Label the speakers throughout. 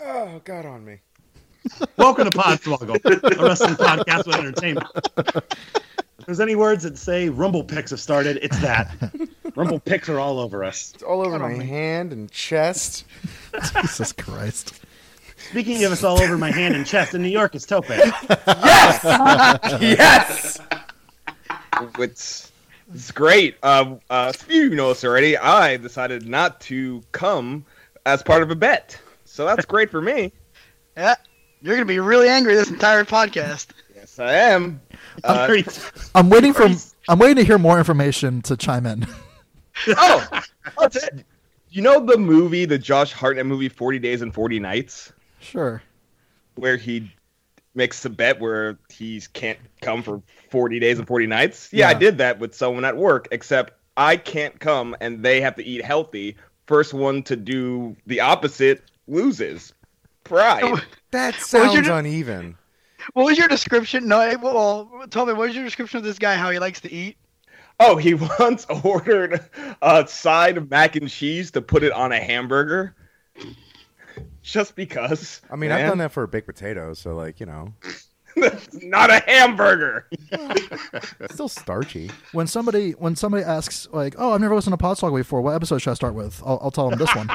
Speaker 1: Oh, God on me.
Speaker 2: Welcome to Podswoggle, a wrestling podcast with entertainment. If there's any words that say Rumble Picks have started, it's that. Rumble Picks are all over us.
Speaker 1: It's all over my hand and chest.
Speaker 3: Jesus Christ.
Speaker 2: Speaking of us all over my hand and chest, in New York is Tope.
Speaker 4: yes. It's it's great. Uh, uh, you know this already. I decided not to come as part of a bet, so that's great for me.
Speaker 5: Yeah, you're gonna be really angry this entire podcast.
Speaker 4: Yes, I am.
Speaker 2: I'm
Speaker 4: Uh,
Speaker 2: very-
Speaker 3: I'm waiting for I'm waiting to hear more information to chime in.
Speaker 4: oh, that's it. You know the movie, the Josh Hartnett movie, Forty Days and Forty Nights,
Speaker 3: Sure.
Speaker 4: where he makes the bet where he can't come for forty days and forty nights. yeah, I
Speaker 3: Yeah.
Speaker 4: did that with someone at work, except I can't come and they have to eat healthy. First one to do the opposite loses. Pride.
Speaker 1: That
Speaker 5: What was
Speaker 1: sounds
Speaker 5: your-
Speaker 1: uneven.
Speaker 5: What was your description? No, eh, well, tell me, what was your description of this guy? How he likes to eat?
Speaker 4: Oh, he once ordered a side of mac and cheese to put it on a hamburger. Just because.
Speaker 1: I mean, I've done that for a baked potato, so, like, you know,
Speaker 4: That's not a hamburger.
Speaker 1: it's still starchy.
Speaker 3: When somebody when somebody asks like, "Oh, I've never listened to Podswoggle before. What episode should I start with?" I'll, I'll tell them this one.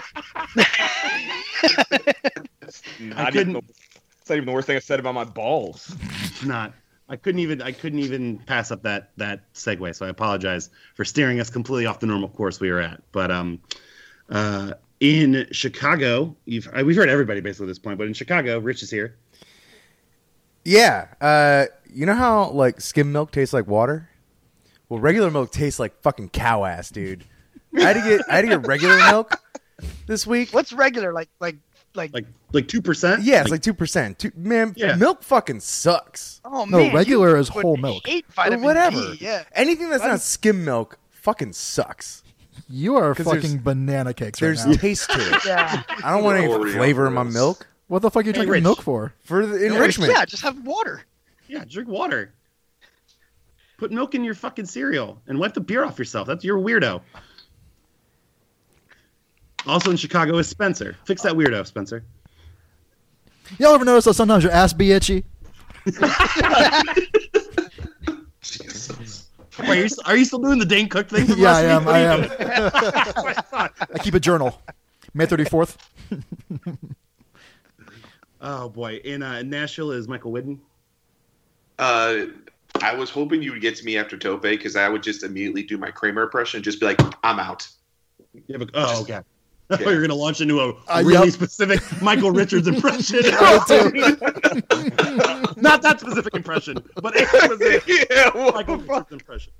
Speaker 4: Not
Speaker 2: couldn't-
Speaker 4: Even the, it's not even the worst thing I said about my balls.
Speaker 2: It's not. I couldn't even. I couldn't even pass up that that segue. So I apologize for steering us completely off the normal course we were at. But um, uh, in Chicago, you've I, we've heard everybody basically at this point. But in Chicago, Rich is here.
Speaker 1: Yeah. Uh, you know how, like, skim milk tastes like water? Well, regular milk tastes like fucking cow ass, dude. I had to get, I had to get regular milk this week.
Speaker 5: What's regular? Like, like, like.
Speaker 2: Like like two percent.
Speaker 1: Yeah, it's like 2%. Two, man,
Speaker 2: Yeah.
Speaker 1: milk fucking sucks.
Speaker 5: oh
Speaker 3: No,
Speaker 5: man, you
Speaker 3: regular is
Speaker 5: would
Speaker 3: whole milk.
Speaker 5: Hate
Speaker 1: Or
Speaker 5: vitamin
Speaker 1: whatever.
Speaker 5: D, Yeah.
Speaker 1: Anything that's not skim milk fucking sucks.
Speaker 3: You are
Speaker 1: 'Cause there's-
Speaker 3: fucking banana cakes right
Speaker 1: There's
Speaker 3: now.
Speaker 1: taste to it.
Speaker 5: Yeah.
Speaker 1: I don't want any
Speaker 6: Oreo
Speaker 1: flavor in my
Speaker 6: is-
Speaker 1: milk
Speaker 3: What the fuck are you drinking
Speaker 2: Rich.
Speaker 3: milk for?
Speaker 1: for the enrichment.
Speaker 5: Yeah, just have water.
Speaker 2: Yeah, drink water. Put milk in your fucking cereal and wipe the beer off yourself. That's you're a weirdo. Also in Chicago is Spencer. Fix that weirdo, Spencer.
Speaker 3: Y'all ever notice that sometimes your ass be itchy?
Speaker 6: Jesus.
Speaker 2: Wait, are, you, are you still doing the Dane Cook thing? From
Speaker 3: yeah, I
Speaker 2: last Week?
Speaker 3: am.
Speaker 2: What
Speaker 3: I
Speaker 2: are you
Speaker 3: am.
Speaker 2: doing? That's what I thought.
Speaker 3: I keep a journal. May thirty fourth.
Speaker 2: Oh boy, in uh, Nashville is Michael Whidden.
Speaker 6: Uh, I was hoping you would get to me after Tope because I would just immediately do my Kramer impression and just be like, I'm out.
Speaker 2: You have a, oh, okay.
Speaker 6: Yeah.
Speaker 2: You're gonna launch into a
Speaker 3: Uh,
Speaker 2: really
Speaker 3: yep.
Speaker 2: specific Michael Richards impression. Not that specific impression, but a specific
Speaker 4: yeah, what
Speaker 2: Michael
Speaker 4: the fuck?
Speaker 2: Richards impression.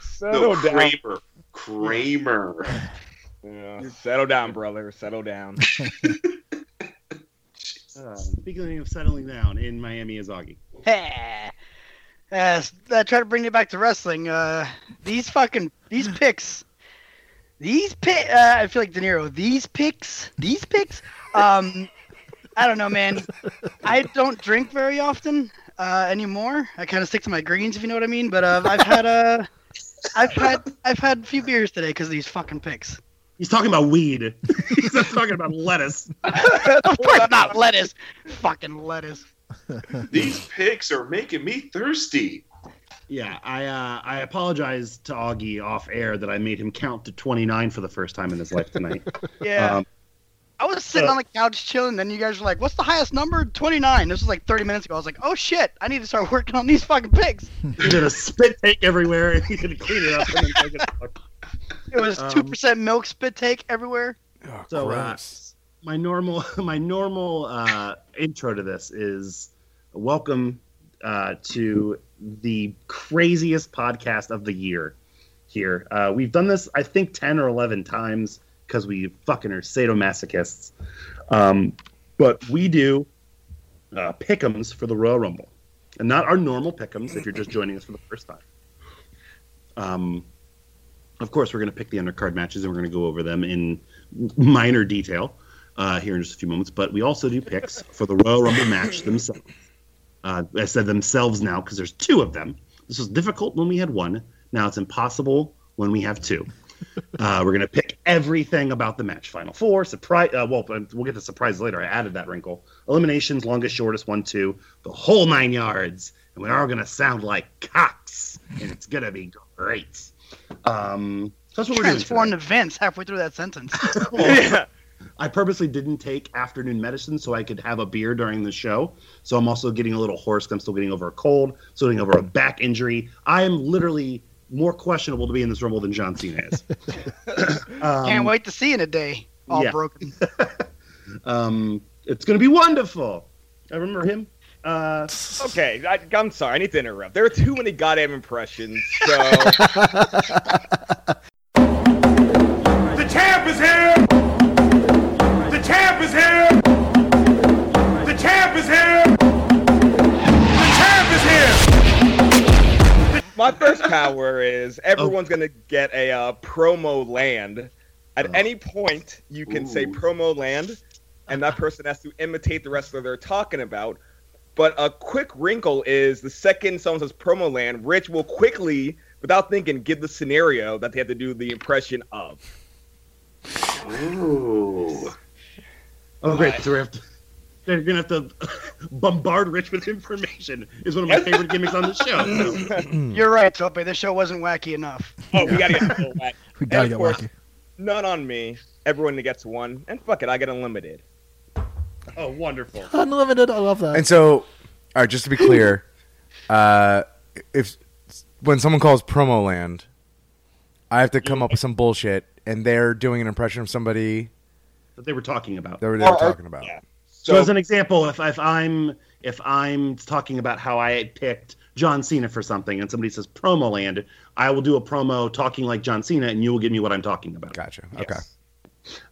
Speaker 4: Settle
Speaker 6: No,
Speaker 4: down.
Speaker 6: Kramer. Kramer.
Speaker 4: Yeah. Settle down, brother. Settle down.
Speaker 2: Uh, speaking of settling down, in Miami is Augie.
Speaker 5: Yeah. Yes, I try to bring you back to wrestling. Uh, these fucking these picks, these pick. Uh, I feel like De Niro. These picks, these picks. Um, I don't know, man. I don't drink very often uh, anymore. I kind of stick to my greens, if you know what I mean. But uh, I've had uh, I've had I've had a few beers today because of these fucking picks.
Speaker 2: He's talking about weed. He's not talking about lettuce.
Speaker 5: Of course not lettuce. Fucking lettuce.
Speaker 6: These picks are making me thirsty.
Speaker 2: Yeah, I uh, I apologize to Augie off air that I made him count to 29 for the first time in his life tonight.
Speaker 5: Yeah.
Speaker 2: Um,
Speaker 5: I was sitting
Speaker 2: Uh,
Speaker 5: on the couch chilling, then you guys were like, "What's the highest number?" Twenty nine. This was like thirty minutes ago. I was like, "Oh shit, I need to start working on these fucking pigs."
Speaker 2: he did a spit take everywhere and he had to clean it up. And then take it out.
Speaker 5: It was
Speaker 2: Um,
Speaker 5: two percent milk spit take everywhere.
Speaker 1: Oh,
Speaker 2: So uh,
Speaker 1: gross.
Speaker 2: my normal my normal uh, intro to this is welcome uh, to the craziest podcast of the year. Here, uh, we've done this I think 10 or 11 times because we fucking are sadomasochists. Um, but we do uh, pick'ems for the Royal Rumble, and not our normal pick'ems. If you're just joining us for the first time, um, of course we're going to pick the undercard matches and we're going to go over them in minor detail uh, here in just a few moments. But we also do picks for the Royal Rumble match themselves. Uh, I said themselves now because there's two of them. This was difficult when we had one. Now it's impossible when we have two. Uh, we're gonna pick everything about the match. Final four, surprise. Uh, well, uh, we'll get to surprise later. I added that wrinkle. Eliminations, longest, shortest, one, two, the whole nine yards. And we're all gonna sound like cocks, and it's gonna be great. Um, so that's what we're doing.
Speaker 5: Transformed
Speaker 2: today.
Speaker 5: events halfway through that sentence.
Speaker 4: yeah.
Speaker 2: I purposely didn't take afternoon medicine so I could have a beer during the show. So I'm also getting a little hoarse. 'cause I'm still getting over a cold, still getting over a back injury. I am literally more questionable to be in this rumble than John Cena is. um,
Speaker 5: Can't wait to see in a day. All
Speaker 2: yeah.
Speaker 5: broken.
Speaker 2: Um, it's going to be wonderful. I remember him. Uh,
Speaker 4: Okay, I, I'm sorry. I need to interrupt. There are too many goddamn impressions. So
Speaker 7: The champ is here! The champ is here! The champ is here! The champ is here!
Speaker 4: my first power is everyone's gonna get a uh, promo land. At
Speaker 2: Oh.
Speaker 4: any point, you can say
Speaker 6: Ooh.
Speaker 4: promo land, and that person has to imitate the wrestler they're talking about. But a quick wrinkle is the second someone says promo land, Rich will quickly, without thinking, give the scenario that they have to do the impression of.
Speaker 6: Ooh.
Speaker 2: oh, great. So we have to. They're gonna have to bombard Rich with information. Is one of my favorite gimmicks on the show.
Speaker 5: You're right, Tope. This show wasn't wacky enough.
Speaker 4: Oh, we gotta get full whack.
Speaker 3: We gotta
Speaker 4: And
Speaker 3: get
Speaker 4: of course-
Speaker 3: wacky.
Speaker 4: None on me. Everyone gets one, and fuck it, I get unlimited.
Speaker 2: Oh, wonderful!
Speaker 3: Unlimited. I love that.
Speaker 1: And so, all right, just to be clear, uh, if when someone calls promo land, I have to come up with some bullshit, and they're doing an impression of somebody
Speaker 2: That they were talking about.
Speaker 1: that we're
Speaker 4: Or- or-
Speaker 1: talking about.
Speaker 4: yeah.
Speaker 2: So, as an example, if, if I'm if I'm talking about how I picked John Cena for something, and somebody says promo land, I will do a promo talking like John Cena, and you will give me what I'm talking about.
Speaker 1: Gotcha. Okay.
Speaker 2: Yes.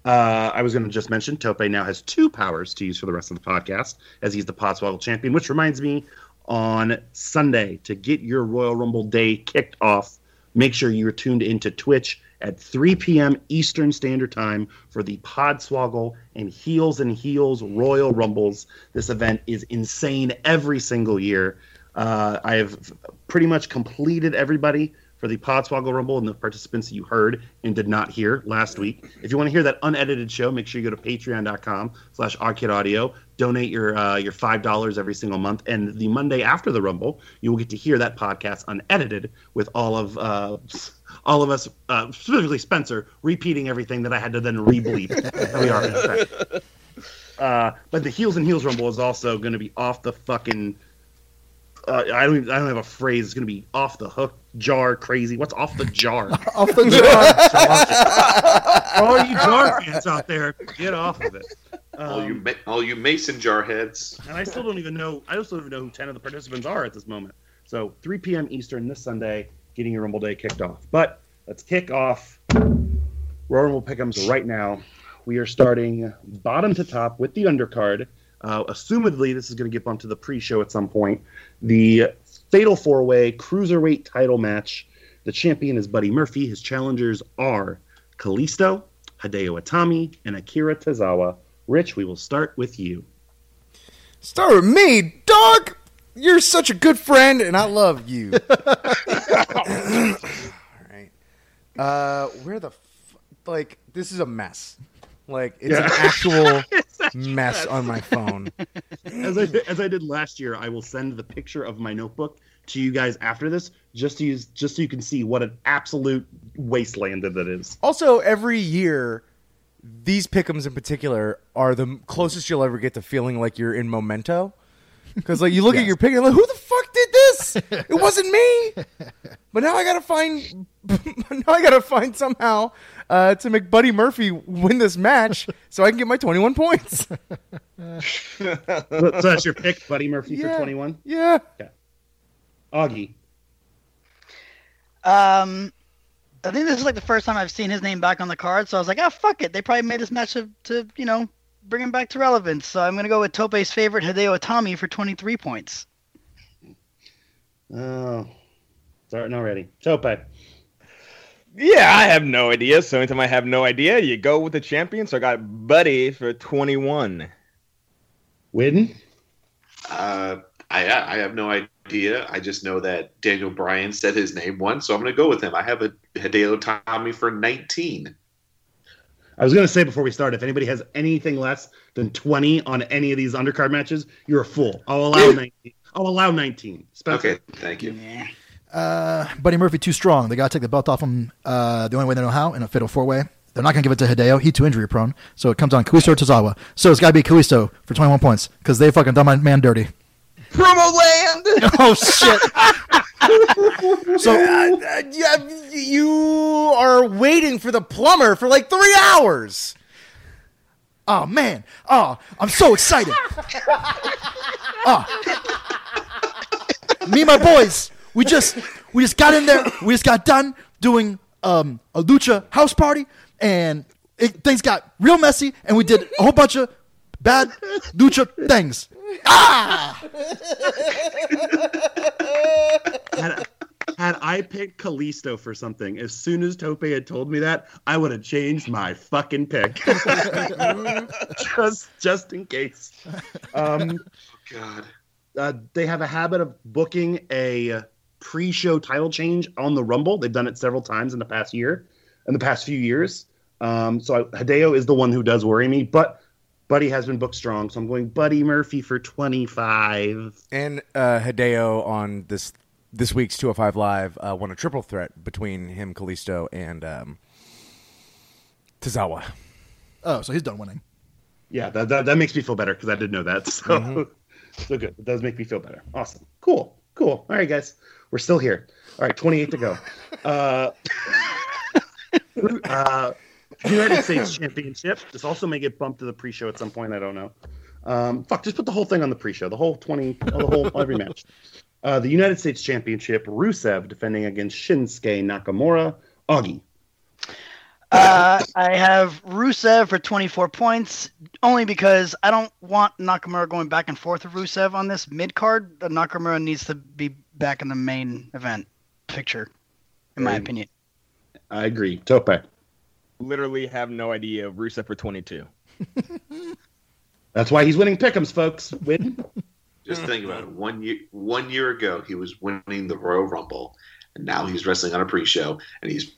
Speaker 2: Uh, I was going to just mention Tope now has two powers to use for the rest of the podcast as he's the Potswoggle champion, which reminds me on Sunday to get your Royal Rumble day kicked off, make sure you're tuned into Twitch at 3 p.m. Eastern Standard Time for the Podswoggle and Heels and Heels Royal Rumbles. This event is insane every single year. Uh, I have pretty much completed everybody for the Podswoggle Rumble and the participants you heard and did not hear last week. If you want to hear that unedited show, make sure you go to patreon.com slash audio. Donate your uh, your $5 every single month. And the Monday after the Rumble, you will get to hear that podcast unedited with all of uh, all of us, uh, specifically Spencer, repeating everything that I had to then re-bleep. that we already said. Uh, but the Heels and Heels Rumble is also going to be off the fucking uh, I don't even, I don't have a phrase. It's gonna be off the hook, jar, crazy. What's off the jar?
Speaker 3: Off the jar.
Speaker 2: For all you jar fans out there, get off of it.
Speaker 6: all you
Speaker 2: Um,
Speaker 6: ma- all you mason jar heads.
Speaker 2: and I still don't even know. I also don't even know who ten of the participants are at this moment. So 3 p.m. Eastern this Sunday, getting your Rumble Day kicked off. But let's kick off Royal Rumble Pick'ems right now. We are starting bottom to top with the undercard. Uh, assumedly, this is going to get bumped to the pre-show at some point. The Fatal Four Way Cruiserweight Title Match. The champion is Buddy Murphy. His challengers are Kalisto, Hideo Itami, and Akira Tozawa. Rich, we will start with you.
Speaker 1: Start with me, dog. You're such a good friend, and I love you. All right. Uh, where the f- like? This is a mess. Like it's an actual mess on my phone.
Speaker 2: as I as I did last year, I will send the picture of my notebook to you guys after this, just to use, just so you can see what an absolute wasteland that it is.
Speaker 1: Also, every year, these pickums in particular are the m- closest you'll ever get to feeling like you're in Memento. Because like you look at your pick and like, who the fuck did this? It wasn't me. But now I gotta find. now I gotta find somehow uh, to make Buddy Murphy win this match so I can get my 21 points.
Speaker 2: so so that's your pick, Buddy Murphy
Speaker 1: Yeah.
Speaker 2: for twenty one.
Speaker 1: yeah.
Speaker 2: Augie,
Speaker 5: Um, I think this is like the first time I've seen his name back on the card, so I was like, oh, fuck it. They probably made this match to, to you know, bring him back to relevance. So I'm going to go with Tope's favorite, Hideo Itami, for 23 points.
Speaker 2: Oh, starting already. Tope.
Speaker 4: Yeah, I have no idea. So anytime I have no idea, you go with the champion. So I got Buddy for 21.
Speaker 2: Widden.
Speaker 6: Uh, I I have no idea. I just know that Daniel Bryan said his name once, so I'm going to go with him. I have a Hideo Tommy for 19.
Speaker 2: I was going to say before we start, if anybody has anything less than 20 on any of these undercard matches, you're a fool. I'll allow 19. I'll allow 19. Spencer.
Speaker 6: Okay, thank you.
Speaker 5: Yeah.
Speaker 3: Uh, Buddy Murphy too strong. They got to take the belt off him uh, the only way they know how in a fatal four way. They're not going to give it to Hideo. He too injury prone. So it comes on Kuiso or Tozawa. So it's got to be Kuiso for 21 points because they fucking done my man dirty.
Speaker 4: Promo land.
Speaker 3: Oh, shit.
Speaker 1: So uh, you- you are waiting for the plumber for like three hours.
Speaker 3: oh, man. Oh, I'm so excited. oh. Me and my boys, we just we just got in there. We just got done doing um, a lucha house party, and it, things got real messy, and we did a whole bunch of bad lucha things.
Speaker 2: Had, had I picked Kalisto for something, as soon as Tope had told me that, I would have changed my fucking pick. just just in case. Um,
Speaker 6: God.
Speaker 2: uh, they have a habit of booking a pre-show title change on the Rumble. They've done it several times in the past year, in the past few years. Um, so I, Hideo is the one who does worry me, but Buddy has been booked strong, so I'm going Buddy Murphy for 25.
Speaker 1: And uh, Hideo on this this week's 205 Live uh, won a triple threat between him, Kalisto, and um, Tozawa.
Speaker 3: Oh, so he's done winning.
Speaker 2: Yeah, that, that, that makes me feel better because I did know that. So, so good. It does make me feel better. Awesome. Cool. Cool. All right, guys, we're still here. All right, 28 to go. Uh, uh, United States Championship. This also may get bumped to the pre-show at some point. I don't know. Um, fuck, just put the whole thing on the pre-show. The whole 20, oh, the whole every match. Uh, the United States Championship. Rusev defending against Shinsuke Nakamura. Augie.
Speaker 5: Uh, I have Rusev for 24 points, only because I don't want Nakamura going back and forth with Rusev on this mid card. Nakamura needs to be back in the main event picture, in my
Speaker 2: Right.
Speaker 5: opinion.
Speaker 2: I agree. Tope.
Speaker 4: Literally have no idea. Rusev for 22.
Speaker 2: That's why he's winning pick'ems, folks. Win.
Speaker 6: Just think about it. One year, one year ago, he was winning the Royal Rumble, and now he's wrestling on a pre-show, and he's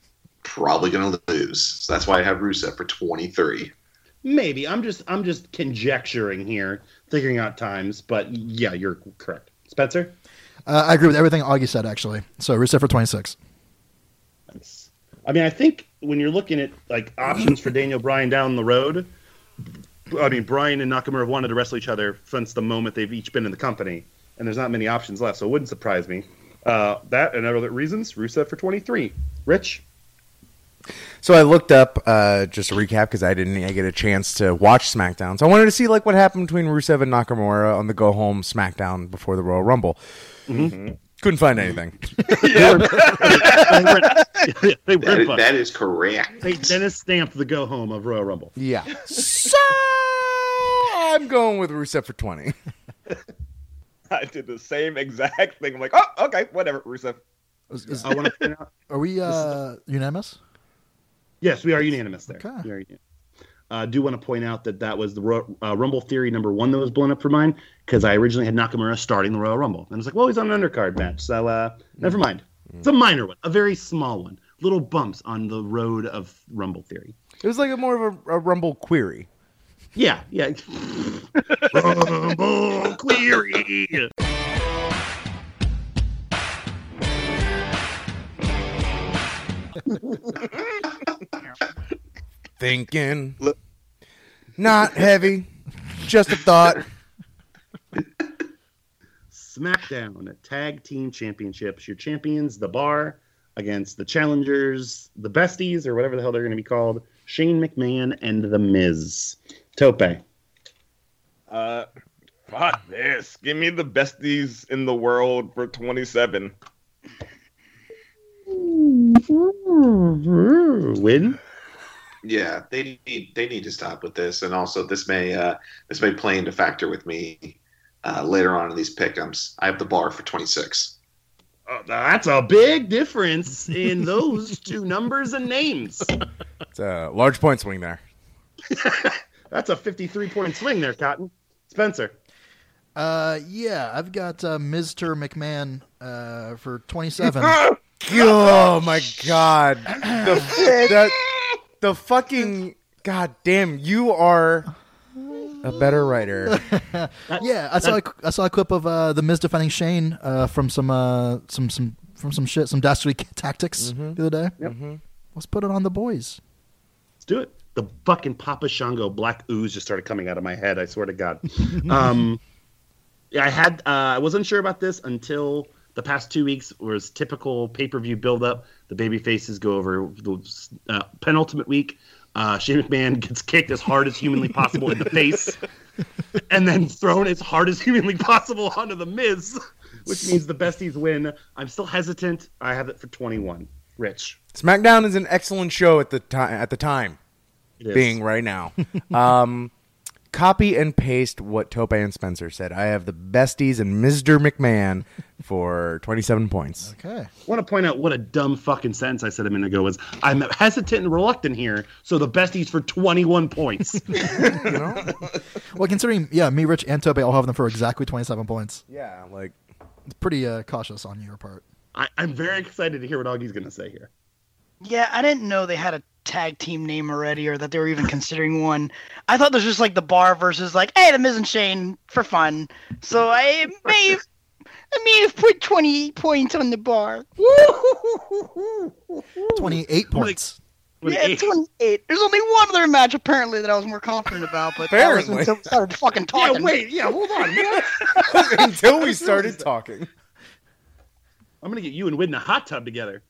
Speaker 6: probably going to lose. So that's why I have Rusev for 23.
Speaker 2: Maybe I'm just I'm just conjecturing here, figuring out times. But yeah, you're correct, Spencer.
Speaker 3: Uh, I agree with everything Augie said, actually. So Rusev for 26.
Speaker 2: Nice. I mean, I think when you're looking at like options for Daniel Bryan down the road, I mean, Bryan and Nakamura have wanted to wrestle each other since the moment they've each been in the company, and there's not many options left, so it wouldn't surprise me. Uh, that and other reasons, Rusev for 23. Rich,
Speaker 1: So I looked up uh, just a recap because I didn't get a chance to watch SmackDown. So I wanted to see like what happened between Rusev and Nakamura on the go home SmackDown before the Royal Rumble.
Speaker 2: Mm-hmm.
Speaker 3: Mm-hmm.
Speaker 1: Couldn't find anything.
Speaker 2: they were, they were
Speaker 6: That is,
Speaker 2: fucked.
Speaker 6: that is correct.
Speaker 2: They Dennis stamped the go home of Royal Rumble.
Speaker 1: yeah. So I'm going with Rusev for twenty.
Speaker 4: I did the same exact thing. I'm like, oh, okay, whatever, Rusev.
Speaker 3: Is- is-
Speaker 2: I want to point out
Speaker 3: are we uh, unanimous?
Speaker 2: Yes, we are unanimous there.
Speaker 3: Okay.
Speaker 2: We are uni- Uh, I do want to point out that that was the Ro- uh, Rumble theory number one that was blown up for mine because I originally had Nakamura starting the Royal Rumble. And it's like, well, he's on an undercard match. So uh, never mind. It's a minor one, a very small one. Little bumps on the road of Rumble theory.
Speaker 1: It was like a more of a, a Rumble query.
Speaker 2: Yeah, yeah. Rumble query.
Speaker 1: Thinking. Not heavy. Just a thought.
Speaker 2: SmackDown Tag Team Championships. Your champions, the bar, against the challengers, the besties, or whatever the hell they're going to be called. Shane McMahon and The Miz. Tope.
Speaker 4: Uh, fuck this. Give me the besties in the world for 27.
Speaker 2: Win?
Speaker 6: Yeah, they need they need to stop with this, and also this may uh, this may play into factor with me uh, later on in these pickups. I have the bar for twenty six.
Speaker 2: Oh, that's a big difference in those two numbers and names.
Speaker 1: It's a large point swing there.
Speaker 2: That's a 53 point swing there, Cotton. Spencer.
Speaker 3: Uh, yeah, I've got uh, Mr. McMahon uh, for 27.
Speaker 1: Oh my god. The, that, the fucking god damn, you are a better writer.
Speaker 3: yeah, I saw a, I saw a clip of uh, the Miz defending Shane uh, from some uh, some some from some shit, some dastardly tactics the other day. Let's put it on the boys.
Speaker 2: Let's do it. The fucking Papa Shango black ooze just started coming out of my head. I swear to God. um, yeah, I had uh, I wasn't sure about this until the past two weeks was typical pay per view build up. The baby faces go over the uh, penultimate week. Uh, Shane McMahon gets kicked as hard as humanly possible in the face, and then thrown as hard as humanly possible onto the Miz, which means the besties win. I'm still hesitant. I have it for 21. Rich,
Speaker 1: SmackDown is an excellent show at the time at the time
Speaker 2: it is.
Speaker 1: being right now. um copy and paste what Tope and Spencer said. I have the besties and Mr. McMahon for 27 points.
Speaker 3: Okay.
Speaker 2: want to point out what a dumb fucking sentence I said a minute ago was. I'm hesitant and reluctant here, so the besties for 21 points.
Speaker 3: Well, considering yeah, me, Rich, and Toby all have them for exactly 27 points.
Speaker 1: Yeah, like
Speaker 3: It's pretty uh, cautious on your part.
Speaker 2: I, I'm very excited to hear what Augie's going to say here.
Speaker 5: Yeah, I didn't know they had a tag team name already or that they were even considering one. I thought this was just like the bar versus like, hey, the Miz and Shane for fun. So I may have, I may have put 28 points on the bar.
Speaker 3: 28 points.
Speaker 5: yeah, 28. There's only one other match apparently that I was more confident about, but that was
Speaker 1: Apparently.
Speaker 5: until we started fucking talking.
Speaker 2: Yeah, wait, yeah, hold on. man.
Speaker 1: until we started talking.
Speaker 2: I'm going to get you and Wid in a hot tub together.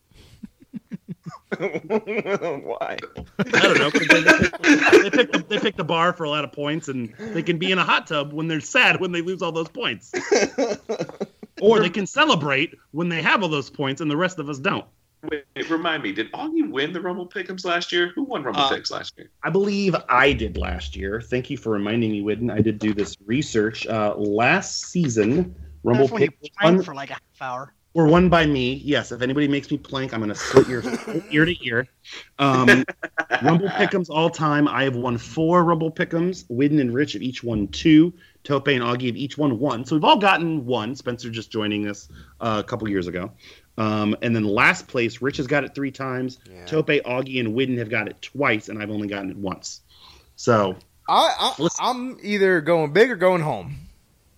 Speaker 4: Why?
Speaker 2: I don't know. 'cause They, they, pick the, they pick the bar for a lot of points, and they can be in a hot tub when they're sad when they lose all those points. or they can celebrate when they have all those points and the rest of us don't.
Speaker 6: Wait, remind me, did Augie win the Rumble Pickums last year? Who won Rumble
Speaker 2: Uh,
Speaker 6: Picks last year?
Speaker 2: I believe I did last year. Thank you for reminding me, Widden. I did do this research uh, last season. Rumble
Speaker 5: That's when you
Speaker 2: pick
Speaker 5: planned
Speaker 2: one,
Speaker 5: for like a half hour.
Speaker 2: were won by me. Yes, if anybody makes me plank, I'm going to slit your ear to ear. Um, Rumble Pickums all time. I have won four Rumble Pickums. Widden and Rich have each won two. Tope and Augie have each won one. So we've all gotten one. Spencer just joining us uh, a couple years ago. Um, and then last place, Rich has got it three times. Tope, Augie, and Widden have got it twice, and I've only gotten it once. So
Speaker 1: I, I I'm either going big or going home.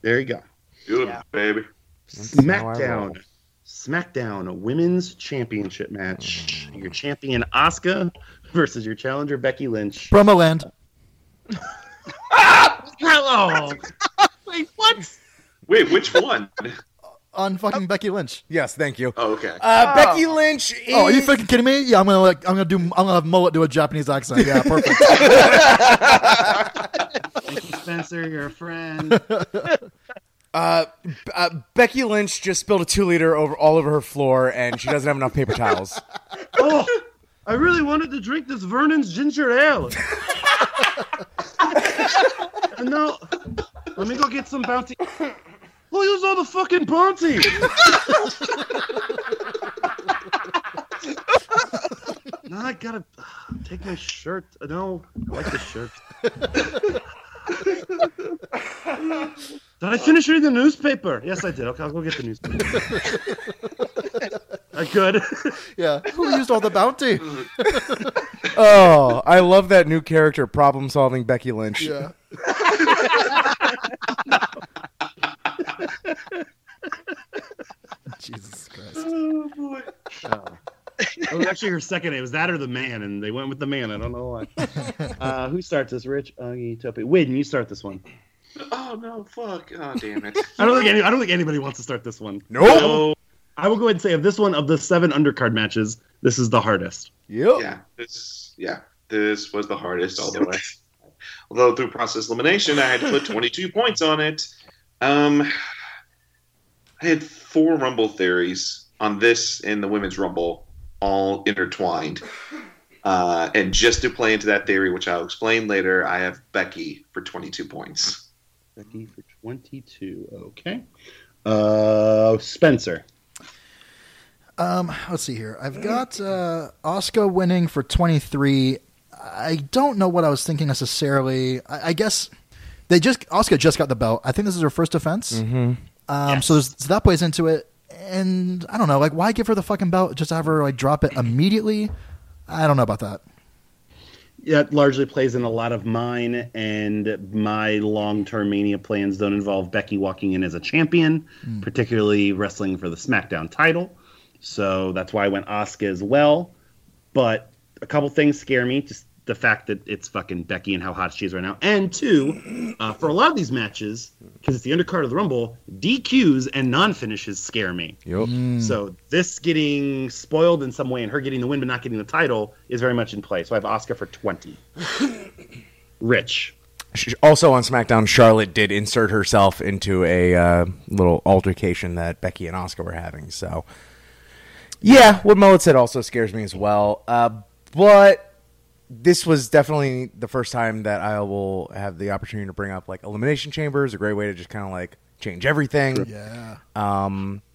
Speaker 2: there you go.
Speaker 6: Do it,
Speaker 5: Yeah.
Speaker 6: baby.
Speaker 1: how I roll.
Speaker 2: SmackDown. SmackDown, a women's championship match.
Speaker 1: Mm.
Speaker 2: Your champion Asuka versus your challenger Becky Lynch.
Speaker 3: Promo land.
Speaker 2: Hello. Wait, what?
Speaker 6: Wait, which one?
Speaker 3: on fucking Becky Lynch.
Speaker 1: Yes, thank you.
Speaker 6: oh, okay.
Speaker 1: Uh, Becky Lynch is
Speaker 3: Oh, are you fucking kidding me? Yeah, I'm gonna like I'm gonna do I'm gonna have mullet do a Japanese accent. Yeah, perfect.
Speaker 2: Spencer, you're a friend.
Speaker 1: uh, B- uh, Becky Lynch just spilled a 2 liter over all over her floor and she doesn't have enough paper towels.
Speaker 2: oh, I really wanted to drink this Vernon's ginger ale. and now, let me go get some bounty. Look, there's all the fucking bounty. now I gotta uh, take my shirt. No, I like this shirt. did I finish reading the newspaper? Yes, I did. Okay, I'll go get the newspaper. I could.
Speaker 3: yeah, who used all the bounty?
Speaker 1: Oh, I love that new character, problem solving Becky Lynch.
Speaker 3: Yeah, Jesus Christ.
Speaker 6: Oh, boy.
Speaker 2: It was actually her second. It was that or the man, and they went with the man. I don't know why. uh, who starts this? Rich, Augie, Tope. Win. You start this one.
Speaker 6: Oh, no, fuck. Oh, damn it.
Speaker 2: I don't think any, I don't think anybody wants to start this one.
Speaker 1: Nope.
Speaker 3: Oh.
Speaker 2: So I will go ahead and say of this one of the seven undercard matches, this is the hardest.
Speaker 1: Yep.
Speaker 6: yeah, this yeah, this was the hardest all the way. Although through process elimination, I had to put 22 points on it. Um, I had four Rumble theories on this and the Women's Rumble. all intertwined. Uh, and just to play into that theory, which I'll explain later, I have Becky for 22 points.
Speaker 2: Becky for 22. Okay. Uh, Spencer.
Speaker 3: Um, let's see here. I've got uh, Oscar winning for 23. I don't know what I was thinking necessarily. I, I guess they just Oscar just got the belt. I think this is her first defense.
Speaker 1: Mm-hmm.
Speaker 3: Um, so, there's, so that plays into it. And I don't know, like, why give her the fucking belt? Just have her like drop it immediately. I don't know about that.
Speaker 2: That largely plays in a lot of mine, and my long term mania plans don't involve Becky walking in as a champion, particularly wrestling for the SmackDown title. So that's why I went Asuka as well. But a couple things scare me just the fact that it's fucking Becky and how hot she is right now. And two, uh, for a lot of these matches, because it's the undercard of the Rumble, DQs and non finishes scare me.
Speaker 1: Yep.
Speaker 2: So this getting spoiled in some way and her getting the win but not getting the title is very much in play. So I have Oscar for 20. Rich.
Speaker 1: Sh- Also on SmackDown, Charlotte did insert herself into a uh, little altercation that Becky and Oscar were having. So, yeah, what Mullet said also scares me as well. Uh, but this was definitely the first time that I will have the opportunity to bring up like Elimination Chamber is a great way to just kind of like change everything. Um,
Speaker 3: Yeah.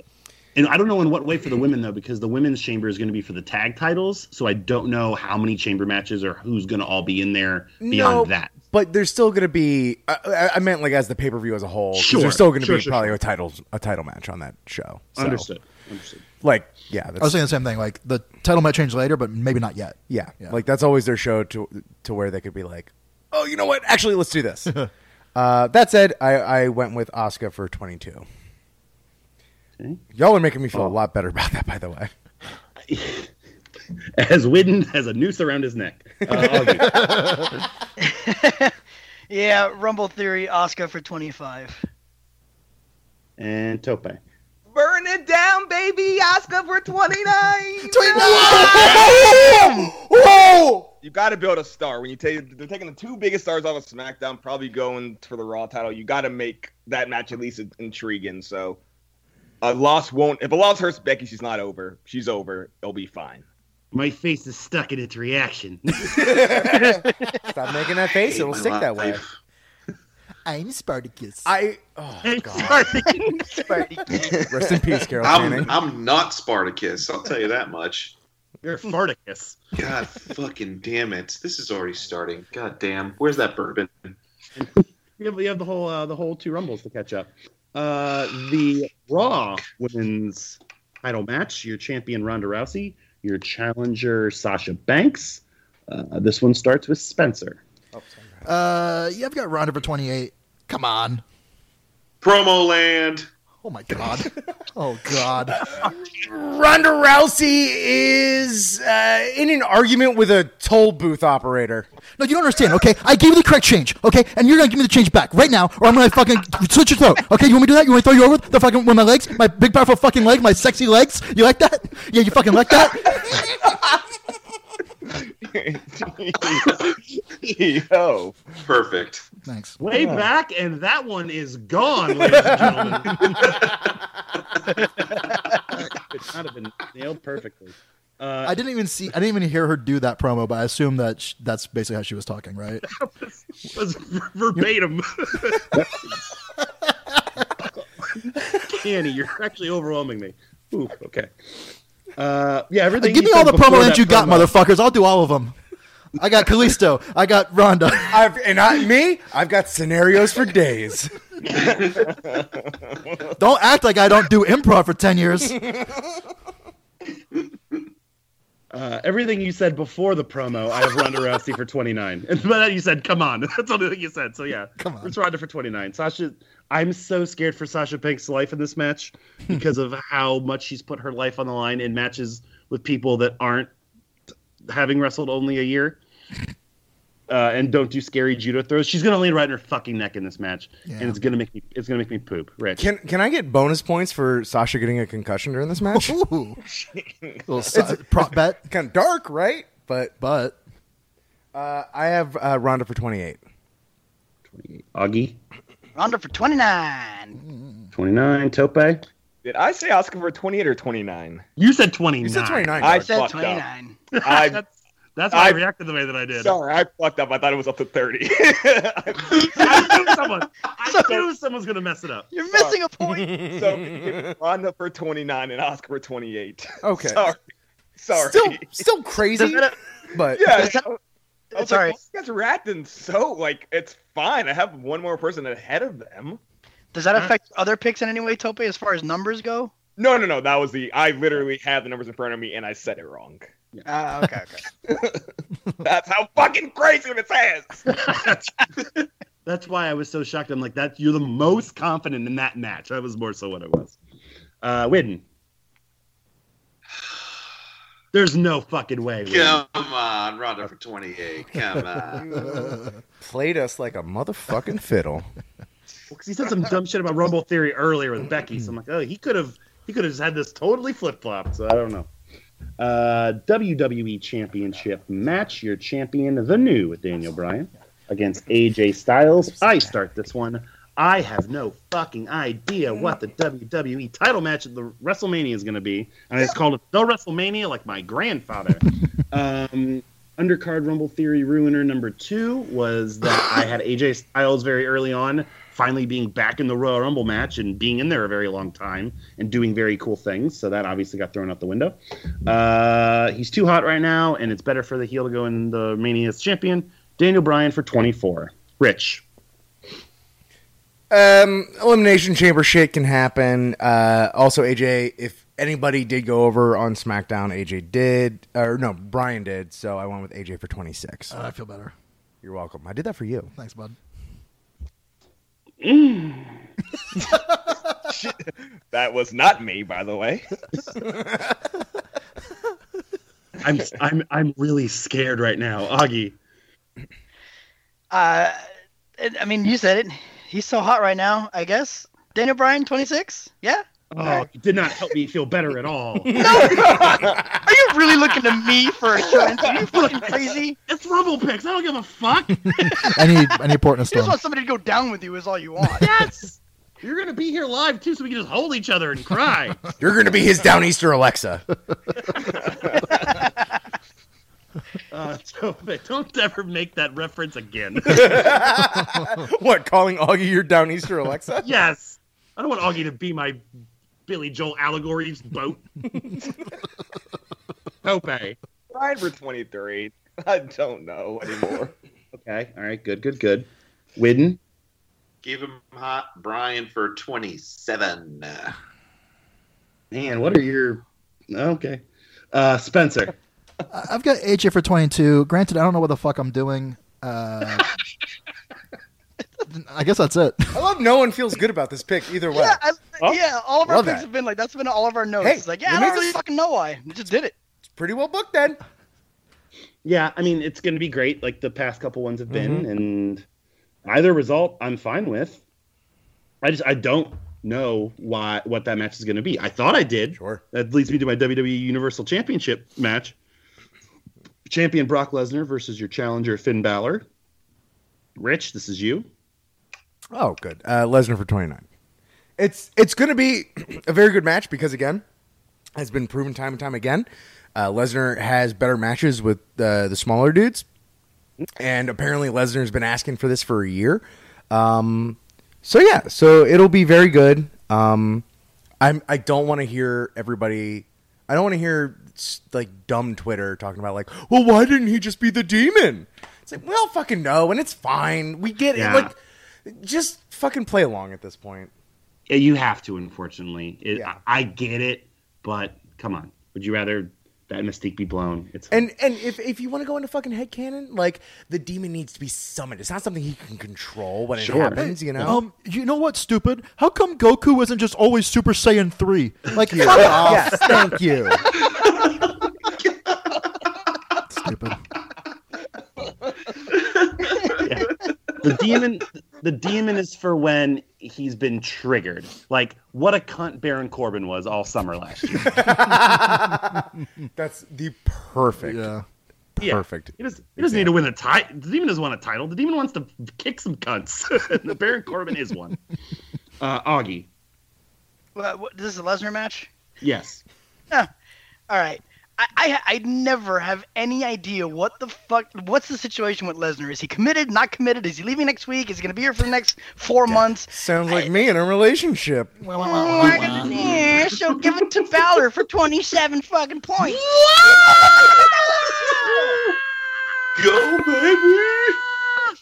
Speaker 2: And I don't know in what way for the women, though, because the women's chamber is going to be for the tag titles. So I don't know how many chamber matches or who's going to all be in there beyond
Speaker 1: No,
Speaker 2: that.
Speaker 1: But there's still going to be. I- I, I meant like as the pay per view as a whole. 'cause
Speaker 2: Sure,
Speaker 1: There's still going to
Speaker 2: sure,
Speaker 1: be
Speaker 2: sure,
Speaker 1: probably
Speaker 2: sure.
Speaker 1: a title a title match on that show. So,
Speaker 2: Understood. Understood.
Speaker 1: Like yeah,
Speaker 3: I was
Speaker 1: that's,
Speaker 3: saying the same thing. Like the title might change later, but maybe not yet.
Speaker 1: yeah,
Speaker 3: Yeah.
Speaker 1: Like that's always their show to to where they could be like, oh, you know what? Actually, let's do this. uh, that said, I I went with Oscar for 22.
Speaker 2: Okay.
Speaker 1: Y'all are making me feel a
Speaker 2: Oh.
Speaker 1: lot better about that, by the way.
Speaker 2: As Widden has a noose around his neck. Uh, Augie.
Speaker 5: Yeah, Rumble Theory, Oscar for 25.
Speaker 2: and Tope.
Speaker 4: Burn it down, baby. Oscar for 29. You got to build a star. When you take they're taking the two biggest stars off of SmackDown, probably going for the Raw title. You got to make that match at least intriguing. So a loss won't. If a loss hurts Becky, she's not over. She's over. It'll be fine.
Speaker 2: My face is stuck in its reaction.
Speaker 1: Stop making that face; it'll
Speaker 6: My
Speaker 1: stick that way.
Speaker 6: life.
Speaker 3: I'm Spartacus.
Speaker 1: I oh god,
Speaker 2: Sorry.
Speaker 1: rest in peace, Carol Channing.
Speaker 6: I'm, I'm not Spartacus, I'll tell you that much.
Speaker 2: You're Farticus.
Speaker 6: God fucking damn it. This is already starting. God damn. Where's that bourbon?
Speaker 2: You have, you have the whole uh, the whole two rumbles to catch up. Uh, the Raw women's title match. Your champion Ronda Rousey. Your challenger Sasha Banks. Uh, this one starts with Spencer.
Speaker 3: Uh, yeah, I've got Ronda for 28. Come on.
Speaker 6: Promo land.
Speaker 3: Oh my god. oh god.
Speaker 1: Ronda Rousey is uh, in an argument with a toll booth operator.
Speaker 3: No, you don't understand, okay? I gave you the correct change, okay? And you're gonna give me the change back right now, or I'm gonna fucking switch your throat, okay? You want me to do that? You want me to throw you over the fucking with my legs, my big powerful fucking leg, my sexy legs? You like that? Yeah, you fucking like that?
Speaker 4: Yo.
Speaker 6: Perfect.
Speaker 3: Thanks.
Speaker 2: Way back, and that one is gone, ladies and gentlemen. Could not have been nailed perfectly. Uh,
Speaker 3: I didn't even see, I didn't even hear her do that promo, but I assume that sh- that's basically how she was talking, right?
Speaker 2: was ver- verbatim. Canny, you're actually overwhelming me. Oof, okay. Uh, yeah, everything.
Speaker 3: Give
Speaker 2: you
Speaker 3: me all
Speaker 2: said
Speaker 3: the
Speaker 2: before
Speaker 3: promo
Speaker 2: that uh,
Speaker 3: that you got,
Speaker 2: promo-
Speaker 3: motherfuckers. I'll do all of them. I got Callisto. I got Ronda.
Speaker 1: I've and I me, I've got scenarios for days.
Speaker 3: Don't act like I don't do improv for 10 years.
Speaker 2: Uh, everything you said before the promo, I have Ronda Rousey for 29. And by that you said, "Come on," that's all you said. So yeah,
Speaker 3: Come on.
Speaker 2: It's Ronda for 29. Sasha, I'm so scared for Sasha Banks' life in this match because of how much she's put her life on the line in matches with people that aren't having wrestled only a year. Uh, and don't do scary judo throws. She's gonna land right in her fucking neck in this match,
Speaker 3: Yeah.
Speaker 2: and it's gonna make me. It's gonna make me poop. Rich,
Speaker 1: Can can I get bonus points for Sasha getting a concussion during this match?
Speaker 3: Ooh. Little si- prop bet,
Speaker 1: kind of dark, right? But
Speaker 3: but
Speaker 1: uh, I have uh, Ronda for twenty eight.
Speaker 2: Augie,
Speaker 5: Ronda for 29.
Speaker 2: 29. Tope,
Speaker 4: Did I say Oscar for 28 or 29?
Speaker 2: You said 29.
Speaker 1: You said 29.
Speaker 4: I
Speaker 1: Dark.
Speaker 5: said
Speaker 4: fucked
Speaker 5: twenty
Speaker 4: up.
Speaker 5: nine.
Speaker 4: I
Speaker 2: that's, that's why I,
Speaker 4: I-
Speaker 2: reacted the way that I did.
Speaker 4: sorry, I fucked up. I thought it was up to 30.
Speaker 2: I knew someone. I
Speaker 5: So-
Speaker 2: knew someone was gonna mess it up.
Speaker 5: You're missing a point.
Speaker 4: so give Rhonda for 29 and Oscar for 28.
Speaker 1: Okay.
Speaker 4: Sorry. Sorry.
Speaker 1: Still, still crazy, but
Speaker 4: yeah.
Speaker 5: Is that-
Speaker 4: I was like,
Speaker 5: It's all right.
Speaker 4: "Well, these guys are acting so like it's fine. I have one more person ahead of them.
Speaker 5: Does that affect other picks in any way, Tope, as far as numbers go?
Speaker 4: No, no, no. That was the. I literally had the numbers in front of me and I said it wrong.
Speaker 5: Ah, okay, okay.
Speaker 4: That's how fucking crazy this is.
Speaker 2: That's why I was so shocked. I'm like, that you're the most confident in that match. That was more so what it was. Uh Widden. There's no fucking way. Widden.
Speaker 6: Come on, Ronda for 28. Come on.
Speaker 1: played us like a motherfucking fiddle.
Speaker 2: Because he said some dumb shit about Rumble Theory earlier with Becky. So I'm like, oh, he could have he could have just had this totally flip flopped. So I don't know. Uh, WWE Championship match. Your champion, the new with Daniel Bryan against AJ Styles. I start this one. I have no fucking idea what the WWE title match at the WrestleMania is going to be, and it's called it the WrestleMania, like my grandfather. um, undercard Rumble Theory ruiner number two was that I had AJ Styles very early on, finally being back in the Royal Rumble match and being in there a very long time and doing very cool things. So that obviously got thrown out the window. Uh, he's too hot right now, and it's better for the heel to go in the Mania's champion, Daniel Bryan for 24. Rich.
Speaker 1: Um, elimination chamber shit can happen. Uh, also, AJ, if anybody did go over on SmackDown, AJ did, or no, Brian did. So I went with AJ for twenty six.
Speaker 3: Uh, I feel better.
Speaker 1: You're welcome. I did that for you.
Speaker 3: Thanks, bud.
Speaker 4: That was not me, by the way.
Speaker 2: I'm I'm I'm really scared right now, Augie.
Speaker 5: Uh, it- I mean, you said it. He's so hot right now. I guess Daniel Bryan, twenty six. Yeah.
Speaker 2: Oh, you did not help me feel better at all.
Speaker 5: Are you really looking to me for assurance? Are you fucking crazy?
Speaker 2: it's Rumble picks. I don't give a fuck.
Speaker 3: I need I need port
Speaker 5: You
Speaker 3: in a
Speaker 5: just
Speaker 3: storm.
Speaker 5: want somebody to go down with you is all you want.
Speaker 2: Yes. You're gonna be here live too, so we can just hold each other and cry.
Speaker 1: You're gonna be his Downeaster Alexa.
Speaker 2: Uh, so, don't ever make that reference again.
Speaker 1: what? Calling Augie your Downeaster Alexa?
Speaker 2: yes, I don't want Augie to be my Billy Joel allegory's boat. Tope. Okay,
Speaker 4: Ryan for 23. I don't know anymore.
Speaker 2: all right, good, good, good. Widden.
Speaker 6: Give him hot Brian for 27.
Speaker 2: Man, what are your okay? Uh, Spencer.
Speaker 3: I- I've got AJ for 22. Granted, I don't know what the fuck I'm doing. Uh, I guess that's it.
Speaker 1: I love no one feels good about this pick either way.
Speaker 5: Yeah, I, yeah. All of our
Speaker 1: Love
Speaker 5: picks
Speaker 1: that.
Speaker 5: have been like that's been all of our notes.
Speaker 1: Hey,
Speaker 5: it's like, yeah,
Speaker 1: let
Speaker 5: I
Speaker 1: me
Speaker 5: don't really
Speaker 1: just-
Speaker 5: fucking know why. I just did it.
Speaker 1: It's pretty well booked then.
Speaker 2: Yeah, I mean it's going to be great, like the past couple ones have been, and either result I'm fine with. I just I don't know why what that match is going to be. I thought I did.
Speaker 1: Sure.
Speaker 2: That leads me to my WWE Universal Championship match. Champion Brock Lesnar versus your challenger Finn Balor. Rich, this is you.
Speaker 1: Oh, good. Uh, Lesnar for 29. It's it's going to be a very good match because again, has been proven time and time again. Uh, Lesnar has better matches with uh, the smaller dudes, and apparently Lesnar's been asking for this for a year. Um, so yeah, so it'll be very good. Um, I'm I don't want to hear everybody. I don't want to hear s- like dumb Twitter talking about like, well, why didn't he just be the demon? It's like we all fucking know, and it's fine. We get
Speaker 2: Yeah.
Speaker 1: it. Like just fucking play along at this point.
Speaker 2: Yeah, you have to, unfortunately. It,
Speaker 1: Yeah.
Speaker 2: I, I get it, but come on. Would you rather that mystique be blown? It's
Speaker 1: And and if, if you want to go into fucking head cannon, like the demon needs to be summoned. It's not something he can control when it
Speaker 2: Sure.
Speaker 1: happens, you know.
Speaker 3: Um, you know what, stupid? How come Goku isn't just always Super Saiyan 3? Like, fuck off.
Speaker 1: yes, thank you.
Speaker 3: Stupid.
Speaker 2: the demon the demon is for when he's been triggered like what a cunt baron corbin was all summer last year
Speaker 1: Oh. That's the perfect,
Speaker 3: Yeah.
Speaker 1: perfect.
Speaker 2: he, does, he doesn't need to win a title the demon doesn't want a title the demon wants to kick some cunts the baron corbin is one uh augie
Speaker 5: What, what, this is a Lesnar match.
Speaker 2: Yes.
Speaker 5: All right. I, I I never have any idea what the fuck. What's the situation with Lesnar? Is he committed? Not committed? Is he leaving next week? Is he gonna be here for the next four months?
Speaker 1: Sounds like me in a relationship.
Speaker 5: Yeah, she'll give it to Valor for twenty-seven fucking points.
Speaker 6: Go, baby!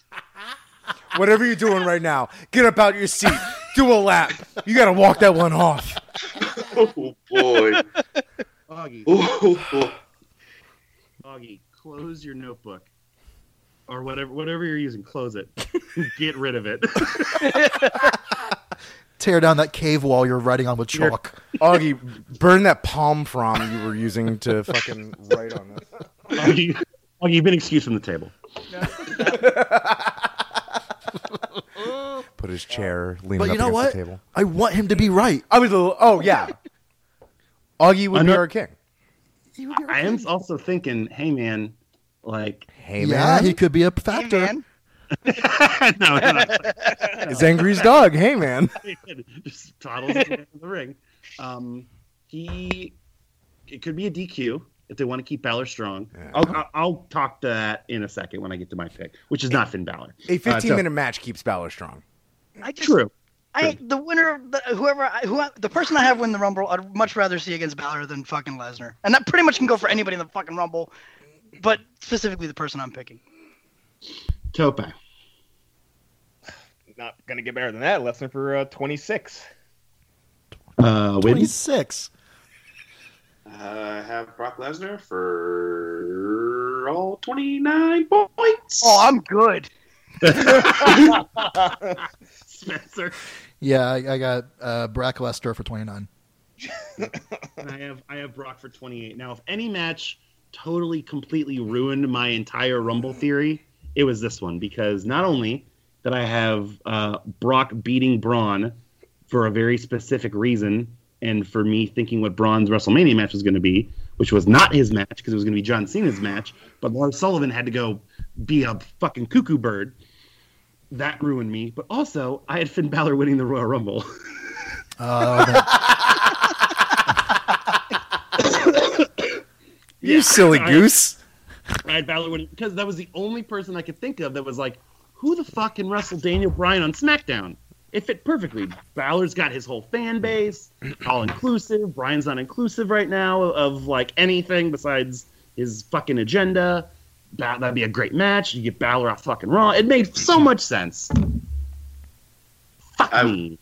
Speaker 1: Whatever you're doing right now, get up out your seat. Do a lap. You gotta walk that one off.
Speaker 6: Oh, boy.
Speaker 2: Augie,
Speaker 6: Ooh.
Speaker 2: Augie, close your notebook or whatever whatever you're using. Close it. Get rid of it.
Speaker 3: Tear down that cave wall you're writing on with chalk.
Speaker 1: Augie, burn that palm frond you were using to fucking write on this.
Speaker 2: Augie, Augie, you've been excused from the table.
Speaker 1: Put his chair leaning
Speaker 3: But
Speaker 1: up
Speaker 3: you know
Speaker 1: against
Speaker 3: what?
Speaker 1: the table.
Speaker 3: I want him to be right.
Speaker 1: I was a little. Oh yeah. Augie would be
Speaker 2: Another-
Speaker 1: our king.
Speaker 2: I am also thinking, hey man, like
Speaker 1: Hey
Speaker 3: yeah,
Speaker 1: man,
Speaker 3: he could be a
Speaker 5: Hey,
Speaker 3: factor.
Speaker 5: man.
Speaker 2: no, no,
Speaker 1: he's angry's dog. Hey man.
Speaker 2: just toddles into the ring. Um, he it could be a DQ if they want to keep Balor strong. I'll, I'll, I'll talk to that in a second when I get to my pick, which is not Finn Balor.
Speaker 1: A 15
Speaker 2: Uh, so-
Speaker 1: minute match keeps Balor strong.
Speaker 5: I just,
Speaker 2: True.
Speaker 5: I the winner, of the, whoever, I, who I- the person I have win the Rumble, I'd much rather see against Balor than fucking Lesnar, and that pretty much can go for anybody in the fucking Rumble, but specifically the person I'm picking.
Speaker 2: Tope.
Speaker 4: Not gonna get better than that. Lesnar for uh, 26.
Speaker 2: Uh, Whitney?
Speaker 3: 26.
Speaker 6: I Uh, have Brock Lesnar for all 29 points.
Speaker 5: Oh, I'm good.
Speaker 2: Spencer.
Speaker 3: Yeah, I, I got uh, Brack Lester for 29.
Speaker 2: and I have I have Brock for 28. Now, if any match totally completely ruined my entire Rumble theory, it was this one because not only did I have uh, Brock beating Braun for a very specific reason, and for me thinking what Braun's WrestleMania match was going to be, which was not his match because it was going to be John Cena's match, but Lars Sullivan had to go be a fucking cuckoo bird. That ruined me. But also, I had Finn Balor winning the Royal Rumble.
Speaker 3: Uh, that-
Speaker 1: You silly
Speaker 2: I-
Speaker 1: goose.
Speaker 2: I had Balor winning because that was the only person I could think of that was like, who the fuck can wrestle Daniel Bryan on SmackDown? It fit perfectly. Balor's got his whole fan base, all inclusive. Bryan's not inclusive right now of like anything besides his fucking agenda. That, that'd be a great match. You get Balor off fucking Raw. It made so much sense. Fuck
Speaker 6: I-
Speaker 2: me.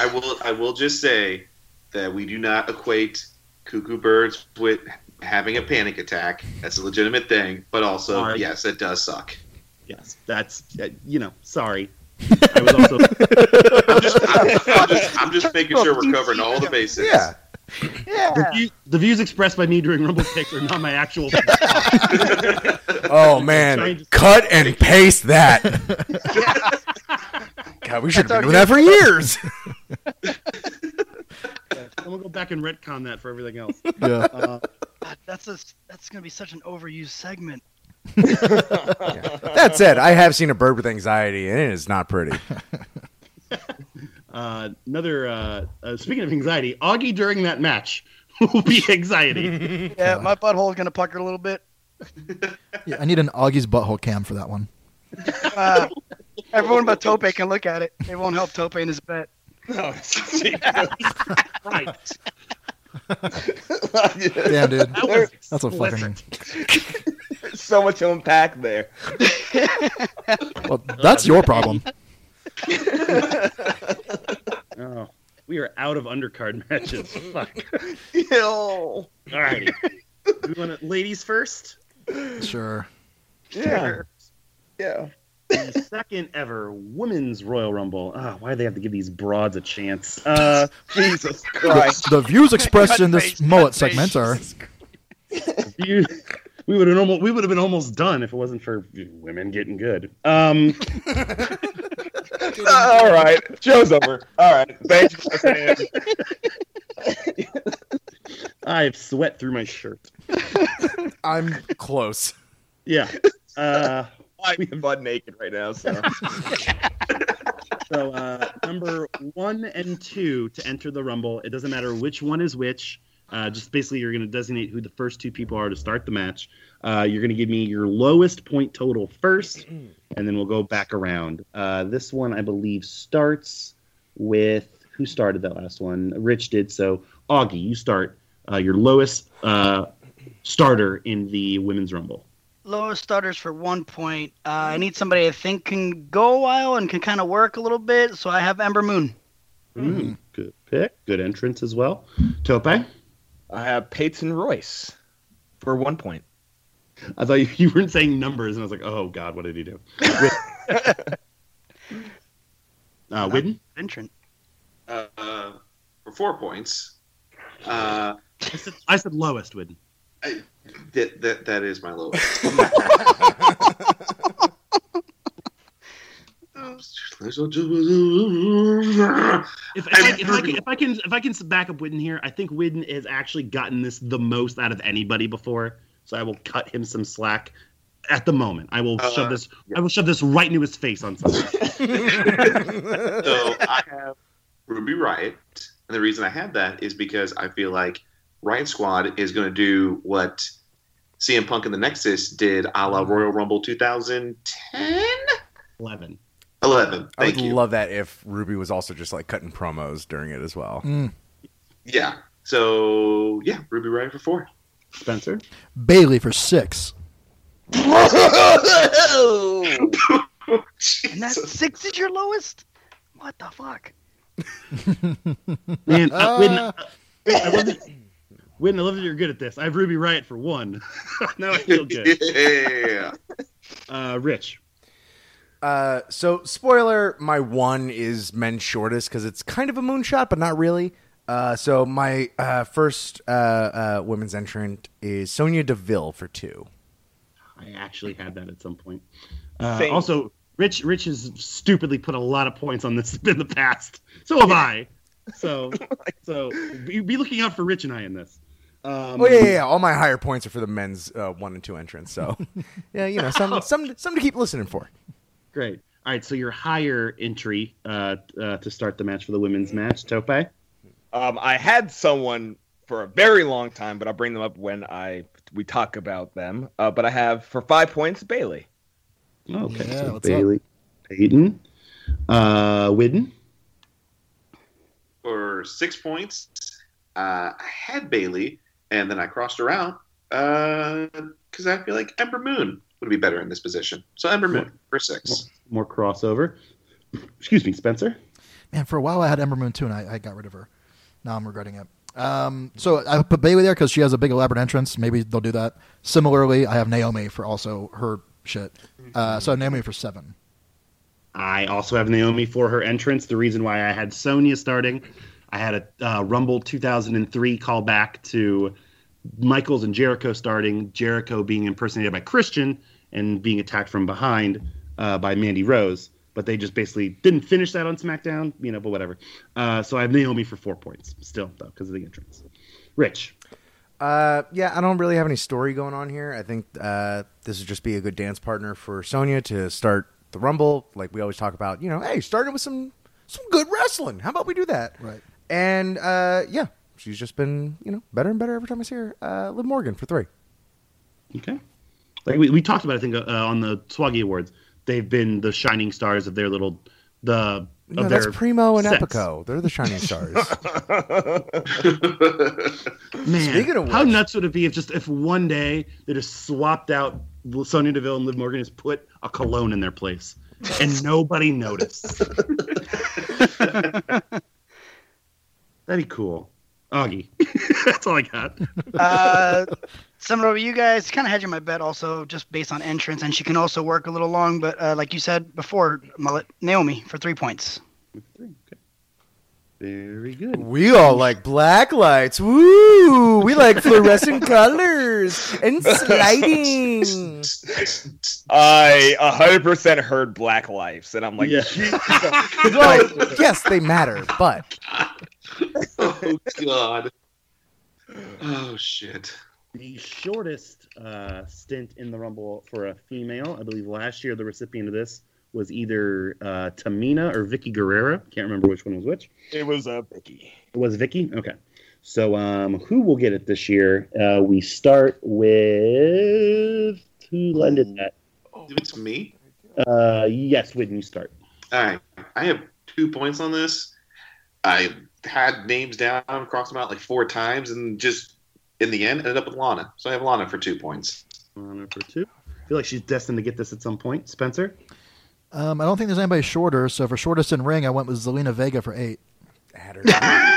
Speaker 6: I will I will just say that we do not equate cuckoo birds with having a panic attack. That's a legitimate thing, but also
Speaker 2: Sorry.
Speaker 6: yes, it does suck.
Speaker 2: Yes, that's uh, you know. Sorry, I was also
Speaker 6: I'm just, I'm, I'm just, I'm just making sure we're covering all the bases.
Speaker 1: Yeah.
Speaker 2: the,
Speaker 5: Yeah.
Speaker 2: view- the views expressed by me during Rumble picks are not my actual.
Speaker 1: Oh man, cut and paste that. God, we should have been doing that for years.
Speaker 2: I'm gonna go back and retcon that for everything else.
Speaker 3: yeah.
Speaker 2: Uh,
Speaker 5: God, that's a, that's gonna be such an overused segment.
Speaker 1: That said, I have seen a bird with anxiety, and it is not pretty.
Speaker 2: uh, another. Uh, uh, speaking of anxiety, Augie during that match will be anxiety.
Speaker 5: Yeah, my butthole's gonna pucker a little bit.
Speaker 3: yeah. I need an Augie's butthole cam for that one.
Speaker 5: Uh, everyone but Tope can look at it. It won't help Tope in his bet.
Speaker 2: right.
Speaker 3: Damn, dude.
Speaker 2: That was
Speaker 3: That's a fucking.
Speaker 2: explicit.
Speaker 4: so much to unpack there.
Speaker 3: Well, that's your problem.
Speaker 2: Oh, we are out of undercard matches. Fuck.
Speaker 4: Yo.
Speaker 2: All right. We want to ladies first.
Speaker 3: Sure.
Speaker 4: Yeah. Yeah.
Speaker 2: The second ever women's Royal Rumble. Ah, why do they have to give these broads a chance? Uh,
Speaker 4: Jesus Christ.
Speaker 3: The views expressed in
Speaker 5: Cut
Speaker 3: this
Speaker 5: face, cut
Speaker 3: mullet
Speaker 5: face.
Speaker 3: segment are
Speaker 2: you, we would have almost we would have been almost done if it wasn't for women getting good. Um.
Speaker 4: Uh, All right. Show's over. All right. Thanks for listening.
Speaker 2: I've sweat through my shirt.
Speaker 1: I'm close.
Speaker 2: Yeah. Uh,
Speaker 4: I'm butt naked right now, so.
Speaker 2: so uh, number number one and two to enter the Rumble. It doesn't matter which one is which. Uh, just basically, you're going to designate who the first two people are to start the match. Uh, you're going to give me your lowest point total first, and then we'll go back around. Uh, this one, I believe, starts with who started that last one? Rich did. So, Augie, you start uh, your lowest uh, starter in the Women's Rumble.
Speaker 5: Lowest starters for one point. Uh, I need somebody I think can go a while and can kind of work a little bit. So I have Ember Moon.
Speaker 2: Mm, good pick. Good entrance as well. Tope, I
Speaker 4: I have Peyton Royce for one point.
Speaker 2: thought you, you weren't saying numbers, and I was like, oh, God, what did he do? uh, Widden?
Speaker 5: Entrant.
Speaker 6: Uh, for four points. Uh,
Speaker 2: I said, I said lowest, Widden.
Speaker 6: that, that, that is my lowest.
Speaker 2: If, if, I,
Speaker 6: I'm
Speaker 2: if, I can, if I can if I can back up Widden here, I think Widden has actually gotten this the most out of anybody before. So I will cut him some slack at the moment. I will
Speaker 6: Uh,
Speaker 2: shove this I will shove this right into his face on Sunday.
Speaker 6: so I have Ruby Riot, and the reason I have that is because I feel like Riot Squad is going to do what CM Punk and the Nexus did, a la Royal Rumble 2010,
Speaker 2: Eleven.
Speaker 6: 11.
Speaker 1: I
Speaker 6: Thank
Speaker 1: would
Speaker 6: you.
Speaker 1: love that if Ruby was also just like cutting promos during it as well.
Speaker 6: yeah. So yeah, Ruby Riot for four.
Speaker 2: Spencer.
Speaker 3: Bailey for six.
Speaker 5: And that six is your lowest? What the fuck?
Speaker 2: Man, uh, Widden,
Speaker 3: Ah.
Speaker 2: uh, I love that, Widden, I love that you're good at this. I have Ruby Riot for one. now I feel good.
Speaker 6: yeah.
Speaker 2: Uh, Rich.
Speaker 1: Uh, so spoiler, my one is men's shortest because it's kind of a moonshot, but not really. Uh, so my uh, first uh, uh, women's entrant is Sonia Deville for two.
Speaker 2: I actually had that at some point. Uh,
Speaker 4: Same.
Speaker 2: also, Rich Rich has stupidly put a lot of points on this in the past. So have I. So so be, be looking out for Rich and I in this. Um,
Speaker 1: Oh yeah, yeah, yeah. All my higher points are for the men's uh, one and two entrants. So yeah, you know, some some some to keep listening for.
Speaker 2: Great. All right. So your higher entry uh, uh, to start the match for the women's match, Tope.
Speaker 4: Um, I had someone for a very long time, but I'll bring them up when I we talk about them. Uh, but I have for five points Bailey.
Speaker 2: Okay.
Speaker 3: Yeah,
Speaker 2: so
Speaker 3: what's up?
Speaker 2: Bailey, Peyton, uh, Widden.
Speaker 6: For six points, uh, I had Bailey, and then I crossed her out because I feel like Ember Moon would be better in this position. So Ember Moon for six.
Speaker 2: More crossover. Excuse me, Spencer.
Speaker 3: Man, for a while I had Ember Moon too, and I, I got rid of her. Now I'm regretting it. Um, so I put Bailey there because she has a big elaborate entrance. Maybe they'll do that. Similarly, I have Naomi for also her shit. Uh, so I have Naomi for seven.
Speaker 2: I also have Naomi for her entrance. The reason why I had Sonya starting, I had a uh, Rumble 2003 callback to Michaels and Jericho starting, Jericho being impersonated by Christian and being attacked from behind uh, by Mandy Rose. But they just basically didn't finish that on SmackDown, you know, but whatever. Uh, so I have Naomi for four points still, though, because of the entrance. Rich.
Speaker 1: Uh, yeah, I don't really have any story going on here. I think uh, this would just be a good dance partner for Sonya to start the Rumble, like we always talk about. You know, hey, starting with some some good wrestling. How about we do that?
Speaker 3: Right.
Speaker 1: And uh, yeah, she's just been you know better and better every time I see her. Uh, Liv Morgan for three.
Speaker 2: Okay. Like we, we talked about, I think, uh, on the Swaggy Awards, they've been the shining stars of their little the
Speaker 1: No,
Speaker 2: of
Speaker 1: that's
Speaker 2: their
Speaker 1: Primo and
Speaker 2: Oh, sets.
Speaker 1: Epico. They're the shining stars.
Speaker 2: Man,
Speaker 1: Speaking of
Speaker 2: how
Speaker 1: which-
Speaker 2: nuts would it be if just if one day they just swapped out Sonya Deville and Liv Morgan just put a cologne in their place and nobody noticed? That'd be cool. Augie, that's all I got.
Speaker 5: Uh, similar to you guys, kind of hedging my bet also just based on entrance, and she can also work a little long, but uh, like you said before, Mullet, Naomi for three points.
Speaker 2: Very good.
Speaker 1: we all like black lights. Woo! We like fluorescent colors and sliding.
Speaker 4: I 100% heard Black Lives, and I'm like,
Speaker 2: Yeah.
Speaker 4: "Jesus Christ."
Speaker 1: Like, yes, they matter, but
Speaker 6: oh God. Oh shit.
Speaker 2: The shortest uh, stint in the Rumble for a female, I believe last year the recipient of this was either uh, Tamina or Vicky Guerrera. Can't remember which one was which.
Speaker 4: It was uh, Vicky.
Speaker 2: It was Vicky. Okay. So um, who will get it this year? Uh, we start with who landed that?
Speaker 6: It's me.
Speaker 2: Uh, yes, Whitney, you start.
Speaker 6: All right. I have two points on this. I had names down, crossed them out like four times, and just in the end ended up with Lana. So I have Lana for two points.
Speaker 2: Lana for two. I feel like she's destined to get this at some point. Spencer.
Speaker 3: Um, I don't think there's anybody shorter. So for shortest in ring, I went with Zelina Vega for eight.
Speaker 1: Had her.
Speaker 2: I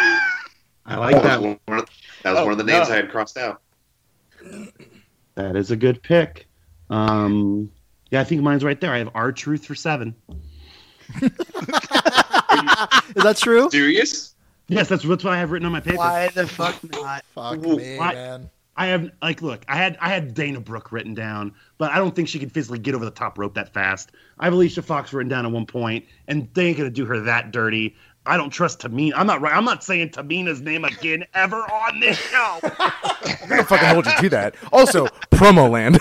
Speaker 2: like that
Speaker 6: That
Speaker 2: one.
Speaker 6: was one of, that was
Speaker 4: Oh,
Speaker 6: one of the names
Speaker 4: no.
Speaker 6: I had crossed out.
Speaker 2: That is a good pick. Um, yeah, I think mine's right there. I have R Truth for seven.
Speaker 3: Is that true?
Speaker 6: Serious?
Speaker 2: Yes, that's that's what I have written on my paper.
Speaker 5: Why the fuck not?
Speaker 3: Fuck
Speaker 6: Ooh,
Speaker 3: me,
Speaker 2: what?
Speaker 3: man.
Speaker 2: I have like look, I had I had Dana Brooke written down, but I don't think she could physically get over the top rope that fast. I have Alicia Fox written down at one point, and they ain't gonna do her that dirty. I don't trust Tamina. I'm not right. I'm not saying Tamina's name again ever on this show.
Speaker 1: I'm gonna fucking hold you to that. Also, promo land.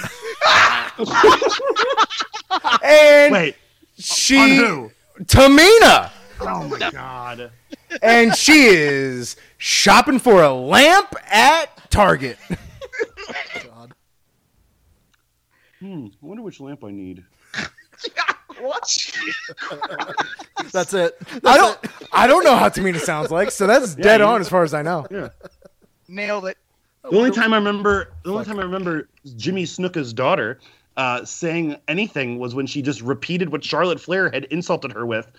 Speaker 1: and
Speaker 2: Wait,
Speaker 1: she
Speaker 2: on who?
Speaker 1: Tamina,
Speaker 2: Oh my god.
Speaker 1: and she is shopping for a lamp at Target.
Speaker 2: Hmm. I wonder which lamp I need.
Speaker 3: That's it.
Speaker 1: I don't, I don't know how Tamina sounds like, so that's dead
Speaker 2: you-
Speaker 1: on as far as I know.
Speaker 5: Nailed it.
Speaker 2: The only time I remember, the only time I remember Jimmy Snuka's daughter uh, saying anything was when she just repeated what Charlotte Flair had insulted her with,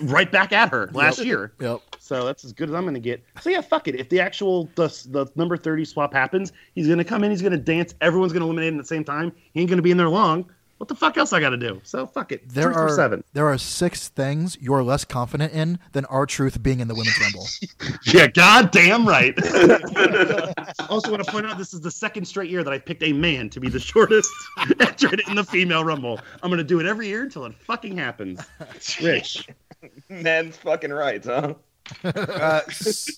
Speaker 2: right back at her last year.
Speaker 3: Yep.
Speaker 2: So that's as good as I'm going to get. So yeah, fuck it. If the actual the, the number thirty swap happens, he's going to come in. He's going to dance. Everyone's going to eliminate him at the same time. He ain't going to be in there long. What the fuck else I got to do? So fuck it.
Speaker 3: There
Speaker 2: Truth or
Speaker 3: are
Speaker 2: seven.
Speaker 3: there are six things you're less confident in than our truth being in the women's rumble.
Speaker 2: Yeah, goddamn right. I also want to point out this is the second straight year that I picked a man to be the shortest entrant in the female rumble. I'm gonna do it every year until it fucking happens. Rich.
Speaker 4: Men's fucking rights, huh?
Speaker 1: Uh, s-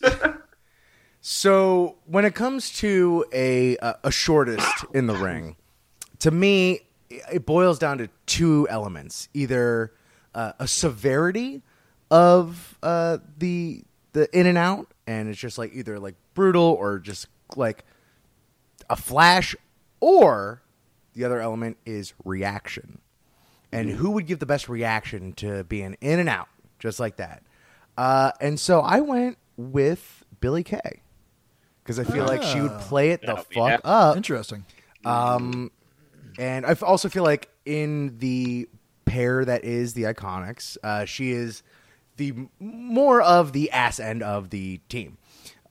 Speaker 1: so when it comes to a uh, a shortest in the ring, to me, it boils down to two elements: either uh, a severity of uh, the the in and out, and it's just like either like brutal or just like a flash, or the other element is reaction and who would give the best reaction to being in and out just like that uh, and so i went with billy kay because i feel like she would play it the fuck up
Speaker 3: Uh, Interesting.
Speaker 1: Um, and I f- also feel like in the pair that is the Iconics, uh, she is the m- more of the ass end of the team,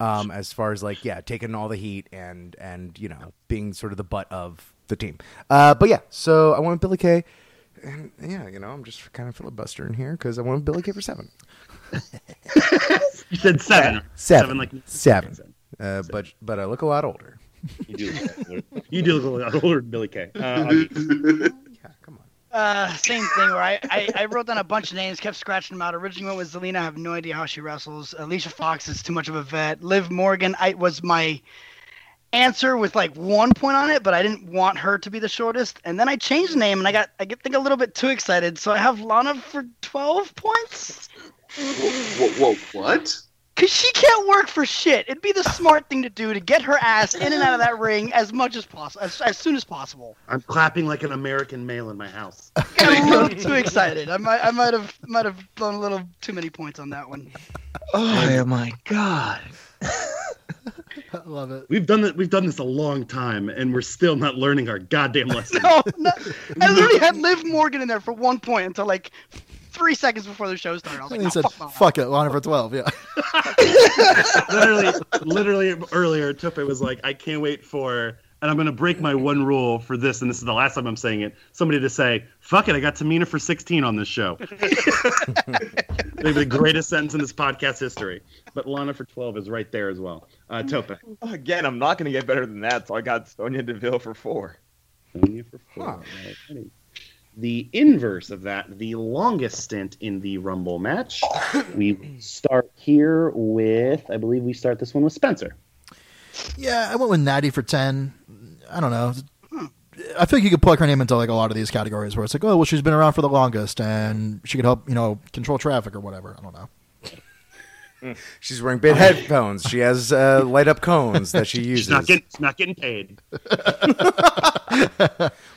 Speaker 1: um, as far as like yeah, taking all the heat and and you know being sort of the butt of the team. Uh, but yeah, so I want Billy Kay, and yeah, you know I'm just kind of filibustering here because I want Billy Kay for seven,
Speaker 2: You said seven. right?
Speaker 1: seven,
Speaker 2: like
Speaker 1: seven. Uh, but but I look a lot older.
Speaker 2: You do look older. You do look a little older than Billy Kay. Uh,
Speaker 1: Yeah, come on.
Speaker 5: Uh, same thing where I, I, I wrote down a bunch of names, kept scratching them out. Originally went with Zelina. I have no idea how she wrestles. Alicia Fox is too much of a vet. Liv Morgan I was my answer with like one point on it, but I didn't want her to be the shortest. And then I changed the name and I got I get think a little bit too excited. So I have Lana for twelve points.
Speaker 6: Whoa, whoa, what?
Speaker 5: Cause she can't work for shit. It'd be the smart thing to do to get her ass in and out of that ring as much as possible, as, as soon as possible.
Speaker 2: I'm clapping like an American male in my house.
Speaker 5: Got a little too excited. I might, I might have, might have blown a little too many points on that one.
Speaker 4: Oh my god.
Speaker 3: I love it.
Speaker 2: We've done that. We've done this a long time, and we're still not learning our goddamn lesson.
Speaker 5: No, no. I literally had Liv Morgan in there for one point until like three seconds before the show started. I was
Speaker 3: And
Speaker 5: like,
Speaker 3: he
Speaker 5: no,
Speaker 3: said,
Speaker 5: fuck, Oh my life."
Speaker 3: "Fuck it, Lana for 12. Yeah.
Speaker 2: literally, literally earlier, Tope was like, "I can't wait for," and I'm going to break my one rule for this, and this is the last time I'm saying it. Somebody to say, "Fuck it, I got Tamina for 16 on this show." Maybe the greatest sentence in this podcast history. But Lana for 12 is right there as well. Uh, Tope,
Speaker 4: Again, I'm not gonna get better than that, so I got Sonya Deville for four.
Speaker 2: Sonya for four. Alright, honey. The inverse of that, the longest stint in the Rumble match. We start here with, I believe we start this one with Spencer.
Speaker 5: Hmm.
Speaker 3: Yeah, I went with Natty for 10. I don't know. I feel like you could plug her name into like a lot of these categories where it's like, oh, well, she's been around for the longest and she could help, you know, control traffic or whatever. I don't know.
Speaker 1: She's wearing big headphones. Oh, She has uh, light up cones that she uses.
Speaker 2: She's not getting, she's not getting paid.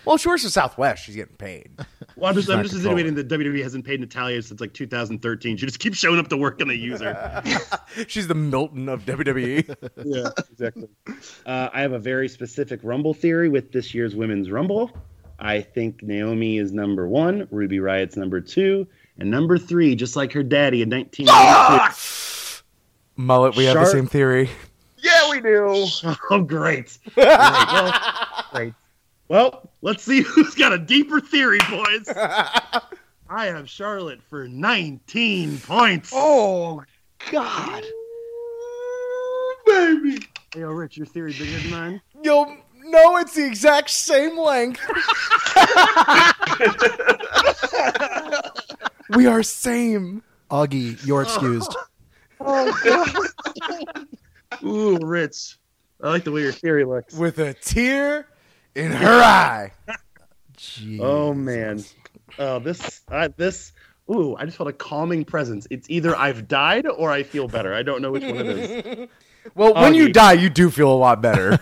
Speaker 1: well, she works for Southwest. She's getting paid.
Speaker 2: Well, I'm just, I'm
Speaker 1: not
Speaker 2: just
Speaker 1: controlling.
Speaker 2: insinuating that WWE hasn't paid Natalia since like 2013. She just keeps showing up to work and they use her.
Speaker 1: She's the Milton of E. WWE.
Speaker 2: yeah, exactly. Uh, I have a very specific Rumble theory with this year's Women's Rumble. I think Naomi is number one, Ruby Riot's number two, and number three, just like her daddy in 1992.
Speaker 1: Mullet, we have
Speaker 2: Sharp.
Speaker 1: the same theory.
Speaker 4: Yeah, we do.
Speaker 2: oh, great. All right, well, great. Well, let's see who's got a deeper theory, boys. I have Charlotte for 19 points.
Speaker 5: Oh God.
Speaker 6: Baby.
Speaker 2: Hey, yo, Rich, your theory bigger than mine?
Speaker 1: Yo, no, it's the exact same length. we are same.
Speaker 3: Augie, you're excused.
Speaker 2: Ooh, Rich. I like the way your theory looks.
Speaker 1: With a tear in her eye.
Speaker 3: Jeez.
Speaker 2: Oh man. Oh, this I this ooh, I just felt a calming presence. It's either I've died or I feel better. I don't know which one it is.
Speaker 1: Well, when you
Speaker 2: Augie.
Speaker 1: die, you do feel a lot better.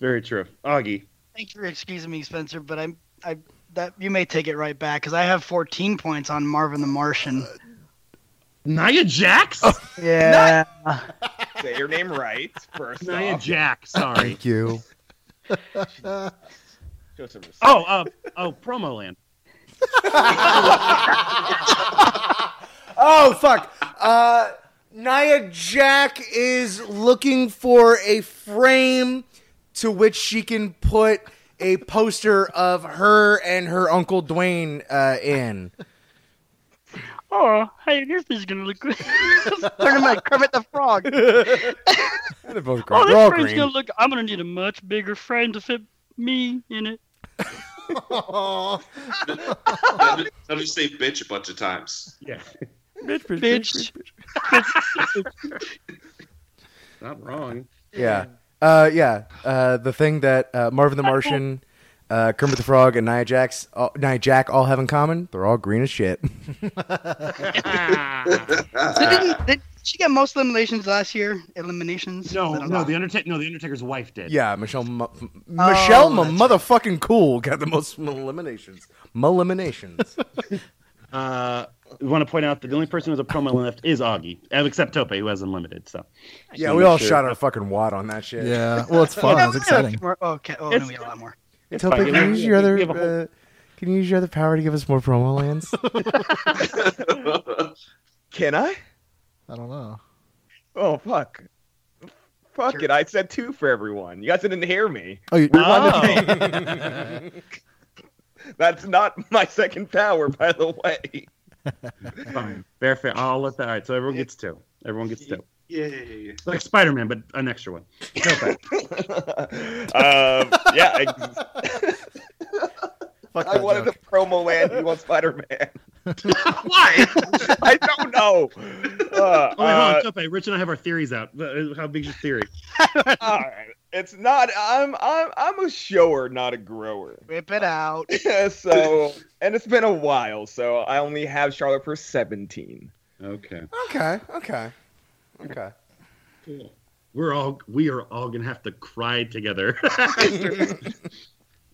Speaker 2: Very true. Augie.
Speaker 5: Thanks for excusing me, Spencer, but I'm I that you may take it right back because I have 14 points on Marvin the Martian.
Speaker 2: Nia Jax?
Speaker 5: Yeah.
Speaker 4: Say your name right first.
Speaker 2: Nia
Speaker 4: off.
Speaker 2: Jack, sorry.
Speaker 1: Thank you.
Speaker 4: Show some respect.
Speaker 2: Oh, uh, oh, promo land.
Speaker 1: Oh fuck. Uh Nia Jack is looking for a frame to which she can put a poster of her and her uncle Dwayne uh, in.
Speaker 5: Oh, hey, this is gonna look good. Turning my Kermit the Frog.
Speaker 1: They're both
Speaker 8: Oh,
Speaker 1: They're all
Speaker 8: this frame's
Speaker 1: green.
Speaker 8: gonna look. I'm gonna need a much bigger frame to fit me in it.
Speaker 6: I'll just, I'll just say bitch a bunch of times.
Speaker 2: Yeah.
Speaker 8: Bitch, bitch,
Speaker 5: Bitch.
Speaker 2: Not wrong.
Speaker 1: Yeah. Uh, yeah. Uh, the thing that uh, Marvin the Martian, uh, Kermit the Frog, and Nia, Jax, all, Nia Jack all have in common, they're all green as shit.
Speaker 5: So didn't, did she get most eliminations last year? Eliminations?
Speaker 2: No,
Speaker 5: I don't
Speaker 2: no,
Speaker 5: know.
Speaker 2: the Undertaker no, the Undertaker's wife did.
Speaker 1: yeah, Michelle M- Michelle Ma
Speaker 5: that's
Speaker 1: motherfucking cool got the most eliminations. Eliminations.
Speaker 2: Uh we want to point out that the only person who has a promo left is Augie, except Tope, who has unlimited. So
Speaker 1: yeah, we all shot our fucking wad on that shit.
Speaker 3: Yeah. Well, it's fun.
Speaker 5: Yeah,
Speaker 3: It's
Speaker 5: we got a
Speaker 3: exciting.
Speaker 5: few more- Okay. Oh,
Speaker 2: It's-
Speaker 5: no, we got a lot more.
Speaker 2: It's
Speaker 1: Topic,
Speaker 2: fine.
Speaker 1: can you use your
Speaker 2: We
Speaker 1: other
Speaker 2: have a whole-
Speaker 1: uh, can you use your other power to give us more promo lands?
Speaker 4: Can I?
Speaker 3: I don't know.
Speaker 4: Oh fuck. Fuck it. I said two for everyone. You guys didn't hear me.
Speaker 3: Oh, you,
Speaker 2: Oh.
Speaker 4: That's not my second power, by the way.
Speaker 2: Fine. Fair, fair. I'll let that. All right. So everyone gets two. Everyone gets two.
Speaker 6: Yay.
Speaker 2: Like Spider Man, but an extra one. Tope.
Speaker 4: um, yeah. I,
Speaker 3: fuck
Speaker 4: I
Speaker 3: that
Speaker 4: wanted the
Speaker 3: joke.
Speaker 4: promo land. You want Spider Man?
Speaker 2: Why?
Speaker 4: I don't know. Uh,
Speaker 2: Oh, wait, hold
Speaker 4: uh,
Speaker 2: on, Tope. Rich and I have our theories out. Uh, How big's your theory?
Speaker 4: all right. It's not. I'm. I'm. I'm a shower, not a grower.
Speaker 5: Whip it out.
Speaker 4: so, and it's been a while. So I only have Charlotte for 17.
Speaker 2: Okay.
Speaker 1: okay, okay. Okay.
Speaker 2: Cool. We're all we are all gonna have to cry together.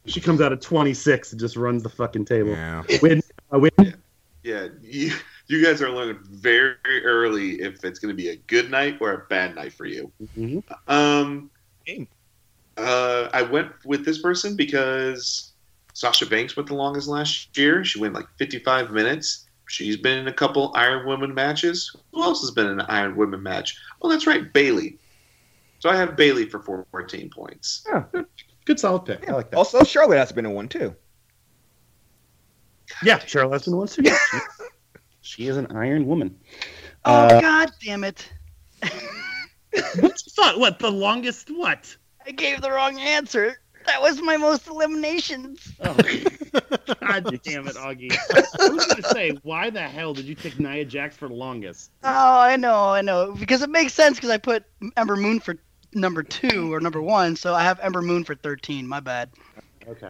Speaker 2: she comes out at 26 and just runs the fucking table.
Speaker 1: Yeah.
Speaker 2: Win, uh, win.
Speaker 6: Yeah, you, you guys are learning very early if it's going to be a good night or a bad night for you.
Speaker 2: Mhm.
Speaker 6: Um,
Speaker 4: Dang.
Speaker 6: uh, I went with this person because Sasha Banks went the longest last year. She went like 55 minutes. She's been in a couple Iron Woman matches. Who else has been in an Iron Woman match? Oh, that's right, Bailey. So I have Bailey for 14 points.
Speaker 2: Good solid pick. I like that.
Speaker 4: Also, Charlotte has been in one too.
Speaker 2: Yeah, Cheryl Lesbian wants to. She is an iron woman.
Speaker 5: Oh
Speaker 2: Uh,
Speaker 5: God damn it!
Speaker 2: What's the thought? What the longest? What?
Speaker 5: I gave the wrong answer. That was my most eliminations.
Speaker 2: Oh, God damn it, Augie. I was going to say, why the hell did you pick Nia Jax for longest?
Speaker 5: Oh, I know, I know. Because it makes sense because I put Ember Moon for number two or number one, so I have Ember Moon for thirteen. My bad.
Speaker 2: Okay.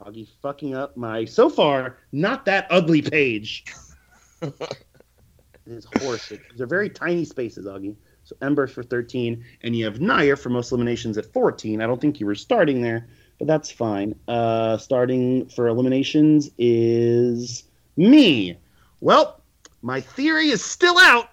Speaker 2: Augie fucking up my so far not that ugly page. His horse. These are very tiny spaces, Augie. So Embers for 13, and you have Naya for most eliminations at 14. I don't think you were starting there, but that's fine. Uh, starting for eliminations is me. Well, my theory is still out.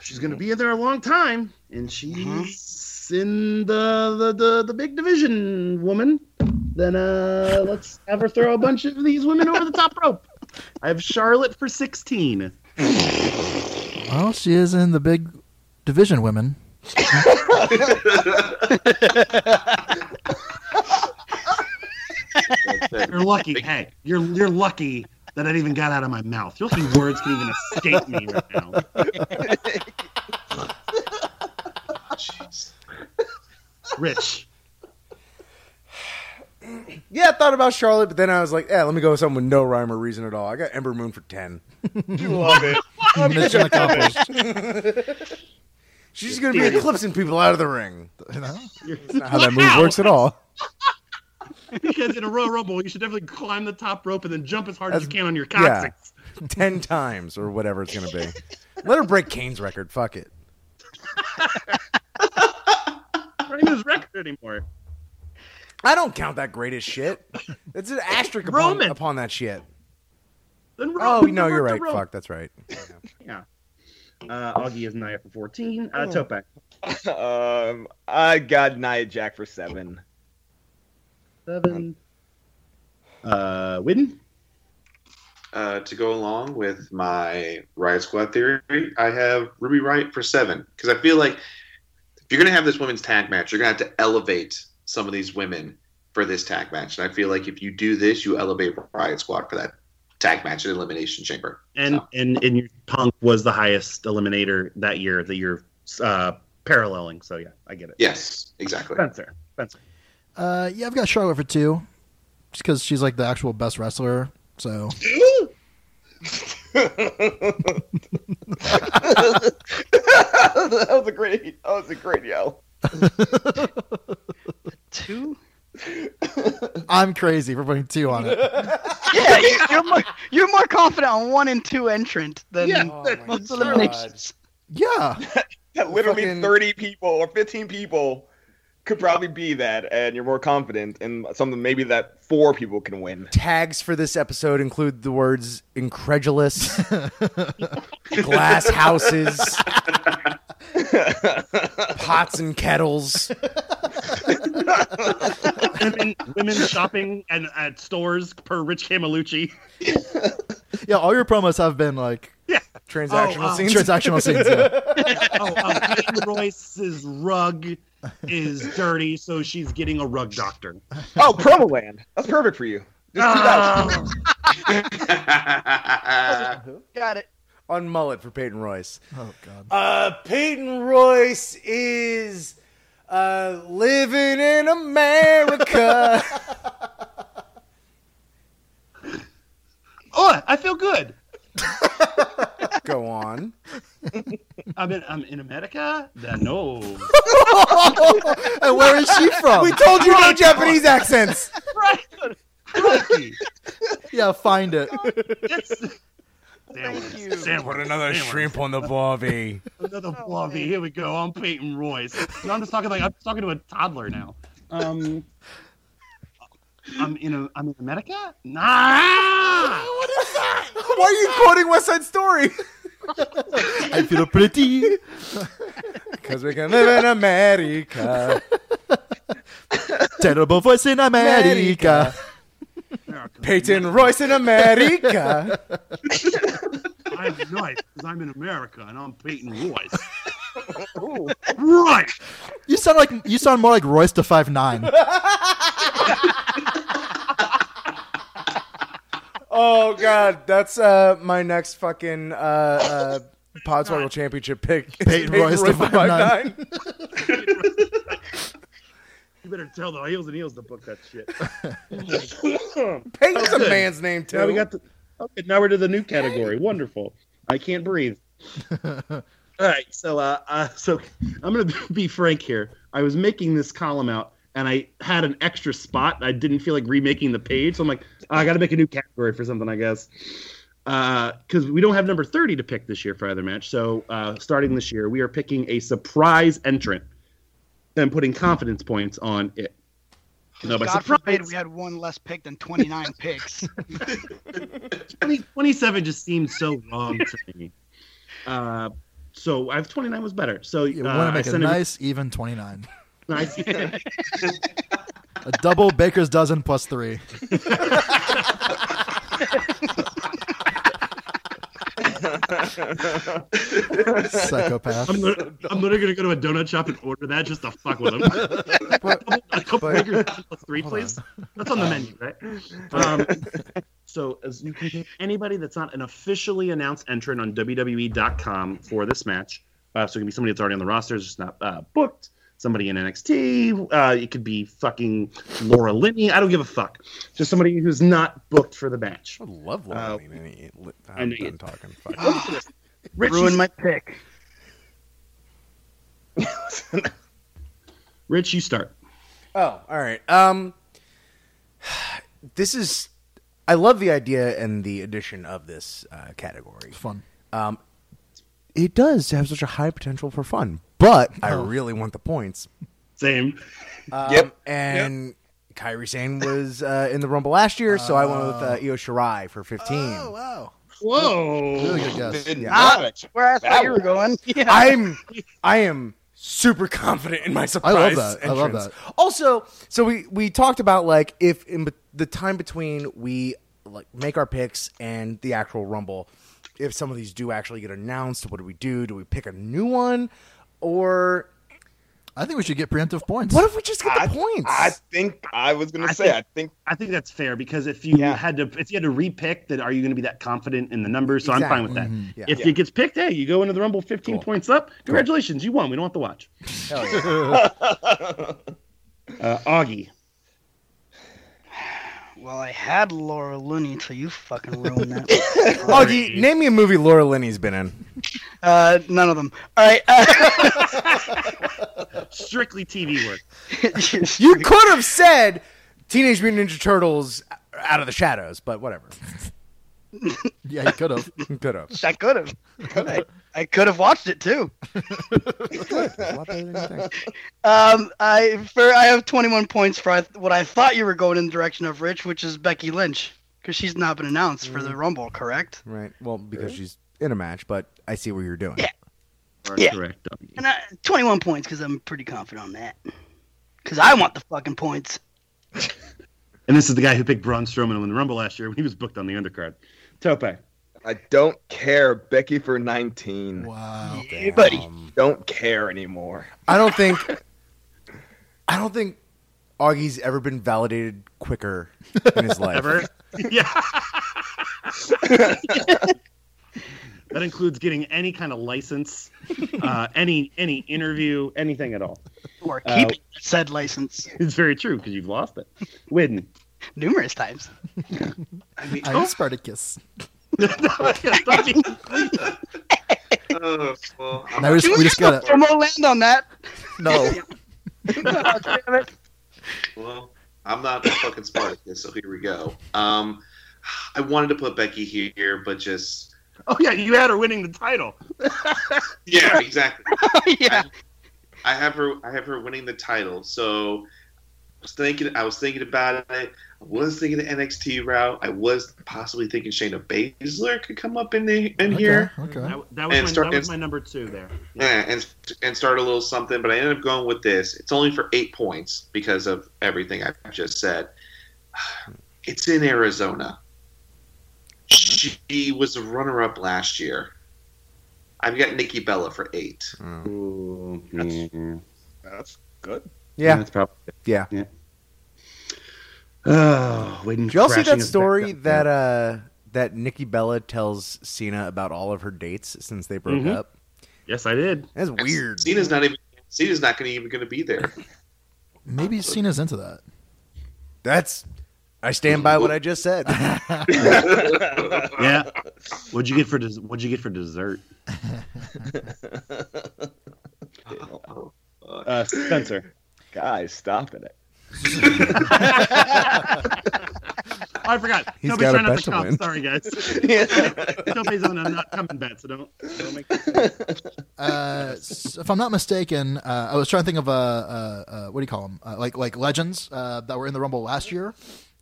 Speaker 2: She's going to be in there a long time, and she's in the, the, the, the big division woman. Then uh, let's have her throw a bunch of these women over the top rope. I have Charlotte for 16.
Speaker 3: Well, she is in the big division women.
Speaker 2: You're lucky. Hey, you're you're lucky that that even got out of my mouth. You're lucky words can even escape me right now. Rich,
Speaker 1: Yeah, I thought about Charlotte, but then I was like, yeah, let me go with something with no rhyme or reason at all. I got Ember Moon for 10.
Speaker 7: You love it.
Speaker 3: Mission accomplished.
Speaker 1: She's just going to be eclipsing people out of the ring.
Speaker 3: You know?
Speaker 1: That's not how that move works at all.
Speaker 2: because in a Royal Rumble, you should definitely climb the top rope and then jump as hard as you
Speaker 1: That's-
Speaker 2: can on your
Speaker 1: yeah.
Speaker 2: coccyx.
Speaker 1: 10 times or whatever it's going to be. Let her break Kane's record. Fuck it.
Speaker 2: I don't even his record anymore.
Speaker 1: I don't count that great as shit. It's an asterisk upon,
Speaker 2: Roman.
Speaker 1: upon that shit.
Speaker 2: Then
Speaker 1: Oh,
Speaker 2: Roman
Speaker 1: no, you're
Speaker 2: worked
Speaker 1: right.
Speaker 2: the rope.
Speaker 1: Fuck, that's right.
Speaker 2: Uh, Augie is Naya for 14.
Speaker 1: Oh.
Speaker 2: Uh, Topak.
Speaker 4: um, I got Nia Jack for seven.
Speaker 2: Seven. Uh, Widden?
Speaker 6: Uh, to go along with my Riot Squad theory, I have Ruby Riot for seven because I feel like if you're going to have this women's tag match, you're going to have to elevate some of these women for this tag match, and I feel like if you do this, you elevate Riot Squad for that tag match at Elimination Chamber.
Speaker 2: And, and and your punk was the highest eliminator that year that you're uh, paralleling. So yeah, I get it.
Speaker 6: Yes, exactly.
Speaker 2: Spencer, Spencer.
Speaker 3: Uh, yeah, I've got Charlotte for two, just because she's like the actual best wrestler. So
Speaker 4: that was a great. That was a great yell.
Speaker 5: Two?
Speaker 3: I'm crazy for putting two on it.
Speaker 5: Yeah, you- you're more, you're more confident on one and two entrant than
Speaker 2: Yeah,
Speaker 1: Oh
Speaker 5: most eliminations.
Speaker 3: Yeah,
Speaker 4: That literally
Speaker 1: Fucking-
Speaker 4: thirty people or fifteen people could probably be that, and you're more confident in something maybe that four people can win.
Speaker 1: Tags for this episode include the words incredulous, glass houses, pots and kettles.
Speaker 2: women, women shopping and at stores per Rich Camelucci.
Speaker 3: yeah. All your promos have been like
Speaker 1: Transactional
Speaker 2: wow.
Speaker 1: scenes.
Speaker 3: transactional scenes. Yeah.
Speaker 2: Oh, oh Peyton Royce's rug is dirty, so she's getting a rug doctor.
Speaker 4: Oh, promo land. That's perfect for you. Just do that.
Speaker 2: Oh,
Speaker 5: Got it.
Speaker 1: on mullet for Peyton Royce.
Speaker 3: Oh god.
Speaker 1: Uh, Peyton Royce is uh, living in America.
Speaker 2: oh, I feel good.
Speaker 1: Go on.
Speaker 2: I'm in, I'm in America. Then no,
Speaker 3: And where is she
Speaker 1: We
Speaker 3: from?
Speaker 1: told you no Japanese accents.
Speaker 2: right? Crikey.
Speaker 3: yeah, find it.
Speaker 2: It's-
Speaker 5: Thank you.
Speaker 2: Sandwich. sandwich.
Speaker 1: on the barbie.
Speaker 2: Another blobby. Here we go. I'm Peyton Royce. No, I'm just talking like I'm talking to a toddler now. Um, I'm in a, I'm in America. Nah.
Speaker 1: Why are you quoting West Side Story?
Speaker 3: I feel pretty.
Speaker 1: Because we can live in America.
Speaker 3: Terrible voice in America.
Speaker 1: Peyton Royce in America.
Speaker 2: I'm nice because I'm in America and I'm Peyton Royce. Right.
Speaker 3: You sound like you sound more like Royce to five nine.
Speaker 1: Oh God, that's uh, my next fucking uh, uh, Podswoggle Championship pick. It's
Speaker 3: Peyton Royce to 5'9".
Speaker 1: 5'9".
Speaker 2: You better tell the heels and heels to book that shit.
Speaker 1: Peyton's a man's name too.
Speaker 2: now we got the. Okay, now we're to the new category. Wonderful. I can't breathe. All right, so uh, uh, so I'm gonna be frank here. I was making this column out, and I had an extra spot. I didn't feel like remaking the page, so I'm like, "Ah, I got to make a new category for something, I guess. Because we don't have number 30 to pick this year for either match. So uh, starting this year, we are picking a surprise entrant and putting confidence points on it. No, by
Speaker 5: God
Speaker 2: surprise,
Speaker 5: forbid we had one less pick than 29 picks.
Speaker 2: 20, 27 just seemed so wrong to me. Uh, so I've 29 was better. So uh,
Speaker 3: You
Speaker 2: I
Speaker 3: want to make a
Speaker 2: sent him-
Speaker 3: nice, even 29.
Speaker 2: nice-
Speaker 3: A double baker's dozen plus three. Psychopath.
Speaker 2: I'm literally, I'm literally gonna go to a donut shop and order that just to fuck with them. a couple
Speaker 3: but-
Speaker 2: Lakers plus three,
Speaker 3: hold Uh,
Speaker 2: please. That's on the menu, right? Um, so as you can pick anybody that's not an officially announced entrant on WWE.com for this match. Uh, so it can be somebody that's already on the roster, it's just not uh, booked. Somebody in NXT. Uh, it could be fucking Laura Linney. I don't give a fuck. Just somebody who's not booked for the match.
Speaker 1: I
Speaker 3: Oh.
Speaker 1: love Laura
Speaker 2: Uh,
Speaker 1: Linney. Any- li-
Speaker 2: I
Speaker 1: I'm
Speaker 2: know you-
Speaker 1: done talking. Fuck.
Speaker 2: Richie
Speaker 5: Ruined my pick.
Speaker 2: Rich, you start.
Speaker 1: Oh, all right. Um, this is. I love the idea and the addition of this uh, category.
Speaker 3: Fun.
Speaker 1: Um, it does have such a high potential for fun, but I
Speaker 3: Oh.
Speaker 1: really want the points.
Speaker 2: Same.
Speaker 1: Um,
Speaker 4: Yep.
Speaker 1: And Kyrie Sane was uh, in the Rumble last year, so I went with uh, Io Shirai for 15.
Speaker 3: Oh, wow.
Speaker 2: Whoa.
Speaker 3: Really good guess.
Speaker 6: Did
Speaker 1: Yeah.
Speaker 6: not
Speaker 4: Ah,
Speaker 6: expect
Speaker 5: Where I thought
Speaker 6: that
Speaker 5: you were
Speaker 6: one.
Speaker 5: going. Yeah.
Speaker 1: I'm I am super confident in my surprise.
Speaker 3: that. I love
Speaker 1: entrance.
Speaker 3: that.
Speaker 1: Also, so we we talked about like if in bet- the time between we like make our picks and the actual rumble, if some of these do actually get announced, what do we do? Do we pick a new one, or
Speaker 3: I think we should get preemptive points.
Speaker 1: what if we just get the
Speaker 4: I-
Speaker 1: points?
Speaker 4: I think I was gonna
Speaker 2: I
Speaker 4: say.
Speaker 2: think-
Speaker 4: I think
Speaker 2: I think that's fair because if you
Speaker 4: Yeah.
Speaker 2: had to if you had to repick, then are you going to be that confident in the numbers? So I'm fine with that.
Speaker 3: Mm-hmm.
Speaker 1: Yeah.
Speaker 2: If it gets picked, hey, you go into the Rumble 15
Speaker 1: Cool.
Speaker 2: points up. Congratulations, you won. We don't have to watch.
Speaker 1: Hell yeah.
Speaker 2: Uh, Augie,
Speaker 5: Well, I had Laura Looney until you fucking ruined that.
Speaker 1: Augie, name me a movie Laura Linney's been in.
Speaker 5: uh, none of them. All right. Uh,
Speaker 2: strictly TV work.
Speaker 1: You could have said Teenage Mutant Ninja Turtles out of the shadows, but whatever.
Speaker 3: Yeah, you could have.
Speaker 1: Could have.
Speaker 5: I could have. I, I could have watched it too. Um, I for I have 21 points for I, what I thought you were going in the direction of Rich, which is Becky Lynch, because she's not been announced for
Speaker 1: Mm.
Speaker 5: the Rumble, correct?
Speaker 1: Right. Well, because she's in a match, but I see what you're doing.
Speaker 5: Yeah.
Speaker 2: Are
Speaker 5: Yeah.
Speaker 2: Correct. Augie.
Speaker 5: And I, 21 points because I'm pretty confident on that. Because I want the fucking points.
Speaker 2: And this is the guy who picked Braun Strowman to win the Rumble last year when he was booked on the undercard. Tope.
Speaker 4: I don't care. Becky for nineteen.
Speaker 1: Oh,
Speaker 3: Wow.
Speaker 5: Hey, buddy.
Speaker 4: Don't care anymore.
Speaker 1: Um, I don't think. I don't think Augie's ever been validated quicker in his life.
Speaker 2: Ever? yeah. that includes getting any kind of license, uh, any any interview, anything at all.
Speaker 5: Or
Speaker 2: Uh,
Speaker 5: keeping said license
Speaker 2: It's very true because you've lost it. Win.
Speaker 5: numerous times.
Speaker 6: I mean,
Speaker 3: I'm Spartacus.
Speaker 2: Oh,
Speaker 6: oh, well, I'm
Speaker 3: Now we just, we just
Speaker 5: got
Speaker 3: gotta.
Speaker 5: promo land on that.
Speaker 3: No.
Speaker 5: Oh, damn it.
Speaker 6: Well, I'm not a fucking Spartacus, so here we go. Um, I wanted to put Becky here, but just
Speaker 2: oh yeah, you had her winning the title.
Speaker 6: yeah, exactly.
Speaker 5: yeah.
Speaker 6: I have her. I have her winning the title. So I was thinking. I was thinking about it. I was thinking the NXT route. I was possibly thinking Shayna Baszler could come up in the in here
Speaker 3: Okay. okay.
Speaker 2: That, that was,
Speaker 6: And
Speaker 2: my,
Speaker 6: start-
Speaker 2: that was my number two there.
Speaker 6: yeah, and and start a little something. But I ended up going with this. It's only for eight points because of everything I've just said. It's in Arizona. She was a runner-up last year. I've got Nikki Bella for eight.
Speaker 2: that's,
Speaker 4: That's good.
Speaker 1: Yeah.
Speaker 2: probably
Speaker 1: Yeah.
Speaker 2: Oh, waiting.
Speaker 1: Did y'all see that story that uh, that Nikki Bella tells Cena about all of her dates since they broke
Speaker 2: Mhm.
Speaker 1: up?
Speaker 2: yes, I did.
Speaker 1: That's weird.
Speaker 6: Cena's not even. Cena's not going to even going to be there.
Speaker 3: Maybe Cena's into that.
Speaker 1: That's. I stand by what I just said.
Speaker 2: Yeah. What'd you get for des- What'd you get for dessert?
Speaker 6: Oh, fuck.
Speaker 2: Uh, Spencer.
Speaker 4: Guys, stop it.
Speaker 2: Oh, I forgot.
Speaker 1: He's
Speaker 2: Toby's
Speaker 1: got a
Speaker 2: trying not
Speaker 1: bet to
Speaker 2: to cough.
Speaker 1: win.
Speaker 2: Sorry, guys. Toby's on a not coming bet, so don't, don't make
Speaker 3: Uh, s- if I'm not mistaken, uh, I was trying to think of uh, uh, uh, what do you call them? Uh, like like legends uh, that were in the Rumble last year,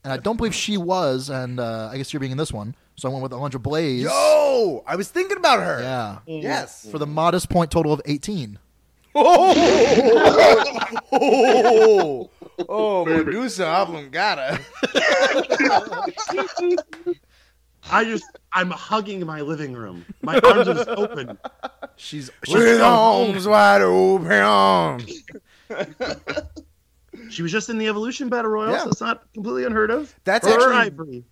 Speaker 3: and I don't believe she was. And uh, I guess you're being in this one, so I went with Alondra Blaze.
Speaker 1: Yo, I was thinking about her.
Speaker 3: Yeah,
Speaker 1: Yes.
Speaker 3: for the modest point total of 18.
Speaker 1: Oh, oh, Medusa oblongata.
Speaker 2: I just, I'm hugging my living room. My arms are just open.
Speaker 3: She's
Speaker 1: With arms wide open.
Speaker 2: She was just in the Evolution Battle Royal,
Speaker 1: Yeah.
Speaker 2: so it's not completely unheard of.
Speaker 1: That's
Speaker 2: Her
Speaker 1: actually-
Speaker 2: ivory.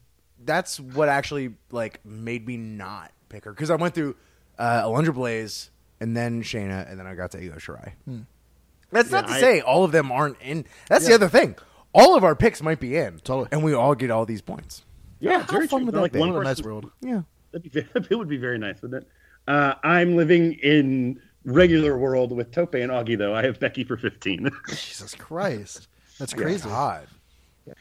Speaker 1: That's what actually like made me not pick her because I went through uh, Alundra Blaze and then Shayna and then I got to Io Shirai. That's not to
Speaker 2: Yeah, I-
Speaker 1: say all of them aren't in. That's the other thing. All of our picks might be in,
Speaker 3: Totally.
Speaker 1: and we all get all these points.
Speaker 2: Yeah,
Speaker 1: how fun would
Speaker 2: They're
Speaker 1: that
Speaker 2: like
Speaker 1: be?
Speaker 2: one
Speaker 3: What a nice
Speaker 2: person's
Speaker 3: world.
Speaker 1: Yeah.
Speaker 2: That'd be very, it would be very nice, wouldn't it? Uh, I'm living in regular world with Tope and Augie, though. I have Becky for 15.
Speaker 3: Jesus Christ, that's crazy.
Speaker 1: God.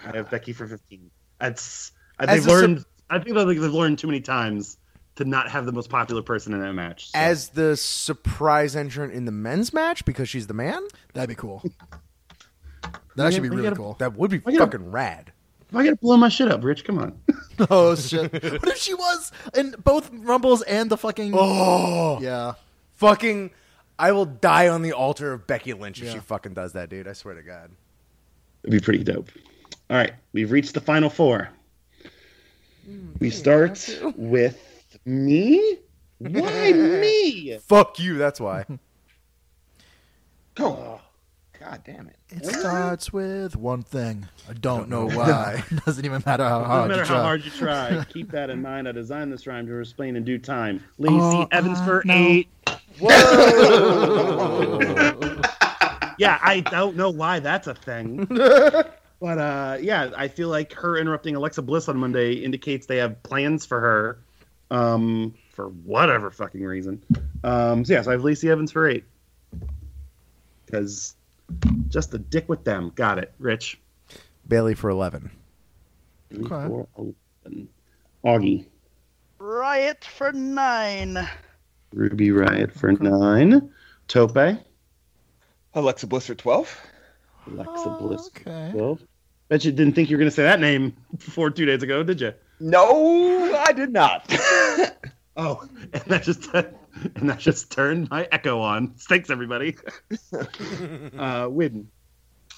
Speaker 2: I have Becky for 15. That's I
Speaker 1: As
Speaker 2: they've
Speaker 1: a sur-
Speaker 2: learned. I think that they've learned too many times to not have the most popular person in that match. so.
Speaker 1: As the surprise entrant in the men's match because she's the man.
Speaker 3: That'd be cool. That actually be
Speaker 2: we
Speaker 3: really
Speaker 2: gotta-
Speaker 3: cool.
Speaker 1: That would be
Speaker 2: Look at him.
Speaker 1: fucking rad.
Speaker 2: I gotta blow my shit up, Rich. Come on.
Speaker 3: Oh shit! What if she was in both Rumbles and the fucking?
Speaker 1: Oh,
Speaker 3: Yeah,
Speaker 1: fucking! I will die on the altar of Becky Lynch if
Speaker 3: Yeah.
Speaker 1: she fucking does that, dude. I swear to God.
Speaker 2: It'd be pretty dope. All right, we've reached the final four. We start with me. Why me?
Speaker 1: Fuck you. That's why.
Speaker 6: God damn it.
Speaker 3: it starts with one thing. I don't know why. Doesn't even matter how
Speaker 2: Doesn't
Speaker 3: hard.
Speaker 2: matter
Speaker 3: you
Speaker 2: how
Speaker 3: try.
Speaker 2: hard you try. Keep that in mind. I designed this rhyme to explain in due time. Lacey
Speaker 3: Oh,
Speaker 2: Evans
Speaker 3: uh,
Speaker 2: for
Speaker 3: no.
Speaker 2: eight. yeah, I don't know why that's a thing. but uh, yeah, I feel like her interrupting Alexa Bliss on Monday indicates they have plans for her um, for whatever fucking reason. Um, so yeah, so I have Lacey Evans for eight. Because just a dick with them. Got it, Rich.
Speaker 1: Bailey for eleven.
Speaker 2: Three,
Speaker 3: Okay.
Speaker 2: four, eleven. Augie.
Speaker 5: Riot for nine.
Speaker 2: Ruby Riot for nine. Tope. Alexa
Speaker 4: Alexa Bliss for 12?
Speaker 2: Bliss.
Speaker 3: Oh, Okay.
Speaker 2: Well, bet you didn't think you were going to say that name before two days ago, did you?
Speaker 4: No, I did not.
Speaker 2: Oh, and that just and that just turned my echo on. Thanks, everybody. uh, Widden.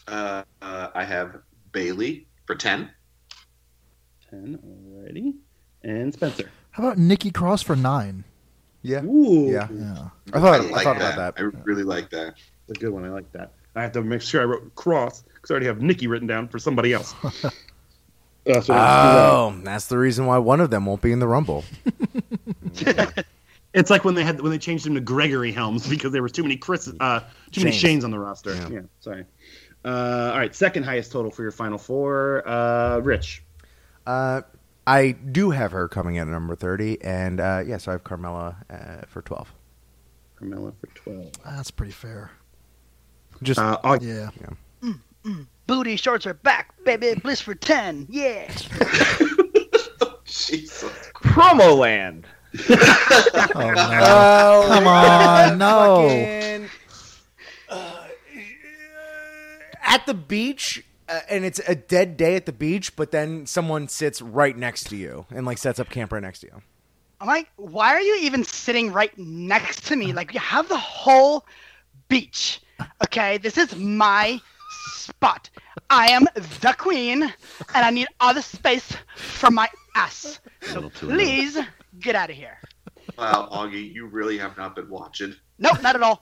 Speaker 6: Uh, uh, I have Bailey for 10.
Speaker 2: Ten already. And Spencer.
Speaker 3: How about Nikki Cross for nine?
Speaker 1: Yeah.
Speaker 2: Ooh,
Speaker 1: Yeah.
Speaker 3: Yeah.
Speaker 1: I thought- I
Speaker 6: like
Speaker 1: thought about that.
Speaker 6: I really like that.
Speaker 2: That's a good one. I like that. I have to make sure I wrote cross because I already have Nikki written down for somebody else. Uh, so let's do that.
Speaker 1: Oh, that's the reason why one of them won't be in the Rumble.
Speaker 2: It's like when they had when they changed him to Gregory Helms because there was too many Chris, uh, too many
Speaker 1: Shanes.
Speaker 2: Shanes on the roster.
Speaker 1: Yeah.
Speaker 2: Yeah, sorry. Uh, all right, second highest total for your final four, uh, Rich.
Speaker 1: Uh, I do have her coming in at number thirty, and uh, yeah, so I have Carmella uh, for twelve.
Speaker 2: Carmella for twelve.
Speaker 3: That's pretty fair.
Speaker 1: Just
Speaker 2: Uh, Aug-
Speaker 3: Yeah.
Speaker 5: Booty shorts are back, baby. Bliss for ten. Yeah.
Speaker 6: Jesus.
Speaker 4: Promo land.
Speaker 3: Oh, no. Come on, no.
Speaker 1: fucking, uh, at the beach, uh, and it's a dead day at the beach, but then someone sits right next to you and like sets up camp right next to you.
Speaker 5: I'm like, why are you even sitting right next to me? Like, you have the whole beach. Okay, this is my spot. I am the queen, and I need all the space for my ass. So please get out of here.
Speaker 6: Wow, Augie, you really have not been watching.
Speaker 5: Nope, not at all.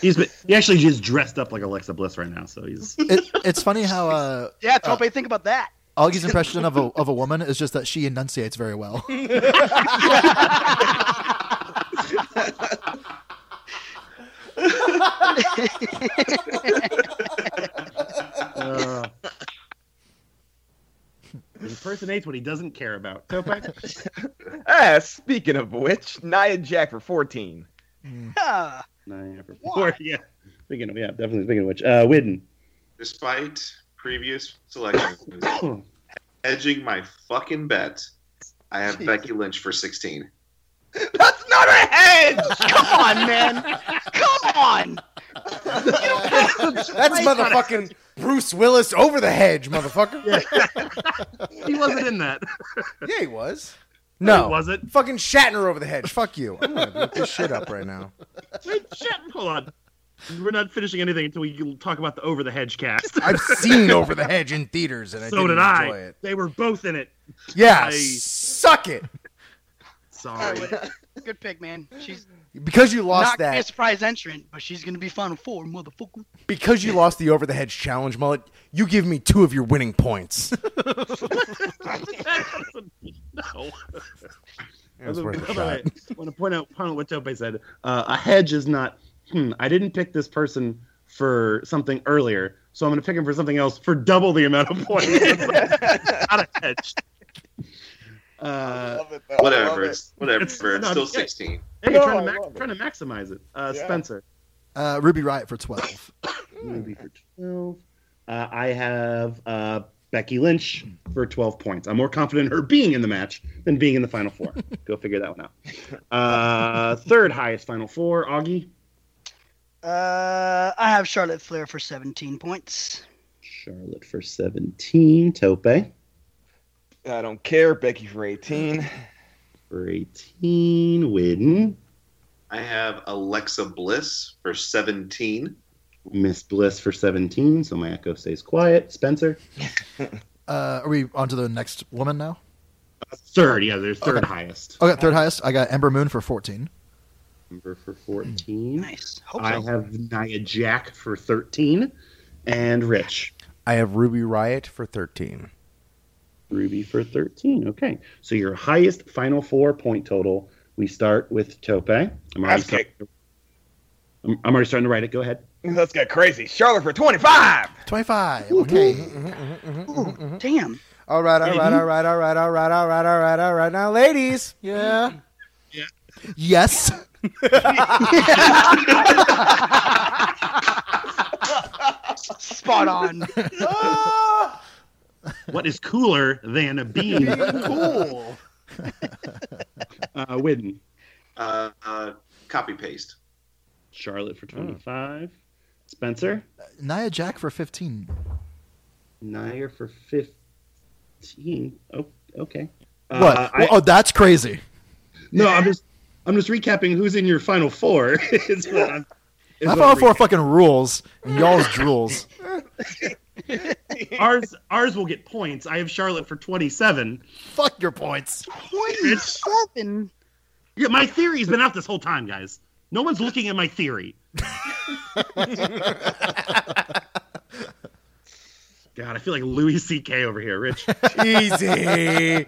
Speaker 2: He's been, he actually just dressed up like Alexa Bliss right now, so he's
Speaker 3: It, it's funny how uh,
Speaker 5: Yeah, Tope, think about that.
Speaker 3: Augie's impression of a, of a woman is just that she enunciates very well.
Speaker 2: uh, impersonates what he doesn't care about. Topa,
Speaker 4: Ah, speaking of which, Nia Jack for 14.
Speaker 3: Mm.
Speaker 5: Ah,
Speaker 2: nine after four.
Speaker 5: Why?
Speaker 2: Yeah. Speaking of yeah, definitely speaking of which, uh, Widden.
Speaker 6: Despite previous selections, edging my fucking bet, I have Becky Lynch for 16.
Speaker 4: That's not a hedge!
Speaker 5: come on, man. Come on.
Speaker 1: That's motherfucking Bruce Willis over the hedge, motherfucker. yeah.
Speaker 2: he wasn't in that.
Speaker 1: he was. No,
Speaker 2: He wasn't.
Speaker 1: Fucking Shatner over the hedge. Fuck you. I'm gonna look this shit up right now.
Speaker 2: Wait, shit, hold on. We're not finishing anything until we talk about the over the hedge cast.
Speaker 1: I've seen Over the Hedge in theaters, and I
Speaker 2: so
Speaker 1: didn't
Speaker 2: did I.
Speaker 1: enjoy it.
Speaker 2: They were both in it.
Speaker 1: Yeah,
Speaker 2: I-
Speaker 1: suck it.
Speaker 2: Sorry.
Speaker 5: Good pick, man. She's
Speaker 1: Because you lost
Speaker 5: not gonna be a
Speaker 1: that,
Speaker 5: surprise entrant, but she's gonna be final four, motherfucker.
Speaker 1: because you lost the Over the Hedge challenge, mullet. You give me two of your winning points.
Speaker 2: no.
Speaker 1: It was worth a
Speaker 2: By the
Speaker 1: shot.
Speaker 2: way, I want to point out, point out what Tope said. Uh, a hedge is not. Hmm, I didn't pick this person for something earlier, so I'm going to pick him for something else for double the amount of points. not a hedge. Uh,
Speaker 4: Love it, though. Love
Speaker 6: Whatever.
Speaker 4: it.
Speaker 6: It's, whatever.
Speaker 2: It's-
Speaker 6: It's,
Speaker 2: no,
Speaker 6: still
Speaker 2: yeah.
Speaker 6: 16.
Speaker 2: hey,
Speaker 4: No,
Speaker 2: trying,
Speaker 4: I
Speaker 2: to max,
Speaker 4: love it.
Speaker 2: trying to maximize it. Uh,
Speaker 4: Yeah. Hmm.
Speaker 2: Spencer.
Speaker 3: Uh, Ruby Riot for 12.
Speaker 2: Ruby for 12. Uh, I have uh, Becky Lynch for 12 points. I'm more confident in her being in the match than being in the final four. Go figure that one out. Uh, third highest final four, Augie.
Speaker 5: Uh, I have Charlotte Flair for 17 points.
Speaker 2: Charlotte for 17. Tope
Speaker 4: I don't care. Becky for 18.
Speaker 2: for 18. Widden.
Speaker 6: I have Alexa Bliss for 17.
Speaker 2: Miss Bliss for 17, so my echo stays quiet. Spencer.
Speaker 3: Uh, are we on to the next woman now?
Speaker 2: Uh, Third, yeah, there's third
Speaker 3: Okay.
Speaker 2: highest.
Speaker 3: Okay, third highest. I got Ember Moon for 14.
Speaker 2: Number for 14.
Speaker 5: Nice. Hope
Speaker 2: I
Speaker 5: so.
Speaker 2: have Nia Jack for 13. And Rich.
Speaker 1: I have Ruby Riot for thirteen.
Speaker 2: Ruby for 13. Okay. So your highest final four point total. We start with Tope. I'm already,
Speaker 4: Ass kick.
Speaker 2: starting- I'm, I'm already starting to write it. Go ahead.
Speaker 4: Let's get crazy. Charlotte for 25.
Speaker 3: 25. Okay.
Speaker 1: Mm-hmm,
Speaker 5: Ooh, damn.
Speaker 1: All right, all right, all right, all right, all right, all right, all right, all right. Now, ladies,
Speaker 3: Yeah. Yes.
Speaker 5: Spot on.
Speaker 2: What is cooler than being cool? uh, Widden.
Speaker 6: Uh, uh, copy paste.
Speaker 2: Charlotte for
Speaker 3: Hmm.
Speaker 2: 25. Spencer.
Speaker 3: Nia Jack for 15.
Speaker 2: Nair for 15. Oh, okay. Uh,
Speaker 3: What?
Speaker 2: I-
Speaker 3: oh, that's crazy.
Speaker 2: no, I'm just I'm just recapping who's in your final four. is what I'm- is
Speaker 3: My
Speaker 2: what
Speaker 3: final
Speaker 2: I'm
Speaker 3: four fucking rules, and y'all's drools.
Speaker 2: ours ours will get points. I have Charlotte for 27.
Speaker 3: Fuck your points.
Speaker 5: 27.
Speaker 2: Yeah, my theory's been out this whole time, guys. No one's looking at my theory. God, I feel like Louis C.K. over here, Rich.
Speaker 1: easy.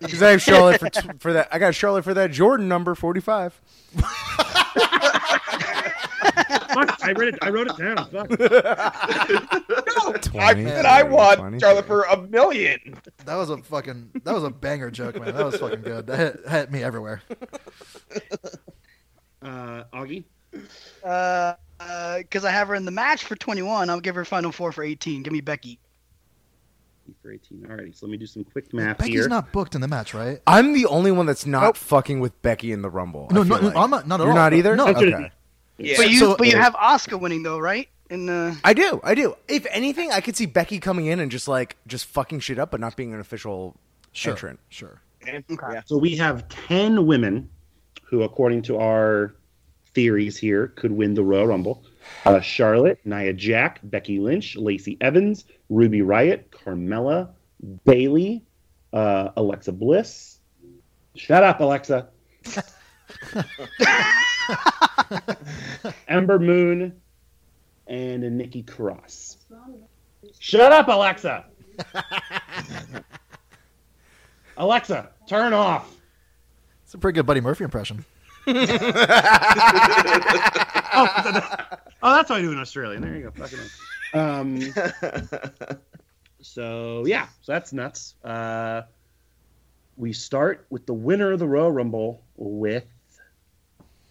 Speaker 1: Because I have Charlotte for t- for that. I got Charlotte for that Jordan number forty-five.
Speaker 2: Fuck, I read it. I wrote it down. Fuck.
Speaker 4: I, and I want
Speaker 1: 20,
Speaker 4: Charlotte for a million.
Speaker 3: That was a fucking that was a banger joke, man. That was fucking good. That hit, hit me everywhere.
Speaker 2: Uh, Augie,
Speaker 5: Uh, because I have her in the match for 21. I'll give her final four for 18. Give me Becky.
Speaker 2: you for eighteen. Alrighty, so let me do some quick math
Speaker 3: Becky's
Speaker 2: here.
Speaker 3: not booked in the match, right?
Speaker 1: I'm the only one that's not fucking with Becky in the Rumble. I
Speaker 3: No,
Speaker 1: feel
Speaker 3: no,
Speaker 1: like.
Speaker 3: I'm not. Not at
Speaker 1: You're
Speaker 3: all.
Speaker 1: not either.
Speaker 3: No.
Speaker 1: Okay.
Speaker 4: Yeah.
Speaker 5: But you,
Speaker 3: So-
Speaker 5: but you have Oscar winning though, right? uh, In the
Speaker 1: I do. I do. If anything, I could see Becky coming in and just like just fucking shit up, but not being an official
Speaker 3: Sure.
Speaker 1: entrant.
Speaker 3: Sure.
Speaker 4: Yeah.
Speaker 2: So we have ten women who, according to our theories here, could win the Royal Rumble. Uh, Charlotte, Nia Jack, Becky Lynch, Lacey Evans, Ruby Riot, Carmella, Bailey, uh, Alexa Bliss. Shut up, Alexa. Ember Moon and a Nikki Cross. Shut up, Alexa. Alexa, turn off.
Speaker 3: It's a pretty good Buddy Murphy impression.
Speaker 2: Oh, that's how I do in Australia. There you go. Fucking hell. Um, So yeah, so that's nuts. Uh, we start with the winner of the Royal Rumble with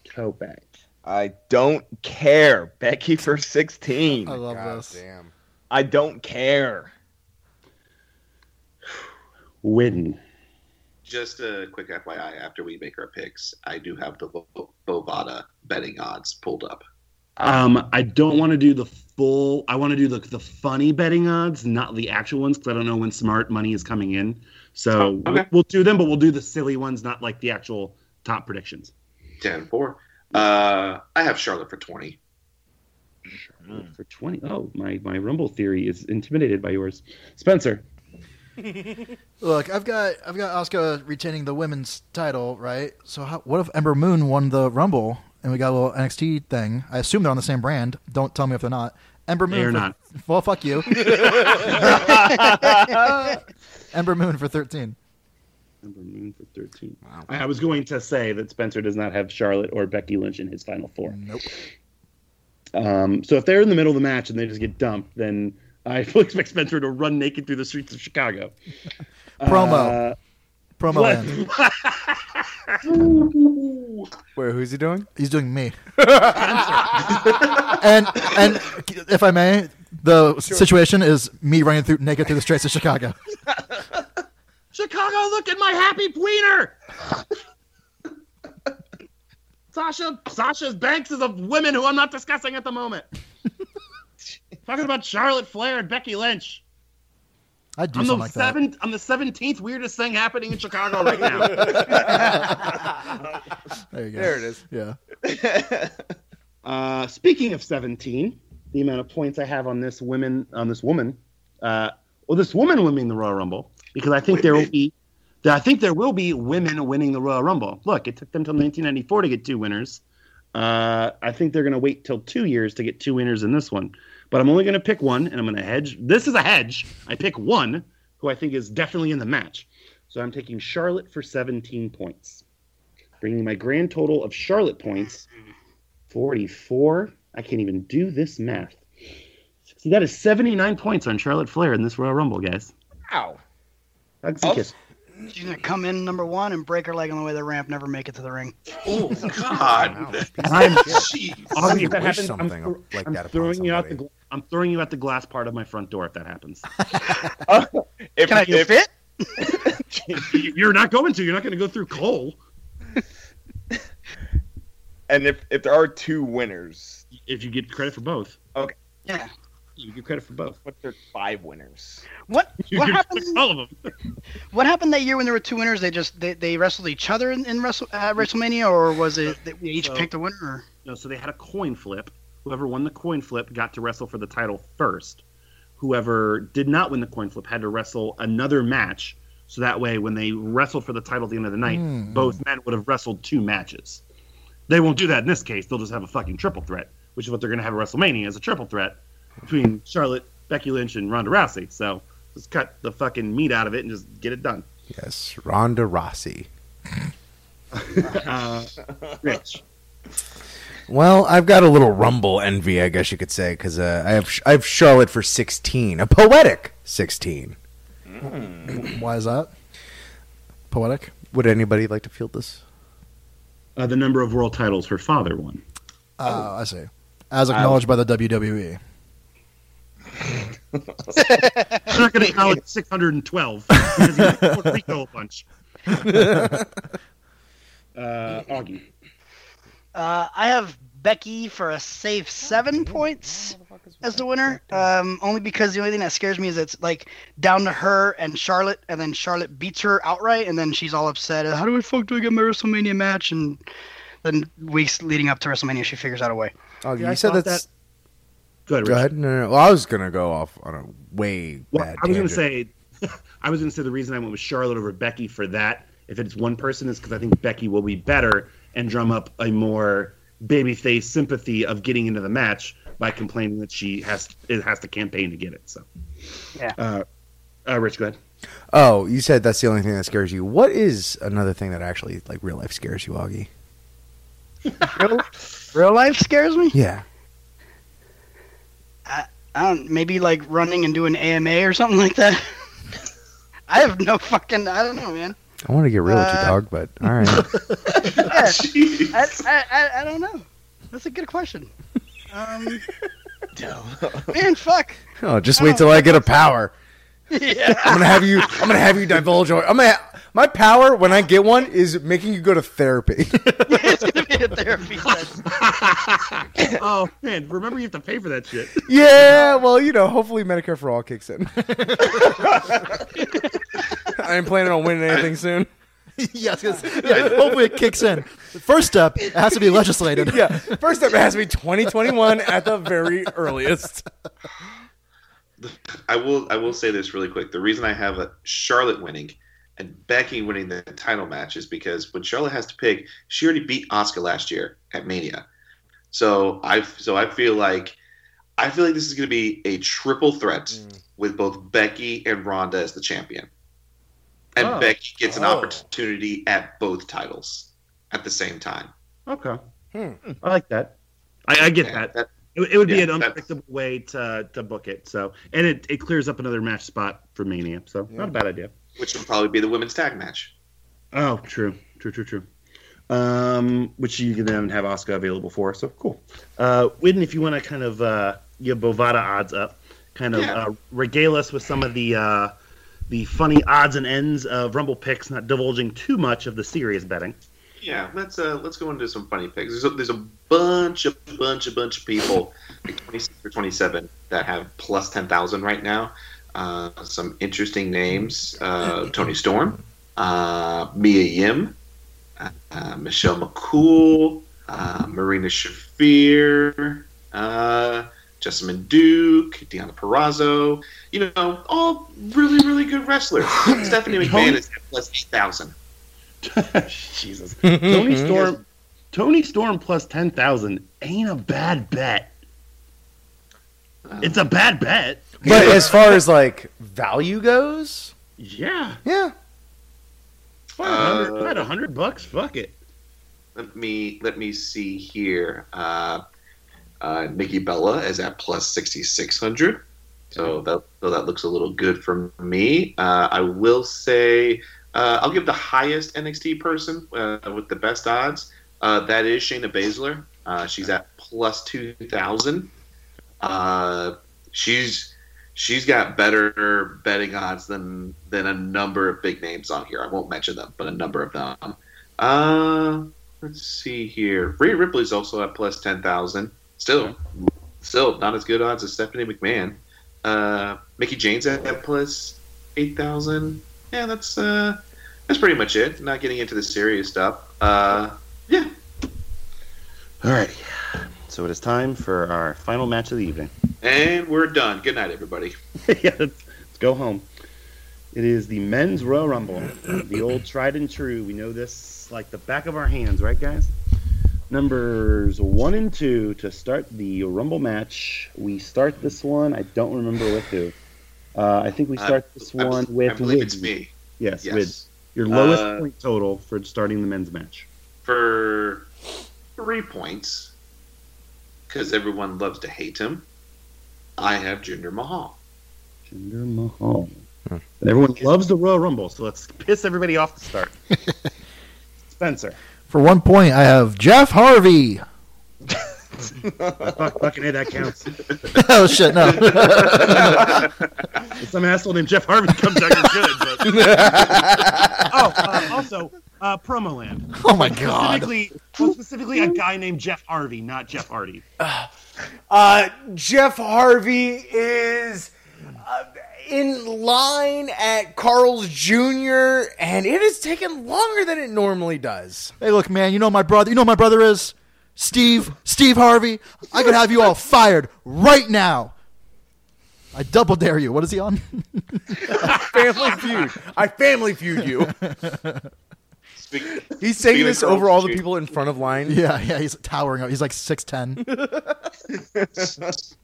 Speaker 2: Kopeck.
Speaker 4: I don't care. Becky for 16.
Speaker 3: I love
Speaker 1: God
Speaker 3: this.
Speaker 1: damn.
Speaker 4: I don't care.
Speaker 2: Win.
Speaker 6: Just a quick FYI, after we make our picks, I do have the Vo- Bovada betting odds pulled up.
Speaker 2: Um, I don't want to do the full. I want to do the the funny betting odds, not the actual ones, because I don't know when smart money is coming in. So
Speaker 6: Oh, okay.
Speaker 2: we'll do them, but we'll do the silly ones, not like the actual top predictions.
Speaker 6: 10 4. Uh, I have Charlotte for 20.
Speaker 2: For twenty. Oh, my my Rumble theory is intimidated by yours, Spencer.
Speaker 3: Look, I've got I've got Oscar retaining the women's title, right? So how, what if Ember Moon won the Rumble and we got a little NXT thing? I assume they're on the same brand. Don't tell me if they're not. Ember Moon.
Speaker 2: They're
Speaker 3: for-
Speaker 2: not.
Speaker 3: Well, fuck you. Ember Moon for thirteen.
Speaker 2: Number Moon for thirteen. I I was going to say that Spencer does not have Charlotte or Becky Lynch in his final four.
Speaker 3: Nope.
Speaker 2: Um, so if they're in the middle of the match and they just get dumped, then I fully expect Spencer to run naked through the streets of Chicago. Uh,
Speaker 3: Promo. Promo
Speaker 2: What?
Speaker 3: land.
Speaker 1: Wait, who's he doing?
Speaker 3: He's doing me. and and if I may, the situation is me running through naked through the streets of Chicago.
Speaker 2: Chicago, look at my happy wiener. Sasha, Sasha's Banks is of women who I'm not discussing at the moment. Talking about Charlotte Flair and Becky Lynch.
Speaker 3: I do
Speaker 2: I'm the
Speaker 3: something like that.
Speaker 2: seventh. I'm the seventeenth weirdest thing happening in Chicago right now.
Speaker 3: There you go.
Speaker 1: There it is.
Speaker 3: Yeah.
Speaker 2: uh, speaking of seventeen, the amount of points I have on this women on this woman, uh, well, this woman winning the Royal Rumble because I think there will be, I think there will be women winning the Royal Rumble. Look, it took them till 1994 to get two winners. Uh, I think they're going to wait till two years to get two winners in this one. But I'm only going to pick one, and I'm going to hedge. This is a hedge. I pick one who I think is definitely in the match. So I'm taking Charlotte for 17 points, bringing my grand total of Charlotte points 44. I can't even do this math. See, that is 79 points on Charlotte Flair in this Royal Rumble, guys.
Speaker 4: Ow.
Speaker 2: Hugs
Speaker 4: Oh.
Speaker 2: and kisses.
Speaker 5: She's gonna come in number one and break her leg on the way to the ramp, never make it to the ring.
Speaker 6: Oh, God.
Speaker 2: I'm,
Speaker 6: Jeez.
Speaker 2: Obviously, if
Speaker 1: wish
Speaker 2: that happens,
Speaker 1: something
Speaker 2: I'm,
Speaker 1: like
Speaker 2: I'm
Speaker 1: that upon
Speaker 2: throwing you out the.
Speaker 1: somebody.
Speaker 2: gl- I'm throwing you out the glass part of my front door if that happens.
Speaker 4: If,
Speaker 5: Can I
Speaker 4: if,
Speaker 5: fit?
Speaker 2: You're not going to. You're not going to go through coal.
Speaker 4: and if, if there are two winners,
Speaker 2: If you get credit for both,
Speaker 5: Yeah.
Speaker 2: you get credit for both.
Speaker 4: what if there are five winners?
Speaker 5: What
Speaker 2: You
Speaker 5: what
Speaker 2: get
Speaker 5: happened?
Speaker 2: All of them.
Speaker 5: What happened that year when there were two winners? They just they, they wrestled each other in, in Wrestle, at WrestleMania, or was it that we each
Speaker 2: So-
Speaker 5: picked a winner? Or?
Speaker 2: No, so they had a coin flip. Whoever won the coin flip got to wrestle for the title first. Whoever did not win the coin flip had to wrestle another match. So that way, when they wrestled for the title at the end of the night,
Speaker 3: Hmm.
Speaker 2: both men would have wrestled two matches. They won't do that in this case. They'll just have a fucking triple threat, which is what they're going to have at WrestleMania as a triple threat between Charlotte, Becky Lynch, and Ronda Rousey. So just cut the fucking meat out of it and just get it done.
Speaker 1: Yes, Ronda Rossi.
Speaker 2: Uh, Rich,
Speaker 1: Well, I've got a little rumble envy, I guess you could say, because uh, I have I have Charlotte for sixteen, a poetic sixteen.
Speaker 3: Why is that? Poetic.
Speaker 1: Would anybody like to field this?
Speaker 2: uh, the number of world titles her father won.
Speaker 3: Oh, I see. As acknowledged by the E. WWE.
Speaker 2: They're not going to acknowledge 612 because he went to Puerto Rico a bunch.
Speaker 1: Oh,
Speaker 2: Uh, Augie.
Speaker 5: Uh, I have Becky for a safe seven points as the winner. Um, only because the only thing that scares me is it's like down to her and Charlotte, and then Charlotte beats her outright, and then she's all upset. How do I fuck do I get my WrestleMania match? And then weeks leading up to WrestleMania, she figures out a way.
Speaker 1: Oh,
Speaker 2: Yeah, I
Speaker 1: you said
Speaker 2: thought
Speaker 1: that's
Speaker 2: Good.
Speaker 1: go ahead. No, no, no. Well, I was gonna go off on a way
Speaker 2: Well,
Speaker 1: bad.
Speaker 2: I was going to
Speaker 1: tangent.
Speaker 2: say, I was going to say the reason I went with Charlotte over Becky for that, if it's one person, is because I think Becky will be better and drum up a more babyface sympathy of getting into the match by complaining that she has it has to campaign to get it. So,
Speaker 5: Yeah.
Speaker 2: Uh, uh, Rich, go ahead.
Speaker 1: Oh, you said that's the only thing that scares you. What is another thing that actually like real life scares you, Augie?
Speaker 5: Real life scares me.
Speaker 1: Yeah,
Speaker 5: I don't. Maybe like running and doing AMA or something like that. I have no fucking. I don't know, man.
Speaker 1: I want to get real with you,
Speaker 5: Uh,
Speaker 1: dog, but all right.
Speaker 5: Yeah,
Speaker 6: Jeez.
Speaker 5: I, I, I, I don't know. That's a good question. Um, man, fuck.
Speaker 1: oh, just wait till I get a power.
Speaker 5: Yeah.
Speaker 1: I'm gonna have you. I'm gonna have you divulge. all- I'm gonna. ha- My power when I get one is making you go to therapy.
Speaker 5: it's gonna be a therapy session.
Speaker 2: oh man, remember you have to pay for that shit.
Speaker 1: yeah, well, you know, hopefully Medicare for all kicks in. I ain't planning on winning anything soon.
Speaker 3: yes, yes. Yeah, hopefully it kicks in. First step, it has to be legislated.
Speaker 1: Yeah, first up it has to be 2021 at the very earliest.
Speaker 6: I will I will say this really quick. The reason I have a Charlotte winning and Becky winning the title match is because when Charlotte has to pick, she already beat Oscar last year at Mania. So I so I feel like I feel like this is going to be a triple threat
Speaker 1: Mm.
Speaker 6: with both Becky and Ronda as the champion. And
Speaker 2: Oh.
Speaker 6: Becky gets an
Speaker 1: Oh.
Speaker 6: opportunity at both titles at the same time.
Speaker 2: Okay.
Speaker 1: Hmm.
Speaker 2: I like that. I, I get that. It, it would be
Speaker 6: Yeah,
Speaker 2: an
Speaker 6: that's-
Speaker 2: unpredictable way to to book it. So, and it, it clears up another match spot for Mania. So,
Speaker 1: Yeah.
Speaker 2: not a bad idea.
Speaker 6: which would probably be the women's tag match.
Speaker 2: Oh, true, true, true, true. Um, which you can then have Oscar available for. So cool. Uh, Widden, if you want to kind of uh, your Bovada odds up, kind of
Speaker 6: Yeah.
Speaker 2: uh, regale us with some of the uh, the funny odds and ends of Rumble picks, not divulging too much of the serious betting.
Speaker 6: Yeah, let's uh, let's go into some funny picks. There's a, there's a bunch of bunch of bunch of people, like 26 or 27, that have plus 10,000 right now. Uh, some interesting names: uh, Tony Storm, uh, Mia Yim, uh, uh, Michelle McCool, uh, Marina Shafir, uh, Jessamine Duke, Deanna Perrazzo. You know, all really really good wrestlers. Stephanie McMahon is at plus 8,000.
Speaker 2: Jesus. Tony Storm Tony Storm plus ten thousand ain't a bad bet. It's a bad bet.
Speaker 1: But as far as like value goes,
Speaker 2: Yeah.
Speaker 1: yeah,
Speaker 2: About
Speaker 6: Uh,
Speaker 2: 100, about 100 bucks. Fuck it.
Speaker 6: Let me let me see here. Uh, uh, Nikki Bella is at plus sixty six hundred, so that so that looks a little good for me. Uh, I will say uh, I'll give the highest NXT person uh, with the best odds. Uh, that is Shayna Baszler. Uh, she's at plus two thousand. Uh, she's she's got better betting odds than than a number of big names on here. I won't mention them, but a number of them. Uh, let's see here. Rhea Ripley's also at plus ten thousand. Still, still not as good odds as Stephanie McMahon. Uh, Mickey Jane's at, at plus eight thousand. Yeah, that's uh, that's pretty much it. Not getting into the serious stuff. Uh, yeah,
Speaker 2: Alrighty. So it is time for our final match of the evening.
Speaker 6: and we're done. Good night, everybody.
Speaker 2: yeah, let's, let's go home. It is the men's Royal Rumble, the old tried and true. We know this like the back of our hands, right, guys? Numbers one and two to start the Rumble match. We start this one. I don't remember with who. Uh, I think we
Speaker 6: Uh,
Speaker 2: start this
Speaker 6: I-
Speaker 2: one
Speaker 6: I
Speaker 2: with
Speaker 6: believe
Speaker 2: Wid.
Speaker 6: it's me.
Speaker 2: Yes,
Speaker 6: Yes.
Speaker 2: Wid. Your lowest
Speaker 6: Uh,
Speaker 2: point total for starting the men's match.
Speaker 6: for three points because everyone loves to hate him. I have Jinder Mahal.
Speaker 2: Jinder Mahal. And everyone loves the Royal Rumble, so let's piss everybody off to start. Spencer.
Speaker 3: For one point, I have Jeff Harvey.
Speaker 2: Fuck, fucking A, that counts.
Speaker 3: oh shit, no.
Speaker 2: If some asshole named Jeff Harvey comes out, you're good. But... oh, uh, also, uh, Promo Land.
Speaker 3: Oh my god.
Speaker 2: Specifically, well, specifically a guy named Jeff Harvey, not Jeff Hardy.
Speaker 9: Uh, Jeff Harvey is uh, in line at Carl's Jr.
Speaker 1: and it has taken longer than it normally does.
Speaker 3: Hey, look, man. You know my brother. You know who my brother is Steve. Steve Harvey. I could have you all fired right now. I double dare you. What is he on?
Speaker 1: Family feud. I family feud you.
Speaker 6: Speaking,
Speaker 1: He's saying
Speaker 6: Speaking
Speaker 1: this
Speaker 6: of
Speaker 1: over all the
Speaker 6: Carl's
Speaker 1: people in front of line.
Speaker 3: yeah, yeah. He's towering up. He's like six ten.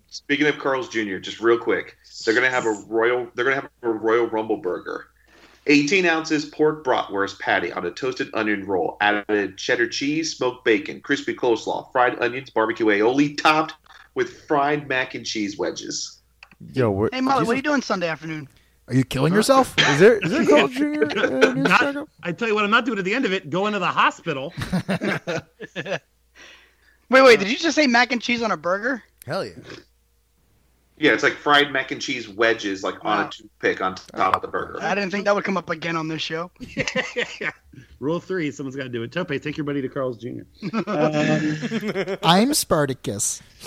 Speaker 6: speaking of Carl's Jr., just real quick, they're gonna have a royal. They're gonna have a royal rumble burger. 18 ounces pork bratwurst patty on a toasted onion roll, added cheddar cheese, smoked bacon, crispy coleslaw, fried onions, barbecue aioli, topped with fried mac and cheese wedges.
Speaker 1: Yo, we're,
Speaker 5: Hey, Molly, what are you doing Sunday afternoon?
Speaker 3: Are you killing yourself?
Speaker 1: Is there is there Carl Jr. uh, news
Speaker 2: Not-
Speaker 1: cycle?
Speaker 2: I tell you what, I'm not doing at the end of it. Going to the hospital.
Speaker 5: Wait, wait, did you just say mac and cheese on a burger?
Speaker 1: Hell yeah!
Speaker 6: Yeah, it's like fried mac and cheese wedges, like on
Speaker 5: Wow.
Speaker 6: a toothpick on top of the burger.
Speaker 5: I didn't think that would come up again on this show.
Speaker 2: Rule three: someone's got to do it. Tope, take your buddy to Carl's Jr. Um,
Speaker 3: I'm Spartacus.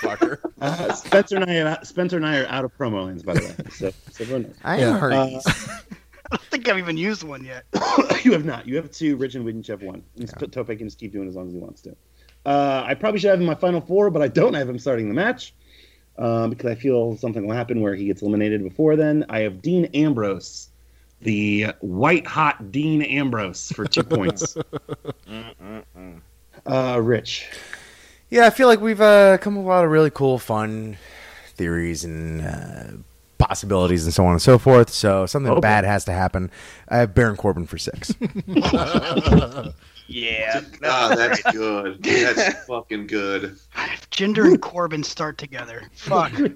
Speaker 1: Fucker.
Speaker 2: Uh, Spencer and I, are, Spencer and I are out of promo lines, by the way. So, so everyone knows.
Speaker 1: I
Speaker 3: Yeah.
Speaker 1: am hurt.
Speaker 2: Uh,
Speaker 5: I don't think I've even used one yet.
Speaker 2: you have not. You have two. Rich and Witten have one. Yeah. Tope can just keep doing as long as he wants to. Uh, I probably should have him in my final four, but I don't have him starting the match um, because I feel something will happen where he gets eliminated before then. I have Dean Ambrose, the white hot Dean Ambrose for two points. uh, Rich,
Speaker 1: Yeah, I feel like we've uh, come up with a lot of really cool, fun theories and uh, possibilities and so on and so forth. So something bad has to happen. I have Baron Corbin for six.
Speaker 4: Yeah.
Speaker 6: Ah, that's good. That's fucking good.
Speaker 5: If Jinder and Corbin start together, fuck.
Speaker 1: uh,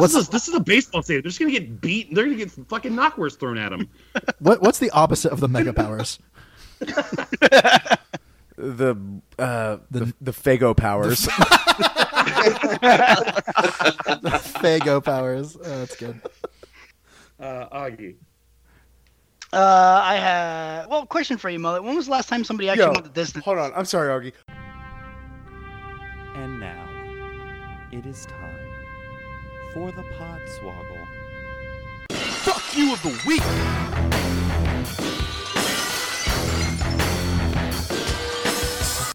Speaker 2: this, is a, this is a baseball save. They're just gonna get beat. They're gonna get some fucking knockwurst thrown at them.
Speaker 3: What What's the opposite of the mega powers?
Speaker 1: the, uh, the the Fago powers.
Speaker 3: Fago powers. Oh, that's good.
Speaker 2: Uh, Augie,
Speaker 5: Uh, I have. Well, question for you, Mullet. When was the last time somebody actually
Speaker 1: Yo,
Speaker 5: went the distance?
Speaker 1: Hold on, I'm sorry, Augie.
Speaker 10: And now, it is time for the Podswoggle.
Speaker 11: Fuck you of the week.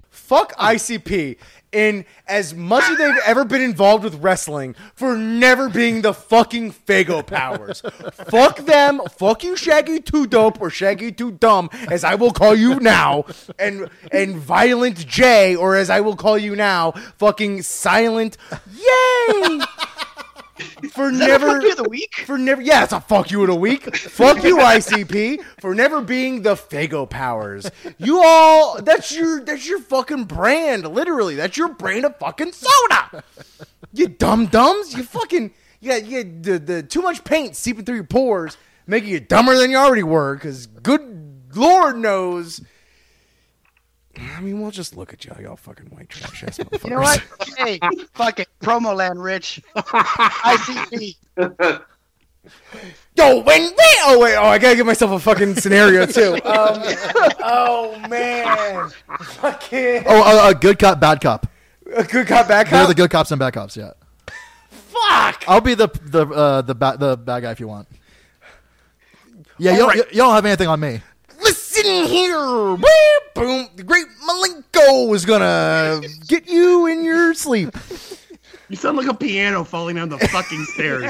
Speaker 1: Fuck ICP in as much as they've ever been involved with wrestling for never being the fucking Fago powers. fuck them. Fuck you, Shaggy Too Dope or Shaggy Too Dumb, as I will call you now, and and Violent J, or as I will call you now, fucking Silent Yay. For
Speaker 5: Is that a
Speaker 1: never
Speaker 5: fuck you of the week?
Speaker 1: for never yeah it's a fuck you in a week fuck you icp for never being the fago powers you all that's your that's your fucking brand literally that's your brand of fucking soda you dumb dumbs you fucking you got, you got the, the too much paint seeping through your pores making you dumber than you already were because good lord knows I mean, we'll just look at y'all, y'all fucking white trash ass motherfuckers.
Speaker 5: You know what? hey, fuck it. Promo land, Rich. ICP.
Speaker 1: Yo, when we, oh wait, oh I gotta give myself a fucking scenario too. Um, oh man, fucking
Speaker 3: Oh, uh, uh, good cop, bad cop.
Speaker 1: a good cop, bad
Speaker 3: They're
Speaker 1: cop.
Speaker 3: the good cops and bad cops. Yeah.
Speaker 1: Fuck.
Speaker 3: I'll be the the uh, the ba- the bad guy if you want. Yeah, you don't,
Speaker 1: Alright.
Speaker 3: you don't have anything on me.
Speaker 1: Listen here, boom, boom. The great Malenko is gonna get you in your sleep.
Speaker 2: you sound like a piano falling down the fucking stairs.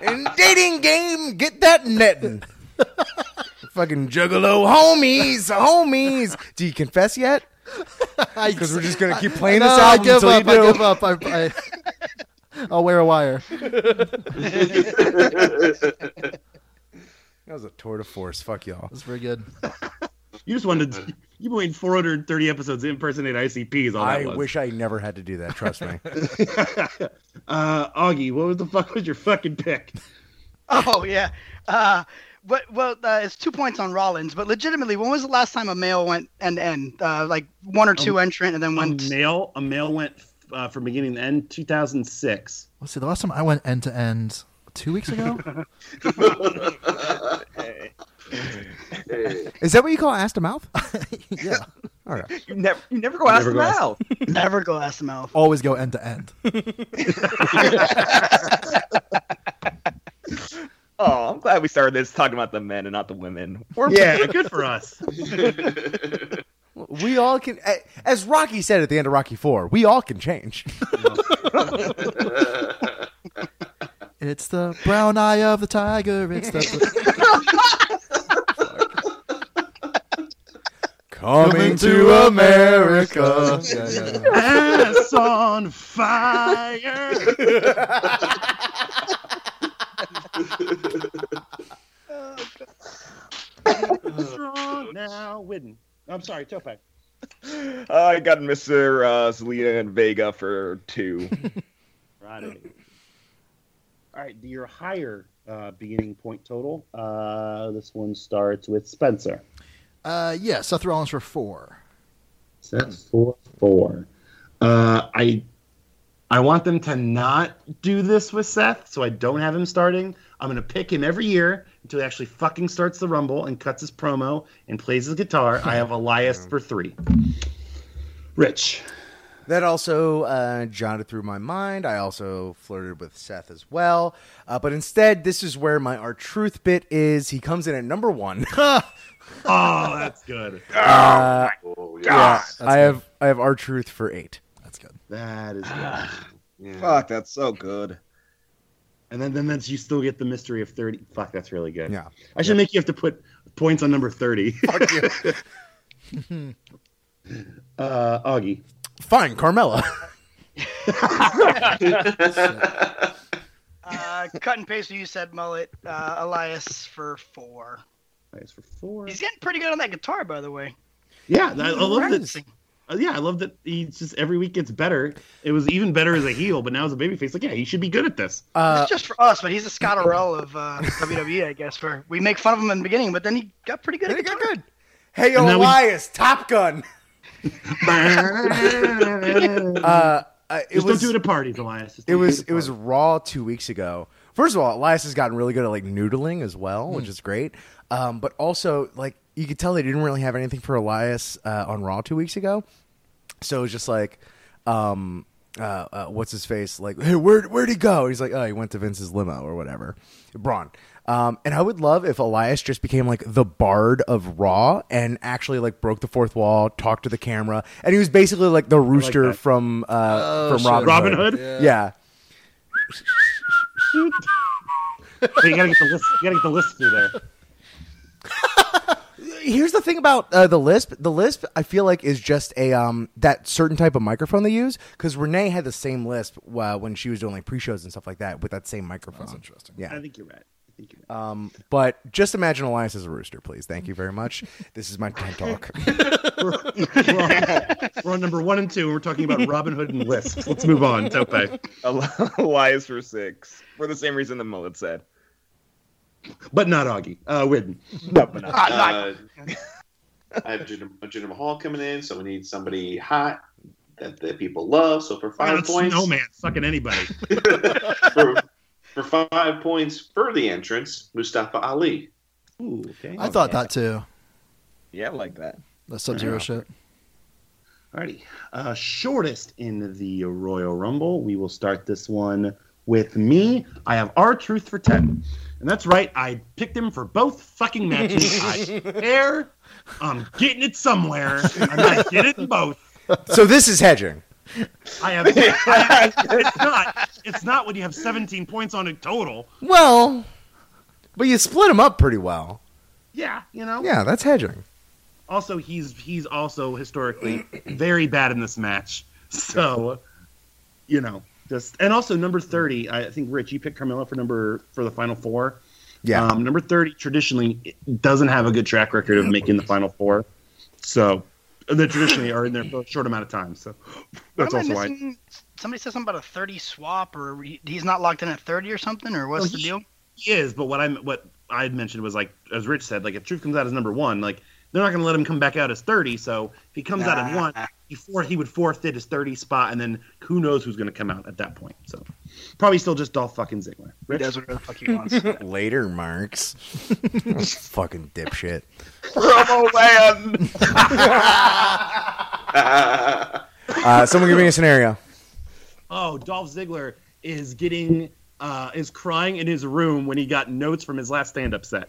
Speaker 1: And dating game, get that netting. fucking juggalo, homies, homies. Do you confess yet? Because we're just gonna keep playing this
Speaker 3: No, I
Speaker 1: album
Speaker 3: give
Speaker 1: until
Speaker 3: up.
Speaker 1: you do.
Speaker 3: I give up. I, I, I'll wear a wire.
Speaker 1: That was a tour de force. Fuck y'all.
Speaker 3: That's very good.
Speaker 2: You just wanted to, you've been waiting 430 episodes to impersonate ICPs. All that
Speaker 1: I
Speaker 2: was.
Speaker 1: wish I never had to do that. Trust me.
Speaker 2: uh, Augie, what was the fuck was your fucking pick?
Speaker 5: Oh yeah. Uh, but well, uh, it's two points on Rollins. But legitimately, when was the last time a male went end to end? Uh, like one or
Speaker 2: Oh,
Speaker 5: two entrant, and then
Speaker 2: A
Speaker 5: went.
Speaker 2: male, a male went uh, from beginning to end 2006.
Speaker 3: Let's see. The last time I went end to end two weeks ago.
Speaker 6: Hey.
Speaker 1: Is that what you call ass to mouth?
Speaker 3: yeah.
Speaker 1: All right.
Speaker 4: You never, you never go ask
Speaker 2: never
Speaker 4: them
Speaker 2: go ask-
Speaker 4: out.
Speaker 5: Never go ass to mouth.
Speaker 3: Always go end to end.
Speaker 4: Oh, I'm glad we started this talking about the men and not the women. We're
Speaker 2: Yeah, good for us.
Speaker 1: We all can, a- as Rocky said at the end of Rocky Four, we all can change.
Speaker 3: It's the brown eye of the tiger. It's the
Speaker 1: Coming to America.
Speaker 3: Yeah, yeah, yeah.
Speaker 2: Ass on fire. Strong now, Widden. I'm sorry, Tope.
Speaker 4: I got Mr. Uh, Zelina and Vega for two.
Speaker 2: Friday. All right, your higher uh, beginning point total. Uh, this one starts with Spencer.
Speaker 3: Uh, yeah, Seth Rollins for four.
Speaker 2: Seth four four. Uh, I I want them to not do this with Seth, so I don't have him starting. I'm gonna pick him every year until he actually fucking starts the Rumble and cuts his promo and plays his guitar. I have Elias for three. Rich.
Speaker 1: That also uh, jotted through my mind. I also flirted with Seth as well. Uh, but instead, this is where my our truth bit is. He comes in at number one.
Speaker 3: Uh,
Speaker 1: oh,
Speaker 2: Oh, that's good.
Speaker 1: Uh,
Speaker 2: Oh,
Speaker 1: yeah,
Speaker 2: yes.
Speaker 1: I have I have our truth for eight.
Speaker 3: That's good.
Speaker 2: That is good.
Speaker 4: Fuck, that's so good.
Speaker 2: And then, then that's you still get the mystery of thirty. Fuck, that's really good.
Speaker 1: Yeah.
Speaker 2: I should make you have to put points on number thirty. Fuck you. uh, Augie.
Speaker 1: Fine, Carmella.
Speaker 5: Uh, cut and paste what you said, Mullet. Uh, Elias for four.
Speaker 2: Elias for four.
Speaker 5: He's getting pretty good on that guitar, by the way.
Speaker 2: Yeah, I, I
Speaker 5: He's
Speaker 2: love that.
Speaker 5: practicing.
Speaker 2: uh, Yeah, I love that. He's just every week gets better. It was even better as a heel, but now as a babyface, like yeah, he should be good at this.
Speaker 5: it's just for us, but he's the Scott Orell of uh, WWE, I guess. For we make fun of him in the beginning, but then he got pretty good. He got good.
Speaker 1: Hey,
Speaker 5: And now we-
Speaker 1: Elias, Top Gun. uh, uh, it
Speaker 2: just
Speaker 1: was
Speaker 2: don't do it at parties, Elias. Just
Speaker 1: it
Speaker 2: don't do
Speaker 1: was
Speaker 2: at
Speaker 1: it was
Speaker 2: parties.
Speaker 1: Raw two weeks ago. First of all, Elias has gotten really good at like noodling as well, which is great. Um, but also, like you could tell, they didn't really have anything for Elias uh, on Raw two weeks ago. So it was just like, um, uh, uh, what's his face? Like, hey, where where'd he go? He's like, oh, he went to Vince's limo or whatever. Braun. Um, and I would love if Elias just became like the bard of Raw and actually like broke the fourth wall, talked to the camera, and he was basically like the rooster
Speaker 2: that.
Speaker 1: from uh,
Speaker 3: Oh,
Speaker 1: from
Speaker 3: shit.
Speaker 1: Robin,
Speaker 2: Robin Hood?
Speaker 1: Yeah.
Speaker 2: Yeah. so you gotta get the list. You gotta get the list through there.
Speaker 1: Here's the thing about uh, the Lisp. The Lisp, I feel like, is just a um that certain type of microphone they use. Because Renee had the same Lisp uh, when she was doing like pre-shows and stuff like that with that same microphone. That's interesting.
Speaker 2: I
Speaker 1: Yeah.
Speaker 2: think you're right. I think you're
Speaker 1: Um, but just imagine Elias as a rooster, please. Thank you very much. This is my TED talk.
Speaker 2: right. We're on, we're on number one and two, and we're talking about Robin Hood and lists. Let's move on. Tope.
Speaker 4: Elias for six for the same reason the mullet said.
Speaker 2: but not Augie. Uh, Widden.
Speaker 5: Ah,
Speaker 6: Uh, I have Jinder, Jinder Mahal coming in, so we need somebody hot that, that people love. So for
Speaker 2: Not
Speaker 6: five points,
Speaker 2: Snowman. Fucking anybody.
Speaker 6: for, for five points for the entrance, Mustafa Ali.
Speaker 2: Ooh, okay.
Speaker 3: I thought that too.
Speaker 4: Yeah, I like that.
Speaker 3: The Sub Zero shit.
Speaker 2: Alrighty. Uh, shortest in the Royal Rumble. We will start this one with me. I have our truth for ten, and that's right. I picked him for both fucking matches. I care. I'm getting it somewhere. I'm not getting it in both.
Speaker 1: so this is hedging.
Speaker 2: I have. I have- it's not. It's not when you have 17 points on it total.
Speaker 1: Well, but you split them up pretty well.
Speaker 2: Yeah, you know.
Speaker 1: Yeah, that's hedging.
Speaker 2: Also, he's he's also historically very bad in this match. So, you know, just and also number 30. I think Rich, you picked Carmella for number for the final four.
Speaker 1: Yeah.
Speaker 2: Um, number 30 traditionally doesn't have a good track record of making the final four. So. They traditionally are in there for a short amount of time, so that's
Speaker 5: Am I
Speaker 2: also why.
Speaker 5: missing- Somebody said something about a thirty swap, or he- he's not locked in at thirty or something, or what's
Speaker 2: Well,
Speaker 5: the
Speaker 2: he-
Speaker 5: deal?
Speaker 2: He is, but what I what I had mentioned was like, as Rich said, like if Truth comes out as number one, like they're not going to let him come back out as thirty. So if he comes out as
Speaker 5: Nah.
Speaker 2: one, before he would forfeit his thirty spot, and then who knows who's going to come out at that point. So probably still just Dolph fucking Ziggler.
Speaker 5: He
Speaker 2: Rich?
Speaker 5: does whatever the fuck he wants.
Speaker 1: Later, marks. Fucking dipshit.
Speaker 4: Promo land.
Speaker 1: Uh, someone give me a scenario.
Speaker 2: Oh, Dolph Ziggler is getting uh, is crying in his room when he got notes from his last stand up set.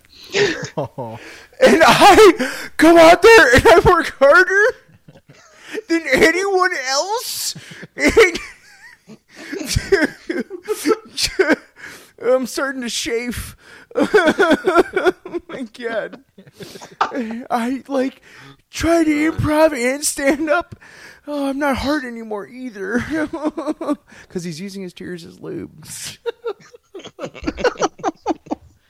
Speaker 3: Oh.
Speaker 1: and I go out there and I work harder than anyone else. And I'm starting to chafe. Oh My God, I like try to improv and stand up. Oh, I'm not hard anymore either, because he's using his tears as lube.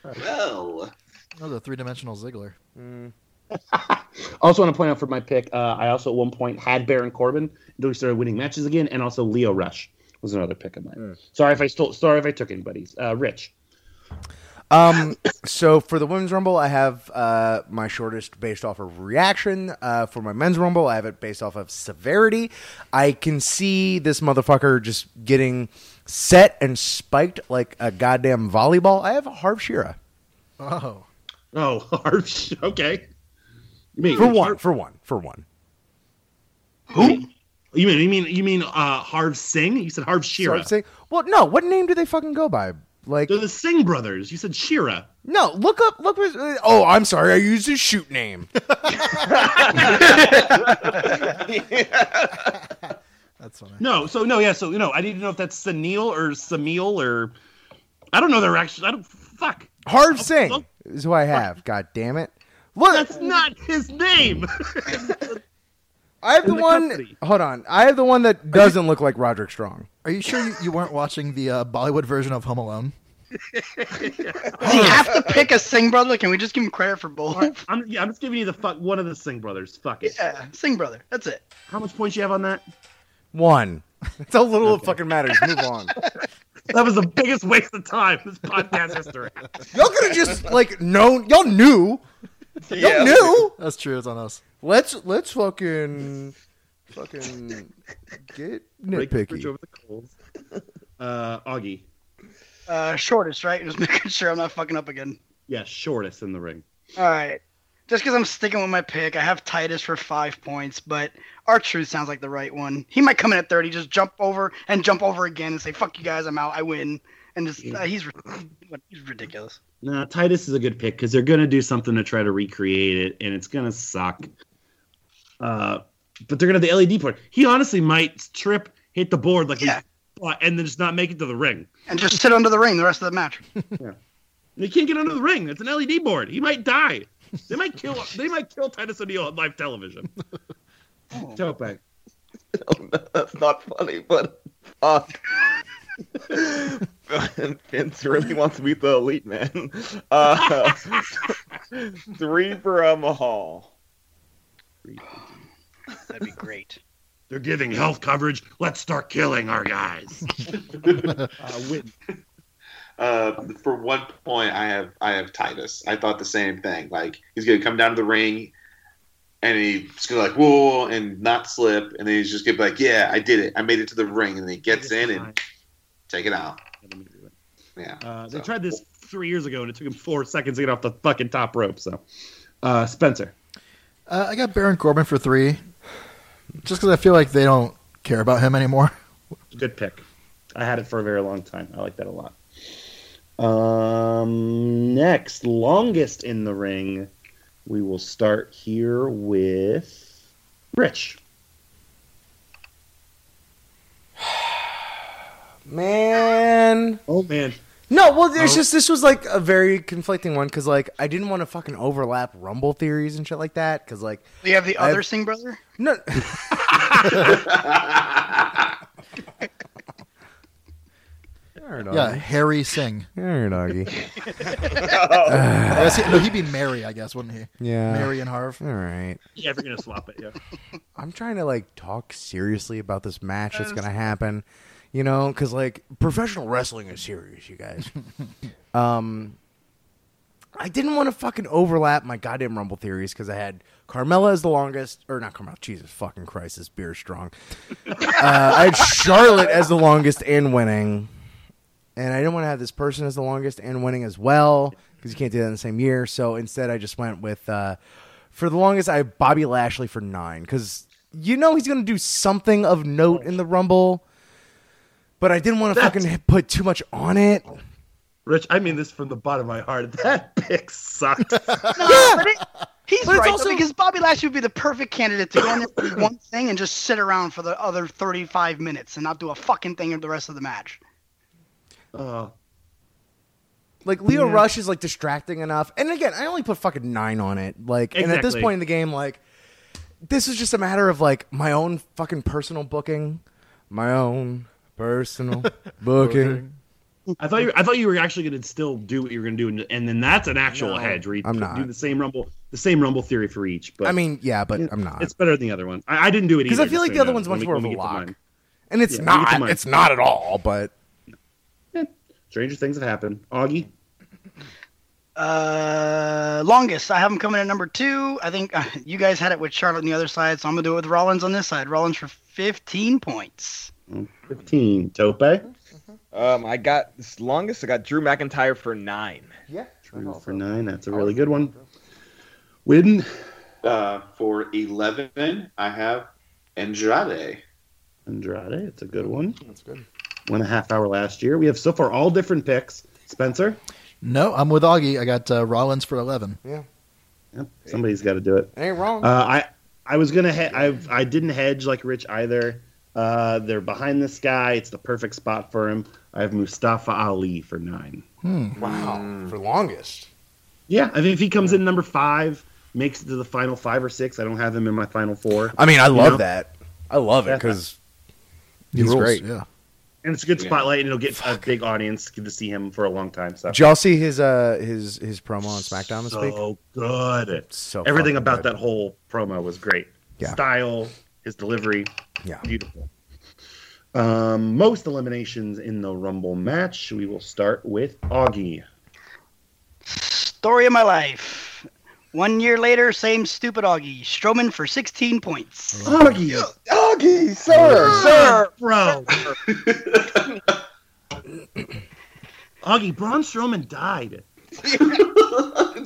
Speaker 6: Well,
Speaker 3: That was a three dimensional Ziggler.
Speaker 2: Also, want to point out for my pick, uh, I also at one point had Baron Corbin until he started winning matches again, and also Leo Rush was another pick of mine. Sorry if I stole. Sorry if I took anybody's. Uh, Rich.
Speaker 1: Um, so for the women's rumble, I have uh, my shortest based off of reaction. Uh, for my men's rumble, I have it based off of severity. I can see this motherfucker just getting set and spiked like a goddamn volleyball. I have Harv Shearer
Speaker 3: Oh.
Speaker 2: Oh, Harv. Okay.
Speaker 1: for one, for one, for one.
Speaker 2: Who? You mean you mean you mean uh, Harv Singh? You said Harv
Speaker 1: So
Speaker 2: Shearer.
Speaker 1: I'm saying, well, no. What name do they fucking go by? Like
Speaker 2: They're the Singh brothers. You said Shearer.
Speaker 1: no. Look up. Look. Oh, I'm sorry. I used his shoot name.
Speaker 3: That's funny.
Speaker 2: No, so no, yeah, so you know, I need to know if that's Sunil or Samil or I don't know. They're actually I don't fuck.
Speaker 1: Harv Singh is who I have. God damn it. Look,
Speaker 2: that's not his name.
Speaker 1: I have the,
Speaker 3: In the
Speaker 1: one.
Speaker 3: company.
Speaker 1: Hold on, I have the one that doesn't look like Roderick Strong.
Speaker 3: Are you sure you, you weren't watching the uh, Bollywood version of Home Alone?
Speaker 5: Does he have to pick a Singh brother? Can we just give him credit for both?
Speaker 2: I'm yeah, I'm just giving you the fuck one of the Singh brothers. Fuck it.
Speaker 5: Yeah, Singh brother. That's it.
Speaker 2: How much points you have on that?
Speaker 1: One. That's how little it fucking matters. Move on.
Speaker 2: That was the biggest waste of time in this podcast history.
Speaker 1: Y'all could have just like known. Y'all knew. Y'all knew.
Speaker 3: That's true. It's on us.
Speaker 1: Let's let's fucking fucking get
Speaker 2: Break the bridge
Speaker 1: nitpicky.
Speaker 2: over the coals. Uh, Augie,
Speaker 5: Uh, shortest, right? Just making sure I'm not fucking up again.
Speaker 2: yeah, shortest in the ring.
Speaker 5: All right. Just because I'm sticking with my pick, I have Titus for five points, but our truth sounds like the right one. He might come in at 30, just jump over and jump over again and say, fuck you guys, I'm out, I win. And just, uh, he's, he's ridiculous.
Speaker 2: No, Titus is a good pick because they're going to do something to try to recreate it, and it's going to suck. Uh, but they're going to have the LED part. He honestly might trip, hit the board like
Speaker 5: Yeah.
Speaker 2: we thought, and then just not make it to the ring.
Speaker 5: And just sit under the ring the rest of the match.
Speaker 2: And he can't get under the ring. It's an LED board. He might die. They might kill. they might kill Titus O'Neil on live television. Tope.
Speaker 6: That's not funny, but fuck. Vince really wants to beat the elite man. Uh, three for uh, Mahal.
Speaker 5: That'd be great.
Speaker 2: They're giving health coverage. Let's start killing our guys. uh, win.
Speaker 6: Uh, for one point, I have I have Titus. I thought the same thing. Like he's gonna come down to the ring, and he's gonna like whoa and not slip, and then he's just gonna be like, yeah, I did it. I made it to the ring, and then he gets in and take it out. Yeah.
Speaker 2: Uh, they
Speaker 6: So.
Speaker 2: tried this three years ago, and it took him four seconds to get off the fucking top rope. So, uh, Spencer.
Speaker 3: Uh, I got Baron Corbin for three, just because I feel like they don't care about him anymore.
Speaker 2: Good pick. I had it for a very long time. I like that a lot. Um, next, longest in the ring. We will start here with Rich.
Speaker 1: Man.
Speaker 2: Oh man,
Speaker 1: No, well, there's
Speaker 2: Oh.
Speaker 1: just this was like a very conflicting one because like I didn't want to fucking overlap Rumble theories and shit like that because like
Speaker 5: Do you have the
Speaker 1: I-
Speaker 5: other Singh brother?
Speaker 1: no, You're a doggy.
Speaker 3: Yeah, Harry Singh.
Speaker 1: You're a doggy.
Speaker 3: I guess he, no, he'd be Mary, I guess, wouldn't he?
Speaker 1: Yeah.
Speaker 3: Mary and Harv.
Speaker 1: All right.
Speaker 2: yeah, we're gonna swap it. Yeah,
Speaker 1: I'm trying to like talk seriously about this match that's gonna happen, you know, because like professional wrestling is serious, you guys. um, I didn't want to fucking overlap my goddamn Rumble theories because I had Carmella as the longest, or not Carmella. Jesus fucking Christ, this beer is strong. uh, I had Charlotte as the longest and winning, and I didn't want to have this person as the longest and winning as well because you can't do that in the same year. So instead, I just went with. Uh, for the longest, I have Bobby Lashley for nine because you know he's going to do something of note in the Rumble, but I didn't want to fucking h- put too much on it.
Speaker 2: Rich. I mean this from the bottom of my heart. That pick sucked.
Speaker 5: No, but it, he's
Speaker 1: But it's
Speaker 5: right, though,
Speaker 1: also-
Speaker 5: because Bobby Lashley would be the perfect candidate to go in there do one thing and just sit around for the other 35 minutes and not do a fucking thing of the rest of the match.
Speaker 2: uh,
Speaker 1: Like Leo
Speaker 2: Yeah.
Speaker 1: Rush is like distracting enough, and again, I only put fucking nine on it. Like, and at this
Speaker 2: Exactly.
Speaker 1: point in the game, like, this is just a matter of like my own fucking personal booking, my own personal booking.
Speaker 2: I thought you, I thought you were actually going to still do what you were going to do, and, and then that's an actual hedge. Where you
Speaker 1: I'm
Speaker 2: do
Speaker 1: not.
Speaker 2: the same rumble, the same rumble theory for each. But
Speaker 1: I mean, yeah, but I'm not.
Speaker 2: it's better than the other one. I, I didn't do it
Speaker 1: 'Cause
Speaker 2: because
Speaker 1: I feel like the other one's much more of a lock. And it's
Speaker 2: Yeah, when we get to
Speaker 1: not.
Speaker 2: mine.
Speaker 1: It's not at all. But
Speaker 2: Stranger things have happened. Augie,
Speaker 5: Uh, longest. I have him coming at number two. I think uh, you guys had it with Charlotte on the other side, so I'm gonna do it with Rollins on this side. Rollins for 15 points.
Speaker 2: fifteen. Tope.
Speaker 4: Um, I got as longest. I got Drew McIntyre for nine.
Speaker 9: Yeah.
Speaker 2: Drew for nine. That's a really good one. Win.
Speaker 6: Uh, for 11, I have Andrade.
Speaker 2: Andrade. It's a good one.
Speaker 9: That's good.
Speaker 2: One and a half hour last year. We have so far all different picks. Spencer,
Speaker 3: No, I'm with Augie. I got uh, Rollins for 11.
Speaker 1: Yeah.
Speaker 2: Yep, somebody's got to do it.
Speaker 1: It ain't wrong.
Speaker 2: Uh, I I was gonna he- I I didn't hedge like Rich either. Uh, they're behind this guy. It's the perfect spot for him. I have Mustafa Ali for nine.
Speaker 3: Hmm.
Speaker 1: wow,
Speaker 2: Uh,
Speaker 1: for longest.
Speaker 2: Yeah, I mean if he comes in number five, makes it to the final five or six. I don't have him in my final four.
Speaker 1: I mean, I
Speaker 2: You
Speaker 1: love
Speaker 2: know?
Speaker 1: that. I love it
Speaker 2: Yeah.
Speaker 1: because
Speaker 3: He
Speaker 1: he's
Speaker 3: rules,
Speaker 1: great.
Speaker 3: Yeah.
Speaker 2: and it's a good
Speaker 6: Yeah.
Speaker 2: spotlight, and it'll get a big audience. Good to see him for a long time. So
Speaker 1: Did y'all see his uh his his promo on SmackDown this week?
Speaker 2: so good.
Speaker 1: So
Speaker 2: Everything
Speaker 1: fucking
Speaker 2: about
Speaker 1: good.
Speaker 2: that whole promo was great.
Speaker 1: Yeah.
Speaker 2: Style, his delivery,
Speaker 1: Yeah.
Speaker 2: beautiful. Um, most eliminations in the Rumble match. We will start with Augie.
Speaker 5: Story of my life. One year later, same stupid Augie. Strowman for 16 points.
Speaker 2: Augie,
Speaker 9: Doggy, sir, sir.
Speaker 2: bro. Augie, Braun Strowman died.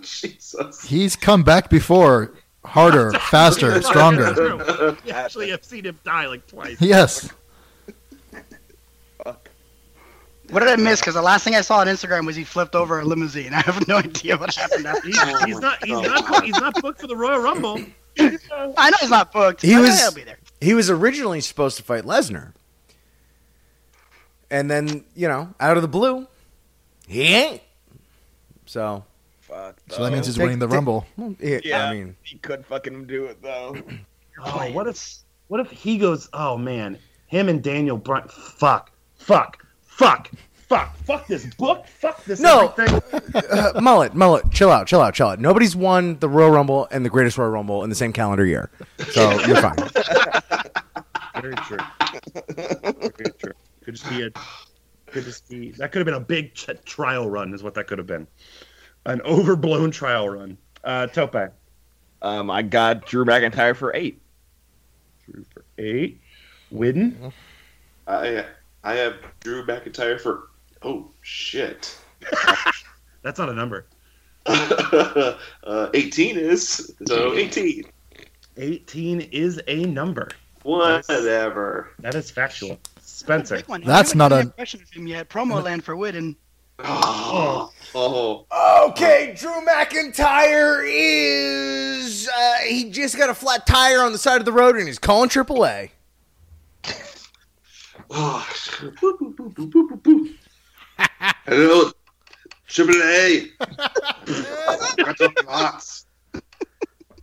Speaker 6: Jesus.
Speaker 3: He's come back before harder, faster, stronger.
Speaker 2: True. You actually have seen him die like twice.
Speaker 3: Yes.
Speaker 5: What did I miss? Because the last thing I saw on Instagram was he flipped over a limousine. I have no idea what happened after
Speaker 2: He's,
Speaker 5: that.
Speaker 2: he's not. He's not. He's not booked for the Royal Rumble.
Speaker 5: I know he's not booked.
Speaker 1: He
Speaker 5: I know
Speaker 1: was-
Speaker 5: he'll be there.
Speaker 1: He was originally supposed to fight Lesnar, and then you know, out of the blue, he ain't. So
Speaker 4: Fuck.
Speaker 3: So that means he's
Speaker 1: Take-
Speaker 3: winning the
Speaker 1: take-
Speaker 3: Rumble.
Speaker 1: well, yeah,
Speaker 4: Yeah.
Speaker 1: I mean,
Speaker 4: He could fucking do it though.
Speaker 2: Oh, what if what if he goes? Oh man, him and Daniel Bryan. Fuck, fuck, fuck, fuck, fuck this book. Fuck this.
Speaker 1: No.
Speaker 2: everything.
Speaker 1: uh, mullet, mullet, chill out, chill out, chill out. Nobody's won the Royal Rumble and the Greatest Royal Rumble in the same calendar year, so you're fine.
Speaker 2: Very true. Very true. Could just be a. Could just be that. Could have been a big ch- trial run. Is what that could have been. An overblown trial run. Uh, Tope.
Speaker 4: Um, I got Drew McIntyre for eight.
Speaker 2: Drew for eight. Widden.
Speaker 6: I, I have Drew McIntyre for. Oh, shit.
Speaker 2: That's not a number.
Speaker 6: uh, 18 is. So 18.
Speaker 2: Eighteen is a number.
Speaker 6: Whatever.
Speaker 2: That is factual. Spencer.
Speaker 5: Big one. I
Speaker 3: That's
Speaker 5: haven't
Speaker 3: not
Speaker 5: done
Speaker 3: a-
Speaker 5: the impression of him yet. Promo land for Witten.
Speaker 6: Oh, oh.
Speaker 1: Okay, Drew McIntyre is. Uh, he just got a flat tire on the side of the road and he's calling AAA.
Speaker 6: Oh, boop, boop, boop, boop, boop, boop, boop. Hello, Triple A. Got some lots.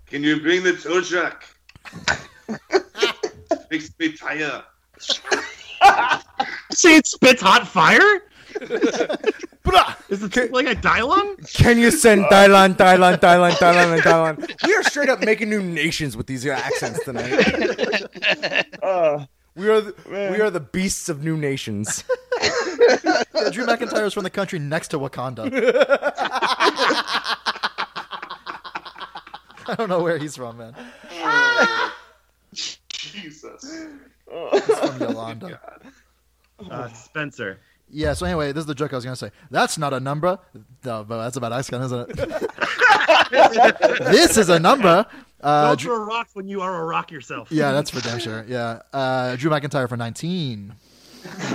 Speaker 6: Can you bring the tow truck? Makes me tired.
Speaker 2: See, it spits hot fire. Is the like a dialogue?
Speaker 1: Can you send Dylan, Dylan, Dylan, Dylan, and Dylan? We are straight up making new nations with these accents tonight.
Speaker 4: Uh,
Speaker 1: We are the,
Speaker 4: Man.
Speaker 1: we are the beasts of new nations.
Speaker 3: Yeah, Drew McIntyre's from the country next to Wakanda. I don't know where he's from, man.
Speaker 6: Jesus. Oh.
Speaker 3: He's from Yolanda.
Speaker 2: Uh, Spencer.
Speaker 3: Yeah, so anyway, this is the joke I was going to say. That's not a number. No, but that's about Icon, isn't it? this is a number. Uh,
Speaker 2: Don't
Speaker 3: Drew-
Speaker 2: throw a rock when you are a rock yourself.
Speaker 3: yeah, that's for damn sure. Yeah. Uh, Drew McIntyre for 19.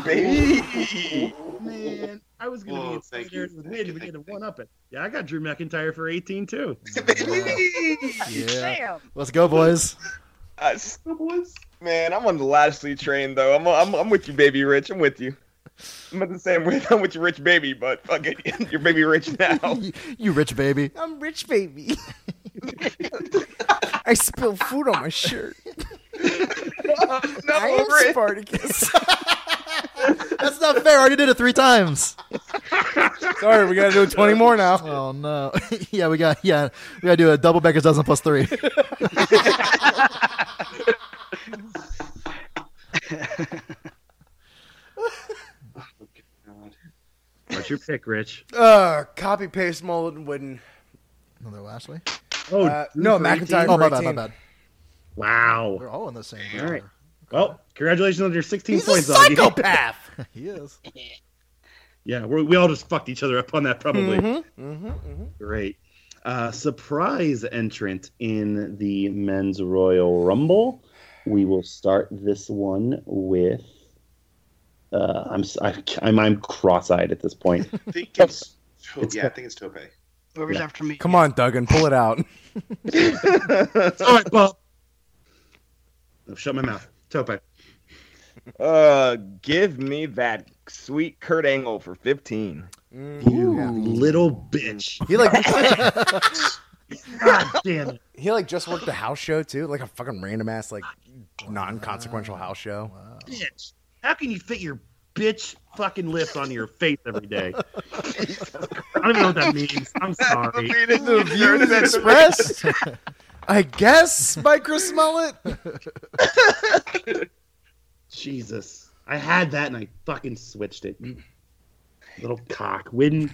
Speaker 6: Baby.
Speaker 2: Man, I was gonna
Speaker 6: Whoa,
Speaker 2: be
Speaker 6: thank
Speaker 2: inspired
Speaker 6: you,
Speaker 2: with
Speaker 6: thank
Speaker 2: Wade
Speaker 6: you,
Speaker 2: if we
Speaker 6: thank
Speaker 2: had
Speaker 6: you,
Speaker 2: one up it. Yeah, I got Drew McIntyre for 18 too.
Speaker 3: Yeah.
Speaker 5: Damn.
Speaker 3: Let's go, boys.
Speaker 4: I Uh, s- man, I'm on the Lashley train though. I'm, I'm I'm with you, baby Rich. I'm with you. I'm at the same rate. I'm with you, Rich Baby, but fuck it, you're Baby Rich
Speaker 1: Oh.
Speaker 4: now.
Speaker 3: You, you rich baby.
Speaker 1: I'm rich, baby. I spill food on my shirt.
Speaker 4: no, Rich.
Speaker 1: Spartacus.
Speaker 3: That's not fair. I already did it three times.
Speaker 1: Sorry, we gotta do twenty more now.
Speaker 3: Oh no. yeah, we got yeah, we gotta do a double baker's dozen plus three.
Speaker 2: What's your pick, Rich?
Speaker 1: Uh, copy paste Mullet and Wooden.
Speaker 3: Another Lashley.
Speaker 2: Oh
Speaker 1: Uh, no,
Speaker 2: three for
Speaker 1: McIntyre.
Speaker 2: 18?
Speaker 3: Oh my bad, my bad.
Speaker 2: Wow.
Speaker 3: They're all in the same.
Speaker 2: All right.
Speaker 3: order.
Speaker 2: Well, congratulations on your 16
Speaker 3: He's a
Speaker 2: points. Augie.
Speaker 3: psychopath. he is.
Speaker 2: Yeah, we're, we all just fucked each other up on that, probably.
Speaker 1: Mm-hmm, mm-hmm.
Speaker 2: Great. Uh, surprise entrant in the men's Royal Rumble. We will start this one with. Uh, I'm, s- I, I'm I'm cross-eyed at this point.
Speaker 6: I think it's,
Speaker 2: It's-
Speaker 6: yeah, I think it's Tope.
Speaker 5: Whoever's
Speaker 2: Yeah.
Speaker 5: after me.
Speaker 1: Come on, Duggan, pull it out.
Speaker 2: all right, Bob. No, Oh, shut my mouth. Tope.
Speaker 4: Uh, give me that sweet Kurt Angle for 15.
Speaker 1: Mm-hmm.
Speaker 2: You little bitch.
Speaker 1: He like
Speaker 2: God damn it.
Speaker 1: he like just worked a house show too, like a fucking random ass like non-consequential house show.
Speaker 2: bitch. How can you fit your bitch fucking lips on your face every day? I don't even know what that means. I'm sorry.
Speaker 1: The views expressed, I guess, by Chris Mullet.
Speaker 2: Jesus. I had that and I fucking switched it. you Little cock. Win.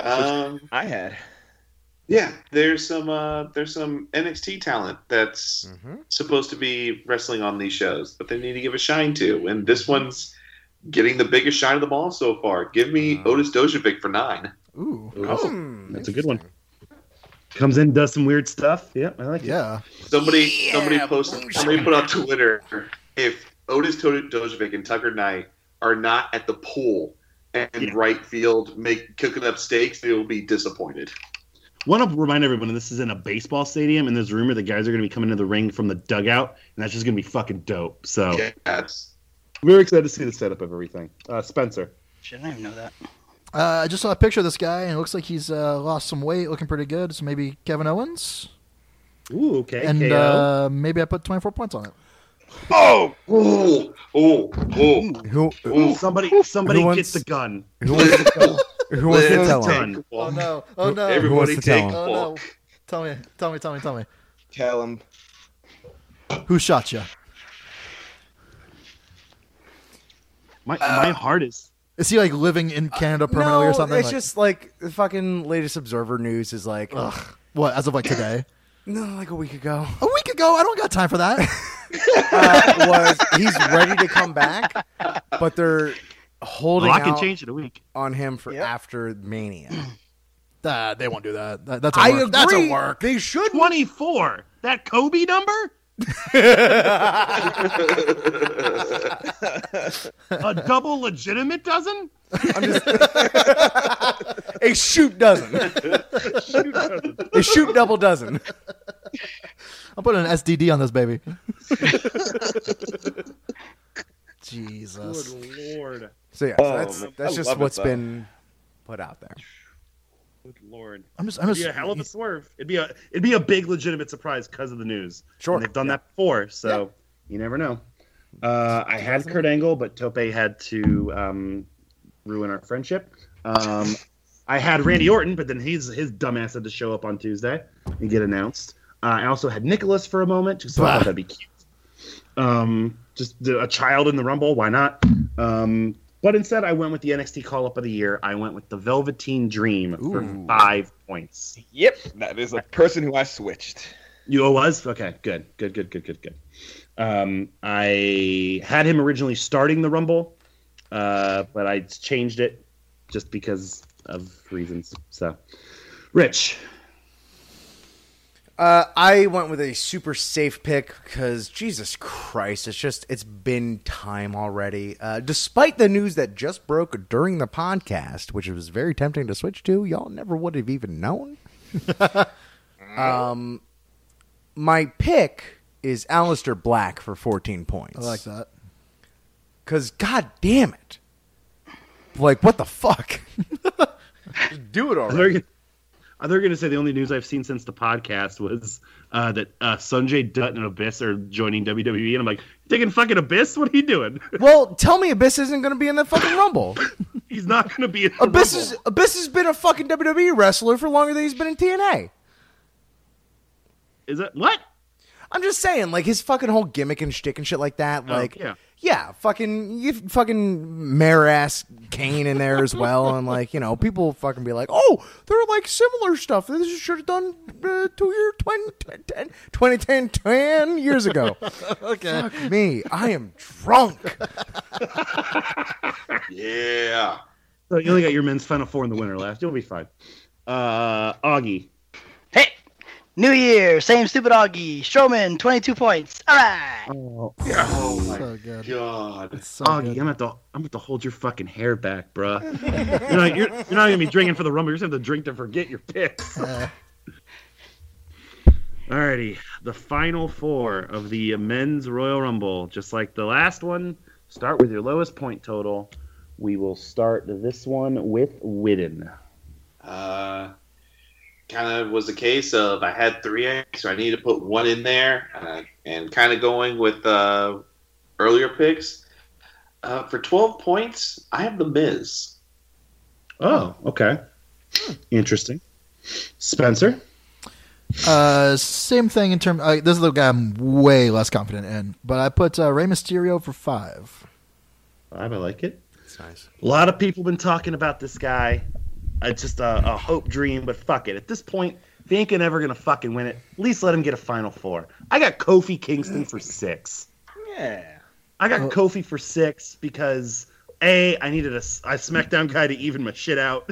Speaker 6: Um,
Speaker 4: I had.
Speaker 6: yeah, there's some uh, there's some NXT talent that's supposed to be wrestling on these shows, but they need to give a shine to, and this one's getting the biggest shine of them all so far. Give me Otis Dojovic for nine.
Speaker 3: Ooh.
Speaker 2: Oh,
Speaker 1: Hmm,
Speaker 2: That's a good one. Comes in, does some weird stuff. Yeah, I like it.
Speaker 3: Yeah.
Speaker 6: Somebody somebody posted somebody put on Twitter if Otis Do- Dojovic and Tucker Knight are not at the pool and
Speaker 2: Yeah.
Speaker 6: right field make cooking up steaks, they will be disappointed.
Speaker 2: Want to remind everyone this is in a baseball stadium, and there's a rumor the guys are going to be coming to the ring from the dugout, and that's just going to be fucking dope. So,
Speaker 6: Yeah, that's
Speaker 2: very excited to see the setup of everything. Uh, Spencer.
Speaker 5: Shit, I didn't even know that.
Speaker 3: Uh, I just saw a picture of this guy, and it looks like he's uh, lost some weight, looking pretty good. So maybe Kevin Owens,
Speaker 2: Ooh, okay.
Speaker 3: and
Speaker 2: KO.
Speaker 3: uh, maybe I put twenty four points on it.
Speaker 6: oh oh oh oh.
Speaker 1: Who
Speaker 6: oh.
Speaker 2: somebody somebody
Speaker 1: who wants-
Speaker 2: gets the gun.
Speaker 1: who wants to tell, who wants to
Speaker 6: Let's
Speaker 1: tell him?
Speaker 6: take a
Speaker 3: Oh
Speaker 6: walk.
Speaker 3: no! Oh no!
Speaker 1: Everyone- wants
Speaker 6: Everybody
Speaker 1: to
Speaker 6: take
Speaker 1: tell
Speaker 6: a
Speaker 1: him?
Speaker 3: Oh no!
Speaker 6: walk.
Speaker 3: Tell me! Tell me! Tell me! Tell me!
Speaker 4: Tell him.
Speaker 3: Who shot you?
Speaker 2: My my heart is
Speaker 3: Is he like living in Canada permanently
Speaker 1: no,
Speaker 3: or something?
Speaker 1: It's
Speaker 3: Like-
Speaker 1: just like the fucking latest Observer news is like
Speaker 3: Ugh. What? As of like today?
Speaker 1: no, like a week ago.
Speaker 3: A week ago? I don't got time for that.
Speaker 1: Uh, was he's ready to come back, but they're
Speaker 2: Well,
Speaker 1: holding
Speaker 2: I can
Speaker 1: out
Speaker 2: change it a week.
Speaker 1: on him for
Speaker 5: Yep.
Speaker 1: after Mania.
Speaker 3: Nah, they won't do that. That- that's a
Speaker 1: I
Speaker 3: work.
Speaker 1: agree.
Speaker 3: That's a work.
Speaker 1: They should.
Speaker 2: Twenty four. That Kobe number? A double legitimate dozen?
Speaker 1: A shoot dozen. A shoot double dozen.
Speaker 3: I'm putting an SDD on this baby. Jesus.
Speaker 2: lord.
Speaker 1: So yeah,
Speaker 4: Oh,
Speaker 1: so that's
Speaker 4: man.
Speaker 1: that's
Speaker 4: I
Speaker 1: just
Speaker 4: love it,
Speaker 1: what's
Speaker 4: though.
Speaker 1: been put out there.
Speaker 2: Good lord.
Speaker 3: I'm just. I'm
Speaker 2: It'd be
Speaker 3: just.
Speaker 2: a hell of a swerve. It'd be a it'd be a big legitimate surprise because of the news.
Speaker 1: Sure.
Speaker 2: And they've done that before, so you never know. Uh, I had Kurt Angle, but Tope had to um, ruin our friendship. Um, I had Randy Orton, but then he's his dumbass had to show up on Tuesday and get announced. Uh, I also had Nicholas for a moment, just so I
Speaker 3: Bah.
Speaker 2: thought that'd be cute. Um, just the- a child in the Rumble, why not? Um, but instead, I went with the NXT call up of the year. I went with the Velveteen Dream for five points.
Speaker 4: Yep, that is a person who I switched.
Speaker 2: You oh, was okay. Good, good, good, good, good, good. Um, I had him originally starting the Rumble, uh, but I changed it just because of reasons. So, Rich,
Speaker 1: Uh, I went with a super safe pick because Jesus Christ, it's just it's been time already. Uh, despite the news that just broke during the podcast, which was very tempting to switch to, y'all never would have even known. um, my pick is Alistair Black for fourteen points.
Speaker 3: I like that.
Speaker 1: Cause god damn it. Like what the fuck? Just Do it
Speaker 2: I was very, I they're going to say the only news I've seen since the podcast was uh, that uh, Sanjay Dutt and Abyss are joining WWE, and I'm like, taking fucking Abyss? What are you doing?
Speaker 1: Well, tell me Abyss isn't going to be in the fucking Rumble.
Speaker 2: he's not going to be in the
Speaker 1: Abyss
Speaker 2: Rumble.
Speaker 1: is, Abyss has been a fucking WWE wrestler for longer than he's been in TNA.
Speaker 2: Is that what?
Speaker 1: I'm just saying, like his fucking whole gimmick and shtick and shit like that.
Speaker 2: Oh,
Speaker 1: like,
Speaker 2: yeah.
Speaker 1: yeah, fucking you fucking mare ass Kane in there as well, and like you know people fucking be like, oh, they're like similar stuff. This should have done uh, two year 20, 10, 2010 10 years ago.
Speaker 3: Okay.
Speaker 1: Fuck me, I am drunk.
Speaker 6: Yeah.
Speaker 2: So you only got your men's final four in the winter left. You'll be fine. Uh, Augie.
Speaker 5: Hey, New Year, same stupid Augie. Strowman, 22 points. All right.
Speaker 2: Oh, oh my
Speaker 3: So good.
Speaker 6: God.
Speaker 3: So
Speaker 2: Augie,
Speaker 3: good.
Speaker 2: I'm at the I'm at to hold your fucking hair back, bruh. you're, not, you're, you're not gonna be drinking for the rumble. You're just gonna have to drink to forget your picks. Alrighty, the final four of the men's Royal Rumble, just like the last one. Start with your lowest point total. We will start this one with Widden.
Speaker 6: Uh, kind of was the case of I had three eggs, so I needed to put one in there, uh, and kind of going with uh, earlier picks. Uh, for 12 points, I have The Miz.
Speaker 2: Oh, okay, interesting. Spencer.
Speaker 3: Uh, same thing in terms. Uh, this is the guy I'm way less confident in, but I put uh, Rey Mysterio for five.
Speaker 2: I like it.
Speaker 1: That's nice.
Speaker 2: A lot of people been talking about this guy. Uh, just a, a hope dream, but fuck it. At this point, if he ain't gonna- ever gonna fucking win it, at least let him get a final four. I got Kofi Kingston for six.
Speaker 4: Yeah.
Speaker 2: I got Kofi for six because a I needed a, s- a SmackDown guy to even my shit out,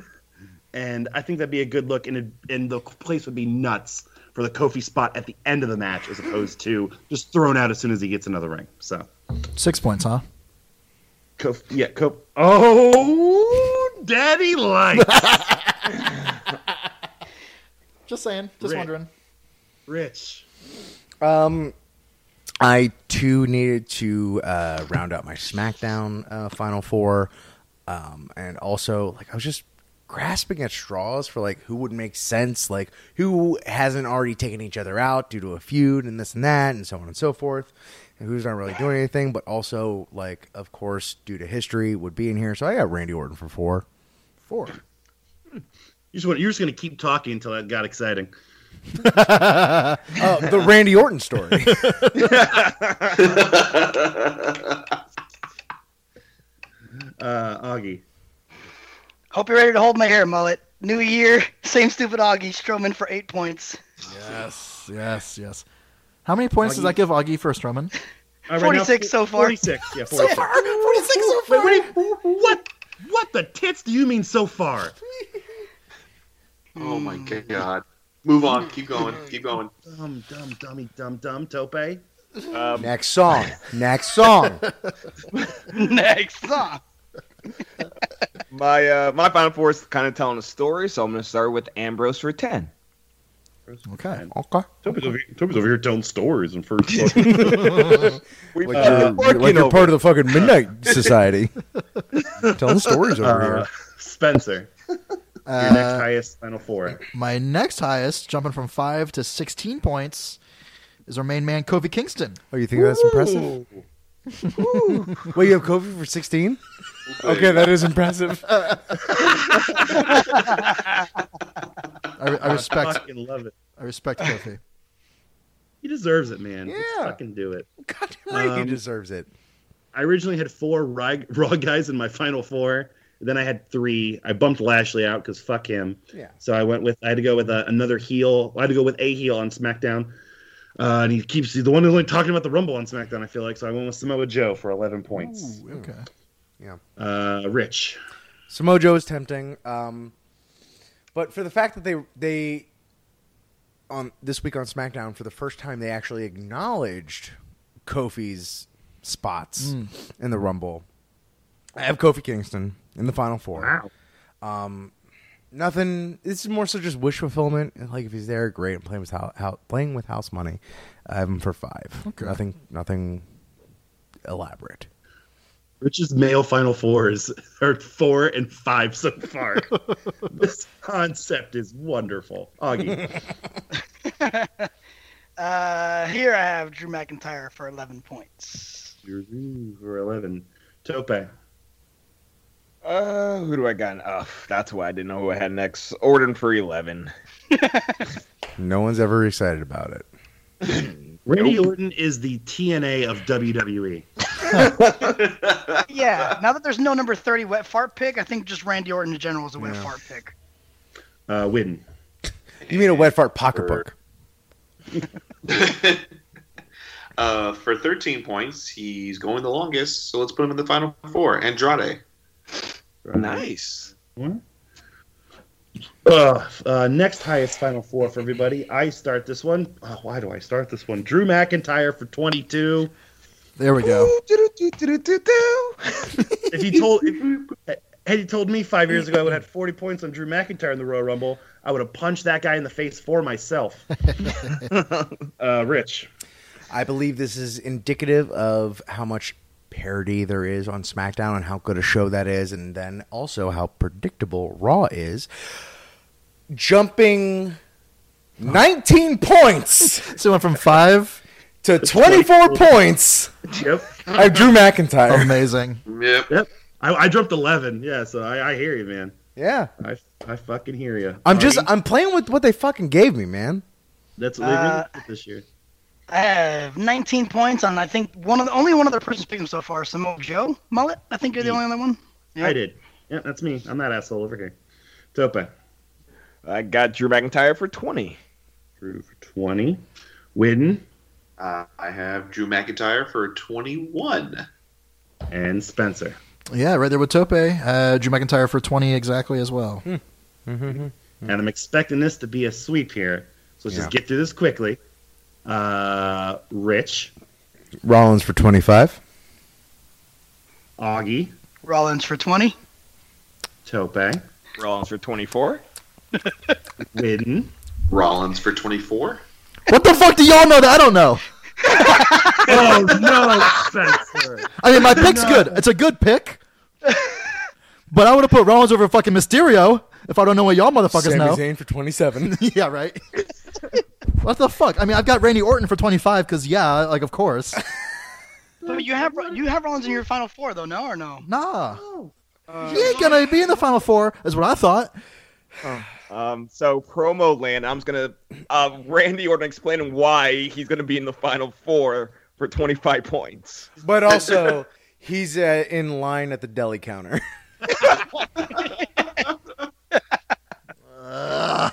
Speaker 2: and I think that'd be a good look, and it, and the place would be nuts for the Kofi spot at the end of the match as opposed to just thrown out as soon as he gets another ring. So.
Speaker 3: Six points, huh?
Speaker 2: Kof, yeah, Kof. Oh, daddy lights.
Speaker 3: Just saying. Just
Speaker 2: Rick.
Speaker 3: wondering.
Speaker 2: Rich.
Speaker 1: Um, I too needed to uh, round out my SmackDown uh, Final Four, um, and also like I was just grasping at straws for like who would make sense, like who hasn't already taken each other out due to a feud and this and that and so on and so forth, and who's not really doing anything, but also like of course due to history would be in here. So I got Randy Orton for four.
Speaker 3: Four.
Speaker 2: You just want, you're just going to keep talking until that got exciting.
Speaker 1: Uh, the Randy Orton story.
Speaker 2: Uh, Augie.
Speaker 5: Hope you're ready to hold my hair, mullet. New Year, same stupid Augie. Strowman for eight points.
Speaker 3: Yes. Yes. Yes. How many points does that give Augie for Strowman?
Speaker 2: All right, now,
Speaker 5: 46 so far.
Speaker 2: 46. Yeah, 46.
Speaker 3: Forty-six so
Speaker 2: Wait, what, do you- what? What the tits do you mean so far?
Speaker 6: Oh
Speaker 5: Hmm.
Speaker 6: my
Speaker 1: Mm.
Speaker 6: God. Move on. Keep going. Keep going.
Speaker 2: Dumb, dumb, dummy, dumb, dumb, tope.
Speaker 4: Um,
Speaker 1: Next song. Next song.
Speaker 5: Next song.
Speaker 4: My uh, my final four is kind of telling a story, so I'm going to start with Ambrose for ten.
Speaker 3: Okay.
Speaker 1: Okay.
Speaker 2: Toby's over, Toby's over here telling stories and first.
Speaker 1: Like
Speaker 4: We've
Speaker 1: you're,
Speaker 4: working
Speaker 1: like you're
Speaker 4: Uh, over
Speaker 1: part of the fucking Midnight Society. Telling stories over here.
Speaker 2: Uh, Uh-huh. Spencer, your next
Speaker 3: Uh,
Speaker 2: highest final four.
Speaker 3: my next highest, jumping from five to sixteen points, is our main man Kofi Kingston.
Speaker 1: Oh, you think that's impressive?
Speaker 2: Ooh.
Speaker 1: Wait, you have Kofi for 16? Okay, that is impressive.
Speaker 3: I, I
Speaker 2: I
Speaker 3: respect.
Speaker 2: fucking love it.
Speaker 3: I respect Kofi.
Speaker 2: He deserves it, man. Let's
Speaker 1: Yeah.
Speaker 2: fucking do it.
Speaker 1: God damn right, he
Speaker 2: Um,
Speaker 1: deserves it.
Speaker 2: I originally had four raw, raw guys in my final four. Then I had three. I bumped Lashley out because fuck him.
Speaker 1: Yeah.
Speaker 2: So I went with I had to go with uh, another heel. I had to go with a heel on SmackDown, uh, and he keeps the one who's only talking about the Rumble on SmackDown. I feel like so I went with Samoa Joe for eleven points.
Speaker 3: Okay.
Speaker 2: Uh, Rich,
Speaker 1: Samoa Joe is tempting, um, but for the fact that they they on this week on SmackDown for the first time they actually acknowledged Kofi's spots in the Rumble. I have Kofi Kingston in the final four. Um,
Speaker 2: wow,
Speaker 1: nothing. This is more so just wish fulfillment. And, Like if he's there, great. And playing with house, playing with house money, I have him for five.
Speaker 3: Okay.
Speaker 1: Nothing, nothing elaborate.
Speaker 2: Rich's male final fours are four and five so far. this concept is wonderful. Augie.
Speaker 5: Uh, here I have Drew McIntyre for 11 points.
Speaker 2: Drew for 11. Tope.
Speaker 4: Uh, who do I got? Oh, that's why I didn't know who I had next. Orton for 11.
Speaker 1: No one's ever excited about it.
Speaker 2: Randy Orton is the TNA of E. WWE.
Speaker 5: Yeah, now that there's no number 30 wet fart pick, I think just Randy Orton in general is a wet
Speaker 1: Yeah.
Speaker 5: fart pick.
Speaker 2: Uh, Witten.
Speaker 1: You mean a wet fart pocketbook?
Speaker 6: Uh, for 13 points, he's going the longest, so let's put him in the final four. Andrade. Nice.
Speaker 2: Uh, uh, next highest final four for everybody. I start this one. Oh, why do I start this one? Drew McIntyre for 22.
Speaker 3: There we go.
Speaker 2: If he told if, had he told me five years ago I would have had 40 points on Drew McIntyre in the Royal Rumble, I would have punched that guy in the face for myself. uh, Rich.
Speaker 1: I believe this is indicative of how much parody there is on SmackDown and how good a show that is, and then also how predictable Raw is. Jumping 19 points
Speaker 3: So it went from five.
Speaker 1: to 24 points.
Speaker 2: Yep.
Speaker 1: I Drew McIntyre.
Speaker 3: Amazing.
Speaker 6: Yep.
Speaker 2: Yep. I, I dropped 11. Yeah, so I, I hear you, man.
Speaker 1: Yeah.
Speaker 2: I, I fucking hear you.
Speaker 1: I'm just I'm playing with what they fucking gave me, man.
Speaker 2: That's what they
Speaker 5: Uh,
Speaker 2: did this year.
Speaker 5: I have 19 points on, I think, one of the, only one other person's picked him so far, Samoa Joe Mullet. I think you're the
Speaker 2: Yeah.
Speaker 5: only other one.
Speaker 2: I did. Yeah, that's me. I'm that asshole over here. Topa.
Speaker 4: I got Drew McIntyre for 20.
Speaker 2: Drew for 20. Widden
Speaker 6: Uh, I have Drew McIntyre for 21.
Speaker 2: and Spencer.
Speaker 3: Yeah, right there with Tope. Uh, Drew McIntyre for 20 exactly as well.
Speaker 1: Hmm.
Speaker 2: and I'm expecting this to be a sweep here. So let's just get through this quickly. Uh, Rich,
Speaker 1: Rollins for 25.
Speaker 2: Augie,
Speaker 5: Rollins for 20.
Speaker 2: Tope,
Speaker 4: Rollins for 24.
Speaker 2: Widden,
Speaker 6: Rollins for 24.
Speaker 3: What the fuck do y'all know that I don't know?
Speaker 2: oh no, Spencer,
Speaker 3: I mean, my pick's good. It's a good pick. But I would have put Rollins over fucking Mysterio if I don't know what y'all motherfuckers
Speaker 1: Sami
Speaker 3: know.
Speaker 1: Zayn for 27.
Speaker 3: yeah, right. what the fuck? I mean, I've got Randy Orton for 25 because, yeah, like, of course.
Speaker 5: But you have you have Rollins in your final four though, no or no?
Speaker 3: Nah.
Speaker 1: Oh.
Speaker 5: Uh,
Speaker 3: He ain't going to be in the Final Four, is what I thought.
Speaker 4: Um, so promo land, I'm just gonna uh, Randy Orton explaining why he's gonna be in the final four for 25 points.
Speaker 1: But also he's uh, in line at the deli counter.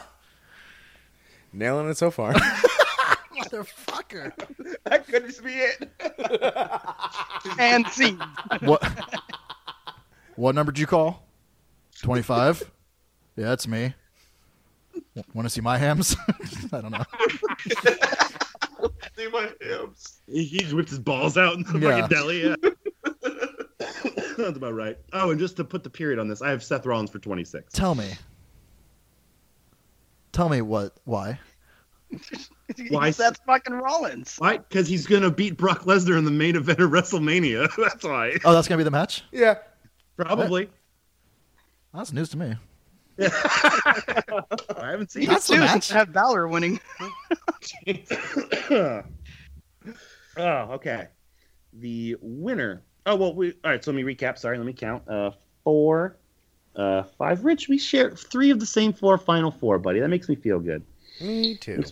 Speaker 1: Nailing it so far.
Speaker 3: Motherfucker.
Speaker 4: That could just be it.
Speaker 5: and see,
Speaker 3: What? What number did you call? Twenty-five. Yeah, that's me. Want to see my hams? I don't know.
Speaker 6: Do my hips.
Speaker 2: he he ripped his balls out in the
Speaker 3: Yeah.
Speaker 2: fucking deli. Yeah. That's about right. Oh, and just to put the period on this, I have Seth Rollins for 26.
Speaker 3: Tell me. Tell me what? Why?
Speaker 2: Why-
Speaker 5: that's fucking Rollins.
Speaker 2: Why? Because he's gonna beat Brock Lesnar in the main event of WrestleMania. That's why.
Speaker 3: Oh, that's gonna be the match.
Speaker 1: yeah.
Speaker 2: Probably.
Speaker 3: That's news to me.
Speaker 2: I haven't seen.
Speaker 5: You
Speaker 2: it.
Speaker 3: That's the
Speaker 5: do
Speaker 3: match.
Speaker 5: have Balor winning.
Speaker 2: oh, okay. The winner. Oh well, we all right. So let me recap. Sorry, let me count. Uh, four, uh, five. Rich, we share three of the same four final four, buddy. That makes me feel good.
Speaker 1: Me too.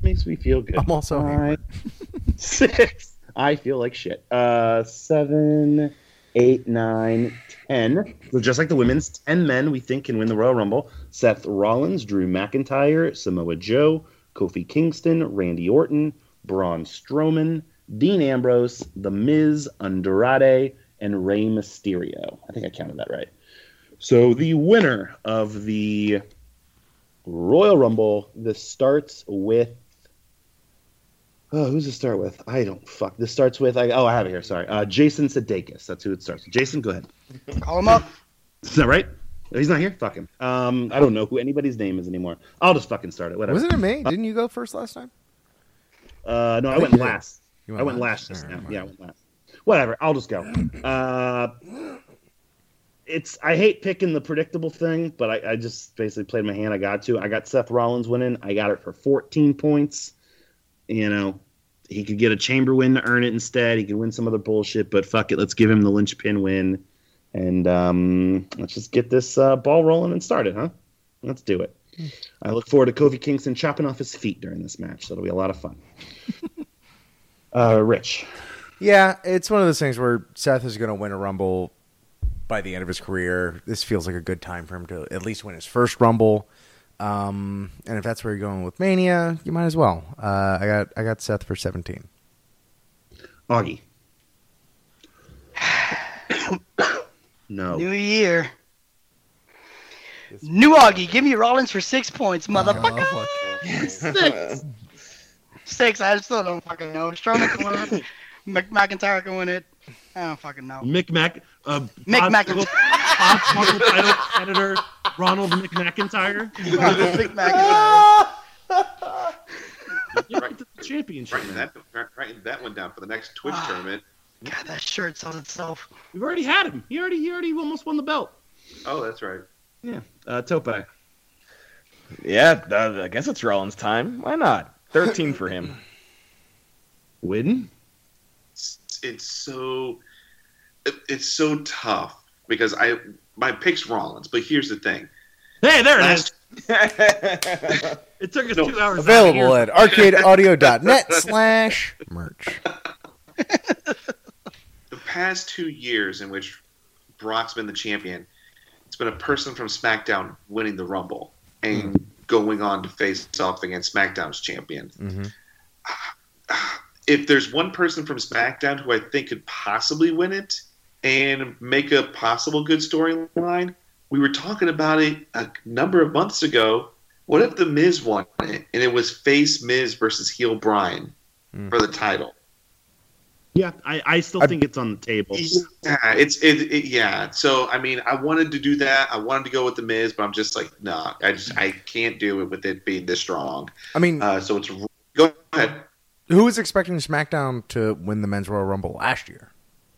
Speaker 2: Makes me feel good.
Speaker 1: I'm also
Speaker 2: Five, six. I feel like shit. Uh, seven, eight, nine, ten. So just like the women's, ten men we think can win the Royal Rumble: Seth Rollins, Drew McIntyre, Samoa Joe, Kofi Kingston, Randy Orton, Braun Strowman, Dean Ambrose, The Miz, Andrade, and Rey Mysterio. I think I counted that right. So the winner of the Royal Rumble. This starts with. Oh, who's it start with? I don't fuck. This starts with. I, oh, I have it here. Sorry. Uh, Jason Sudeikis. That's who it starts with. Jason, go ahead.
Speaker 5: Call him up.
Speaker 2: Is that right? He's not here. Fuck him. Um, I don't know who anybody's name is anymore. I'll just fucking start it. Whatever.
Speaker 1: Wasn't it me? Didn't you go first last time?
Speaker 2: Uh, no, I went last.
Speaker 1: You
Speaker 2: I went last
Speaker 1: All
Speaker 2: just
Speaker 1: right,
Speaker 2: now.
Speaker 1: fine.
Speaker 2: Yeah, I went last. Whatever. I'll just go. Uh, it's I hate picking the predictable thing, but I, I just basically played my hand. I got to. I got Seth Rollins winning. I got it for 14 points. You know, he could get a chamber win to earn it instead. He could win some other bullshit, but fuck it. Let's give him the linchpin win, and um, let's just get this uh, ball rolling and started, huh? Let's do it. I look forward to Kofi Kingston chopping off his feet during this match. That'll be a lot of fun. uh, Rich.
Speaker 1: Yeah, it's one of those things where Seth is going to win a Rumble by the end of his career. This feels like a good time for him to at least win his first Rumble. Um, and if that's where you're going with Mania, you might as well. Uh, I got I got Seth for 17.
Speaker 2: Augie. no.
Speaker 5: New year. New Augie, give me Rollins for six
Speaker 2: Oh.
Speaker 5: points, motherfucker.
Speaker 3: Oh,
Speaker 5: six. six. I still don't fucking know. Strowman can win it. Mc- McIntyre can win it. I don't fucking know.
Speaker 2: Mick Mac. Uh,
Speaker 5: Mick
Speaker 2: Bob-
Speaker 5: McIntyre.
Speaker 2: Bob Smuckle title editor Ronald McMcIntyre.
Speaker 5: Mick McIntyre.
Speaker 2: You're right to the championship.
Speaker 6: Writing that, writing that one down for the next Twitch
Speaker 5: Ah.
Speaker 6: tournament.
Speaker 5: God, that shirt sells itself.
Speaker 2: We've already had him. He already he already almost won the belt.
Speaker 6: Oh, that's right.
Speaker 2: Yeah. Uh, Tope.
Speaker 12: Yeah, th- I guess it's Rollins' time. Why not? 13 for him.
Speaker 2: Win?
Speaker 6: It's, it's so it, it's so tough because I my pick's Rollins, but here's the thing.
Speaker 2: Hey, there it
Speaker 6: Last-
Speaker 2: is. it took us two hours.
Speaker 1: Available at arcadeaudio.net slash merch.
Speaker 6: the past two years in which Brock's been the champion, it's been a person from SmackDown winning the Rumble and going on to face off against SmackDown's champion.
Speaker 1: Mm-hmm.
Speaker 6: If there's one person from SmackDown who I think could possibly win it and make a possible good storyline, we were talking about it a number of months ago. What if The Miz won it and it was face Miz versus heel Brian for the title?
Speaker 2: Yeah, I, I still think it's on the table.
Speaker 6: Yeah, it's it, it. Yeah. So I mean, I wanted to do that. I wanted to go with the Miz, but I'm just like, nah. I just I can't do it with it being this strong.
Speaker 1: I mean,
Speaker 6: Uh, so it's go ahead.
Speaker 1: who was expecting SmackDown to win the Men's Royal Rumble last year?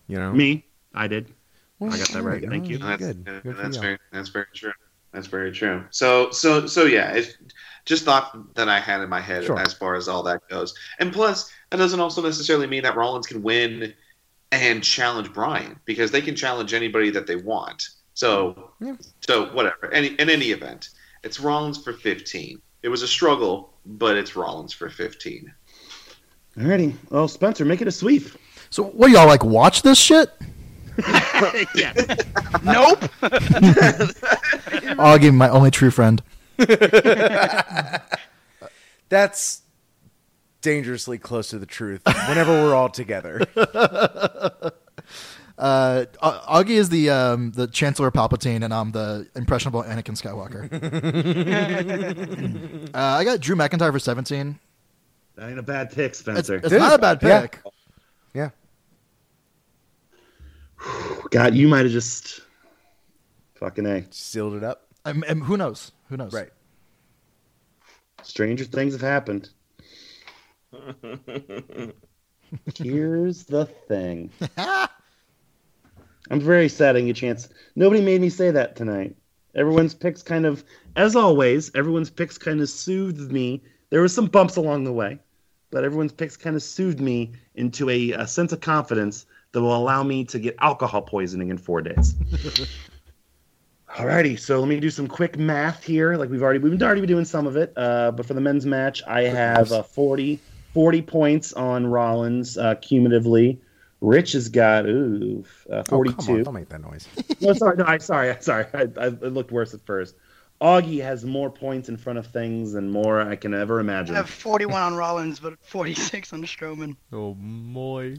Speaker 1: You know?
Speaker 2: Me, I did.
Speaker 1: Well,
Speaker 2: I got that
Speaker 1: there
Speaker 2: right.
Speaker 1: we go.
Speaker 2: Thank you.
Speaker 6: That's,
Speaker 1: Good.
Speaker 6: uh,
Speaker 1: Good for
Speaker 6: that's
Speaker 1: you.
Speaker 6: very that's very true. That's very true. So so so yeah, it's just thought that I had in my head
Speaker 1: Sure.
Speaker 6: as far as all that goes. And plus, that doesn't also necessarily mean that Rollins can win and challenge Bryan because they can challenge anybody that they want. So
Speaker 1: Yeah.
Speaker 6: so whatever. Any in any event, it's Rollins for 15. It was a struggle, but it's Rollins for 15.
Speaker 2: Alrighty. Well, Spencer, make it a sweep.
Speaker 3: So what y'all like? Watch this shit?
Speaker 2: yeah.
Speaker 5: Nope.
Speaker 3: Augie, my only true friend.
Speaker 1: That's dangerously close to the truth whenever we're all together.
Speaker 3: Uh, Au- Augie is the um, the Chancellor Palpatine, and I'm the impressionable Anakin Skywalker. uh, I got Drew McIntyre for 17.
Speaker 2: That ain't a bad pick,
Speaker 3: It's,
Speaker 2: Spencer.
Speaker 3: it's not a bad
Speaker 1: Yeah.
Speaker 3: pick.
Speaker 1: Yeah.
Speaker 2: God, you might have just fucking a.
Speaker 1: Sealed it up.
Speaker 3: Um, um, who knows? Who knows?
Speaker 1: Right.
Speaker 2: Stranger things have happened. Here's the thing. I'm very sad I didn't get a chance. Nobody made me say that tonight. Everyone's picks kind of, as always, everyone's picks kind of soothed me. There were some bumps along the way, but everyone's picks kind of soothed me into a, a sense of confidence that will allow me to get alcohol poisoning in four days. Alrighty, so let me do some quick math here. Like we've already we've already been doing some of it, uh, but for the men's match, I have uh, 40, 40 points on Rollins uh, cumulatively. Rich has got ooh
Speaker 1: Oh,
Speaker 2: uh,
Speaker 1: come on,
Speaker 2: forty-two.
Speaker 1: don't make that noise.
Speaker 2: no, sorry, no, I sorry, I sorry. I, I it looked worse at first. Augie has more points in front of things and more I can ever
Speaker 5: I
Speaker 2: imagine.
Speaker 5: have 41 on Rollins, but 46 on Strowman.
Speaker 1: Oh, boy.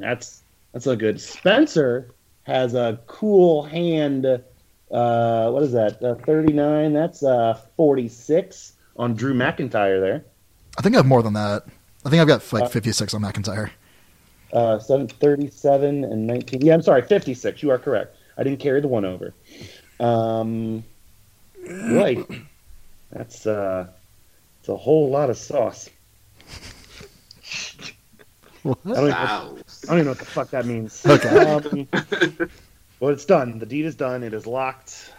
Speaker 2: That's that's so good. Spencer has a cool hand. Uh, what is that? Uh, Thirty-nine. That's uh, forty-six on Drew McIntyre there.
Speaker 3: I think I have more than that. I think I've got like 56 on McIntyre.
Speaker 2: Uh, seven, 37 and 19. Yeah, I'm sorry, 56. You are correct. I didn't carry the one over. Um, right. That's uh, it's a whole lot of sauce. I don't even-
Speaker 6: Wow.
Speaker 13: I don't even know what the fuck that means.
Speaker 3: Okay.
Speaker 13: Um, well, it's done. The deed is done. It is locked.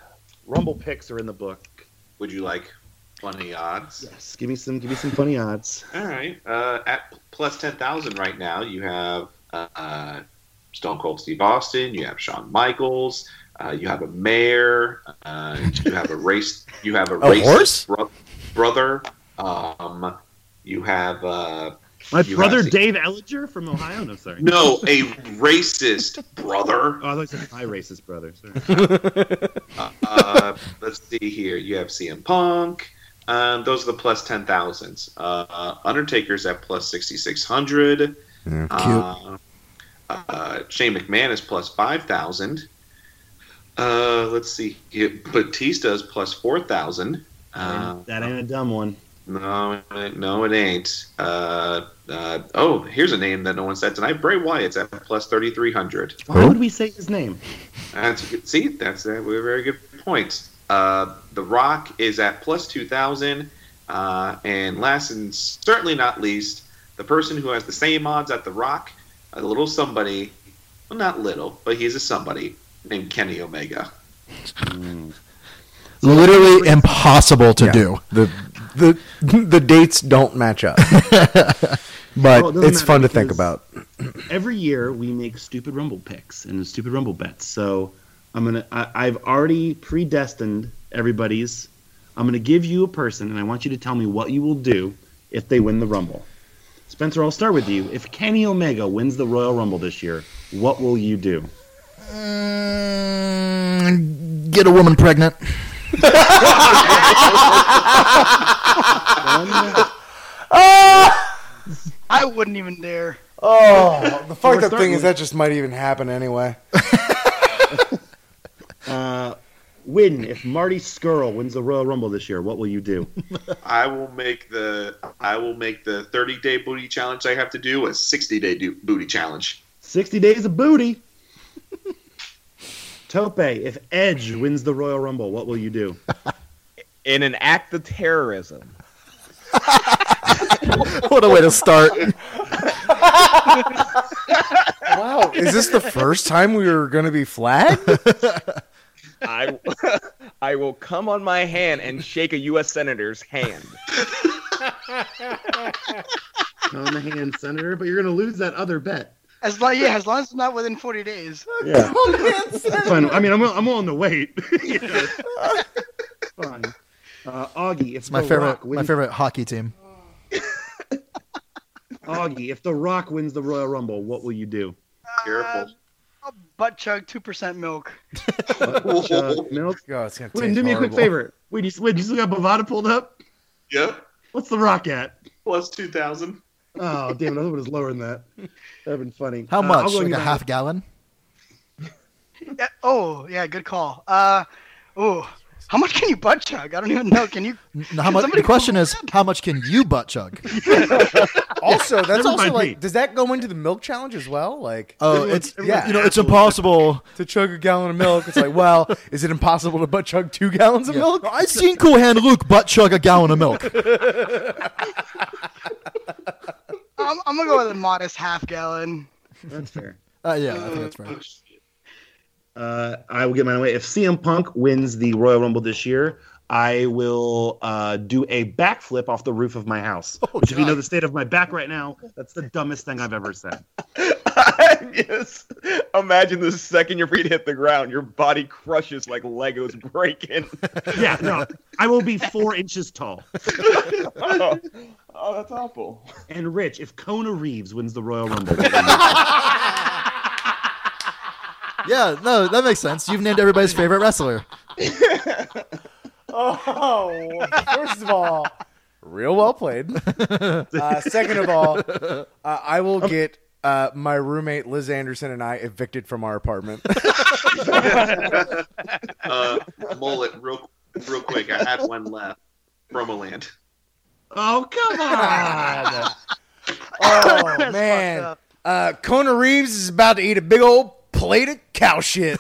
Speaker 13: Rumble picks are in the book.
Speaker 6: Would you like funny odds?
Speaker 13: Yes. Give me some. Give me some funny odds.
Speaker 6: All right. Uh, at plus ten thousand right now, you have uh, uh, Stone Cold Steve Austin. You have Shawn Michaels. Uh, you have a mayor. Uh, you have a race. You have a,
Speaker 3: A
Speaker 6: racist
Speaker 3: horse?
Speaker 6: bro- brother. Um, you have uh,
Speaker 2: My
Speaker 6: you
Speaker 2: brother
Speaker 6: have-
Speaker 2: Dave Ellinger from Ohio. No, sorry.
Speaker 6: No, a racist brother.
Speaker 2: Oh, I thought you said my racist brother. Sorry.
Speaker 6: Uh, uh, let's see here. You have CM Punk. Um, those are the plus ten thousands. Uh, uh, Undertaker's at plus sixty six hundred.
Speaker 1: Yeah,
Speaker 6: Uh, uh, Shane McMahon is plus five thousand. Uh, let's see. Yeah, Batista's plus four thousand. Uh,
Speaker 2: that ain't a dumb one.
Speaker 6: no, it- no, it ain't. Uh, uh, oh, here's a name that no one said tonight. Bray Wyatt's at plus thirty three hundred.
Speaker 13: Why would we say his name?
Speaker 6: That's a good. See, that's a very good point. Uh, the Rock is at plus two thousand, uh, and last and certainly not least, the person who has the same odds at the Rock, a little somebody, well, not little, but he's a somebody named Kenny Omega.
Speaker 3: Literally impossible to do.
Speaker 1: The the the dates don't match up, but
Speaker 2: Well, it doesn't
Speaker 1: it's
Speaker 2: matter
Speaker 1: fun to think
Speaker 2: because-
Speaker 1: about.
Speaker 2: Every year we make stupid rumble picks and stupid rumble bets. So I'm gonna. I, I've already predestined everybody's. I'm gonna give you a person, and I want you to tell me what you will do if they win the rumble. Spencer, I'll start with you. If Kenny Omega wins the Royal Rumble this year, what will you do?
Speaker 3: Mm, get a woman pregnant.
Speaker 5: I wouldn't even dare.
Speaker 1: Oh, the
Speaker 5: We're
Speaker 1: fucked up thing
Speaker 5: starting-
Speaker 1: is that just might even happen anyway.
Speaker 2: Uh, win if Marty Skrull wins the Royal Rumble this year. What will you do?
Speaker 6: I will make the I will make the thirty day booty challenge I have to do a sixty day do, booty challenge.
Speaker 2: Sixty days of booty. Tope, if Edge wins the Royal Rumble, what will you do?
Speaker 4: In an act of terrorism.
Speaker 3: what a way to start.
Speaker 1: wow. Is this the first time we were going to be flagged?
Speaker 4: I, I will come on my hand and shake a U.S. senator's hand.
Speaker 2: On the hand, Senator, but you're going to lose that other bet.
Speaker 5: As long, yeah, as long as it's not within 40 days.
Speaker 2: Yeah.
Speaker 1: Oh,
Speaker 5: That's
Speaker 2: Fun. I mean, I'm I'm willing to wait. You know. Fun. Uh, Augie, if
Speaker 3: It's my
Speaker 2: the
Speaker 3: favorite.
Speaker 2: Rock wins,
Speaker 3: My favorite hockey team.
Speaker 2: Augie, if The Rock wins the Royal Rumble, what will you do?
Speaker 6: Careful.
Speaker 5: Butt chug 2% milk.
Speaker 2: Uh, Milk. Wait, do me a quick favor. Wait, you, wait, you still got Bovada pulled up?
Speaker 6: Yep,
Speaker 2: What's The Rock at?
Speaker 6: plus two thousand.
Speaker 2: Oh, damn it. I thought it was lower than that. That'd have been funny.
Speaker 3: How
Speaker 2: Uh, I'll
Speaker 3: much?
Speaker 2: go
Speaker 3: Like a
Speaker 2: United.
Speaker 3: half gallon?
Speaker 5: Yeah, oh, yeah, good call. Uh, oh, how much can you butt chug? I don't even know. Can you?
Speaker 3: No, how
Speaker 5: Can
Speaker 3: much?
Speaker 5: somebody
Speaker 3: The question is, how much can you butt chug?
Speaker 1: Also, that's
Speaker 3: Never
Speaker 1: also
Speaker 3: mind
Speaker 1: like,
Speaker 3: me.
Speaker 1: does that go into the milk challenge as well? Like,
Speaker 3: Oh, it's
Speaker 1: yeah.
Speaker 3: you know, it's impossible.
Speaker 1: to chug a gallon of milk, it's like, well, is it impossible to butt chug two gallons of milk?
Speaker 3: I've seen Cool Hand Luke butt chug a gallon of milk.
Speaker 5: I'm, I'm gonna go with a modest half gallon.
Speaker 2: That's fair.
Speaker 3: Uh, yeah, I think that's right.
Speaker 2: Uh, I will get mine away. If CM Punk wins the Royal Rumble this year, I will uh, do a backflip off the roof of my house.
Speaker 4: Oh,
Speaker 2: which, if you know the state of my back right now, that's the dumbest thing I've ever said.
Speaker 4: yes. Imagine the second your feet hit the ground, your body crushes like Legos breaking.
Speaker 2: Yeah, no, I will be four inches tall.
Speaker 4: oh, oh, that's awful.
Speaker 2: And Rich, if Kona Reeves wins the Royal Rumble,
Speaker 3: Yeah, no, that makes sense. You've named everybody's favorite wrestler.
Speaker 1: Oh, first of all, real well played. Uh, second of all, uh, I will get uh, my roommate Liz Anderson and I evicted from our apartment.
Speaker 6: Uh, mullet, real real quick. I had one left. Promoland.
Speaker 2: oh come on!
Speaker 1: oh man, uh, Kona Reeves is about to eat a big old plate of cow shit.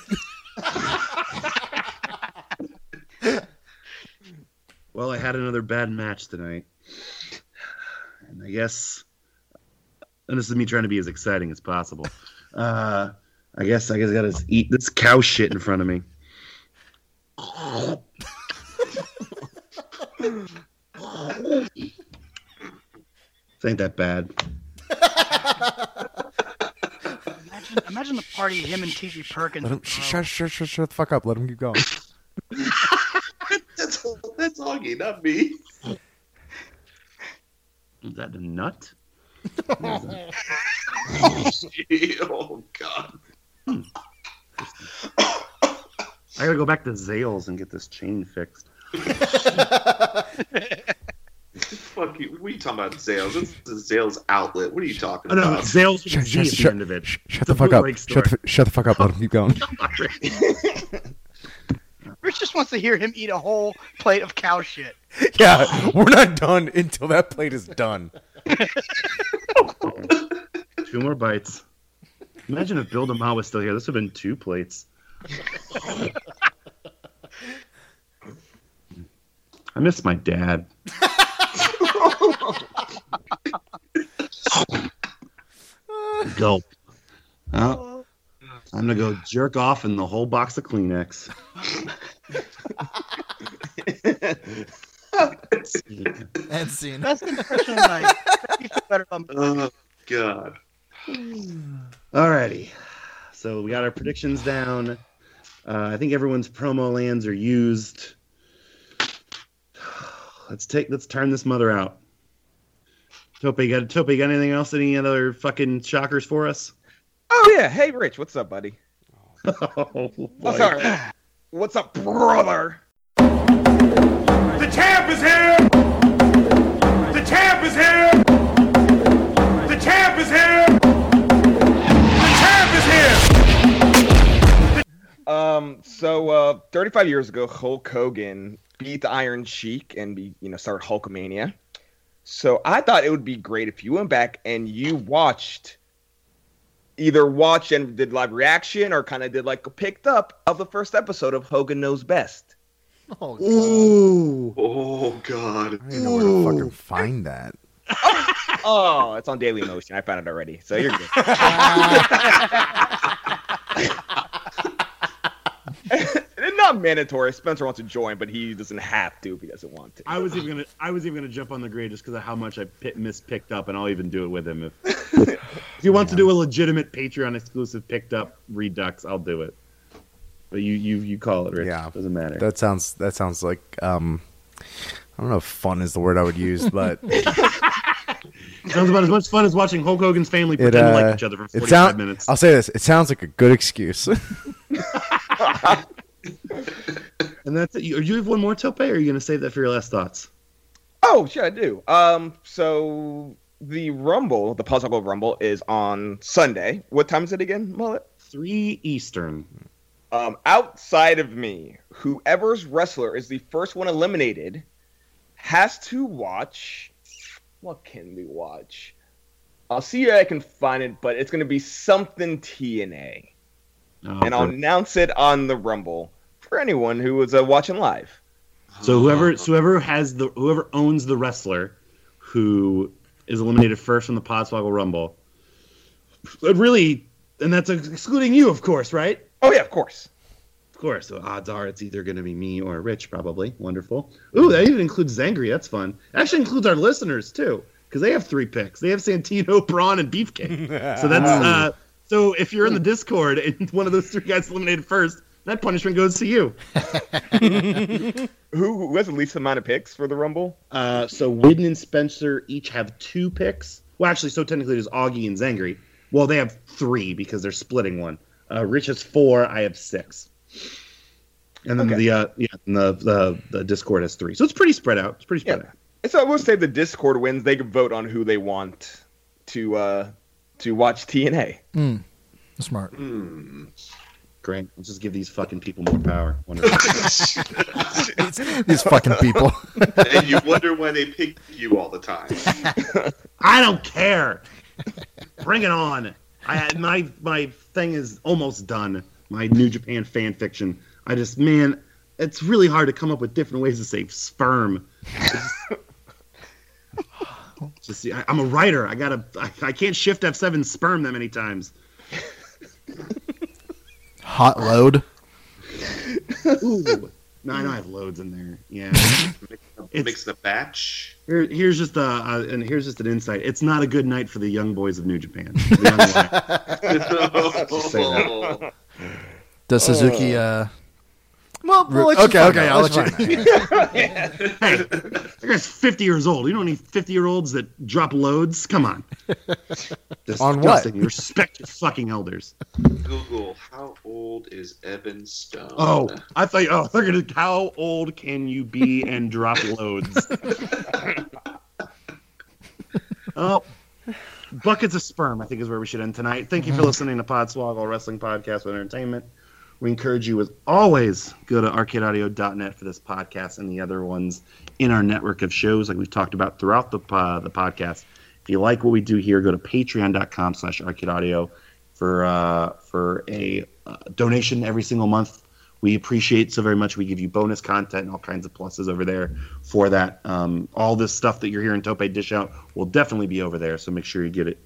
Speaker 2: Well, I had another bad match tonight. And I guess And this is me trying to be as exciting as possible. Uh, I guess I guess I gotta eat this cow shit in front of me. This ain't that bad.
Speaker 5: Imagine, imagine the party him and TG Perkins.
Speaker 1: Let him, sh- shut, shut, shut, shut the fuck up. Let him keep going.
Speaker 6: that's that's Augie, not me.
Speaker 2: Is that a nut?
Speaker 6: oh God.
Speaker 2: I gotta go back to Zales and get this chain fixed.
Speaker 6: Fuck you. What are you talking about, Zales? This is Zales outlet. What are you talking
Speaker 2: Oh, no,
Speaker 6: about?
Speaker 2: Zales with a
Speaker 1: Shut, shut,
Speaker 2: Z at the
Speaker 1: shut,
Speaker 2: end of it.
Speaker 1: sh-
Speaker 2: It's
Speaker 1: shut
Speaker 2: a
Speaker 1: the fuck up.
Speaker 2: bootleg
Speaker 1: Shut the,
Speaker 2: store.
Speaker 1: f- shut the fuck up. Let him keep going.
Speaker 5: Rich just wants to hear him eat a whole plate of cow shit.
Speaker 1: yeah, we're not done until that plate is done.
Speaker 2: Two more bites. Imagine if Bill DeMott was still here. This would have been two plates. I miss my dad. Gulp. Oh, I'm gonna go jerk off in the whole box of Kleenex.
Speaker 3: And scene.
Speaker 5: Best impression of the night. You feel better about
Speaker 6: oh God.
Speaker 2: Alrighty. So we got our predictions down. Uh, I think everyone's promo lands are used. Let's take let's turn this mother out. Tope, you got Tope, you got anything else? Any other fucking shockers for us?
Speaker 4: Oh yeah. Hey Rich, what's up, buddy?
Speaker 2: Oh,
Speaker 4: What's up? What's up, brother?
Speaker 7: The champ is here! The champ is here! The champ is here! The champ is here!
Speaker 4: Um, so uh, 35 years ago, Hulk Hogan beat the Iron Sheik and be you know started Hulkamania. So I thought it would be great if you went back and you watched, either watched and did live reaction or kind of did like a picked up of the first episode of Hogan Knows Best.
Speaker 3: Oh,
Speaker 6: Ooh. Oh God.
Speaker 1: I don't know where to fucking find that.
Speaker 4: Oh, it's on Daily Motion. I found it already, so you're good. It's not mandatory. Spencer wants to join, but he doesn't have to if he doesn't want to.
Speaker 2: I was even gonna I was even gonna jump on the grid just because of how much I pit, mispicked up, and I'll even do it with him if if he wants to do a legitimate Patreon exclusive picked up Redux. I'll do it. But you you you call it, Rich. Yeah, doesn't matter.
Speaker 1: That sounds that sounds like um, I don't know if fun is the word I would use, but
Speaker 2: Sounds about as much fun as watching Hulk Hogan's family
Speaker 1: it
Speaker 2: pretend to
Speaker 1: uh,
Speaker 2: like each other for
Speaker 1: it
Speaker 2: 45
Speaker 1: sound-
Speaker 2: minutes.
Speaker 1: I'll say this: it sounds like a good excuse.
Speaker 2: and that's it. You, you have one more tope, or are you going to save that for your last thoughts?
Speaker 4: Oh, sure, I do. Um, so the Rumble, the Puzzle Rumble, is on Sunday. What time is it again, Mullet?
Speaker 2: Three Eastern.
Speaker 4: Um, outside of me, whoever's wrestler is the first one eliminated has to watch. What can we watch? I'll see if I can find it, but it's going to be something TNA,
Speaker 2: Oh,
Speaker 4: and I'll announce it on the Rumble for anyone who was uh, watching live.
Speaker 6: Oh,
Speaker 2: So whoever so whoever has the whoever owns the wrestler who is eliminated first from the Podswoggle Rumble. But really, and that's excluding you, of course, right?
Speaker 4: Oh yeah, of course.
Speaker 2: Of course. So odds are it's either going to be me or Rich, probably. Wonderful. Ooh, that even includes Zangri. That's fun. Actually, includes our listeners too, because they have three picks. They have Santino, Braun, and Beefcake. So that's uh, so if you're in the Discord and one of those three guys eliminated first, that punishment goes to you.
Speaker 4: who, who has the least amount of picks for the Rumble?
Speaker 2: Uh, so Widden and Spencer each have two picks. Well, actually, so technically it is Augie and Zangri. Well, they have three because they're splitting one. Uh, Rich has four. I have six. And then
Speaker 4: Okay.
Speaker 2: the uh, yeah, and the, the the Discord has three. So it's pretty spread out. It's pretty spread out.
Speaker 4: And So I will say the Discord wins. They can vote on who they want to uh, to watch TNA.
Speaker 3: Mm. Smart.
Speaker 2: Great. Let's just give these fucking people more power. Wonderful.
Speaker 3: These fucking people.
Speaker 6: and you wonder why they pick you all the time.
Speaker 2: I don't care. Bring it on. I my my thing is almost done. My New Japan fan fiction. I just man, it's really hard to come up with different ways to say sperm. Just I, I'm a writer. I gotta. I, I can't shift F7 sperm that many times.
Speaker 3: Hot load.
Speaker 2: Ooh. No, I know I have loads in there. Yeah,
Speaker 6: mix the batch.
Speaker 2: Here, here's just a, uh, and here's just an insight. It's not a good night for the young boys of New Japan. The young
Speaker 6: Let's just say that.
Speaker 3: Does Suzuki? Uh,
Speaker 1: Well, we'll let you
Speaker 3: okay,
Speaker 1: find
Speaker 3: okay,
Speaker 1: out.
Speaker 3: I'll
Speaker 1: Let's
Speaker 3: let you.
Speaker 2: hey, that guy's 50 years old. You don't need 50 year olds that drop loads. Come on.
Speaker 1: On what?
Speaker 2: Disgusting. Respect your fucking elders.
Speaker 6: Google how old is Evan Stone?
Speaker 2: Oh, I thought. Oh, they're gonna. How old can you be and drop loads? oh, buckets of sperm. I think is where we should end tonight. Thank you for listening to Podswoggle a Wrestling Podcast with Entertainment. We encourage you, as always, go to arcadeaudio.net for this podcast and the other ones in our network of shows, like we've talked about throughout the uh, the podcast. If you like what we do here, go to patreon.com/slash arcadeaudio for uh, for a uh, donation every single month. We appreciate so very much. We give you bonus content and all kinds of pluses over there for that. Um, all this stuff that you're hearing Tope dish out will definitely be over there, so make sure you get it.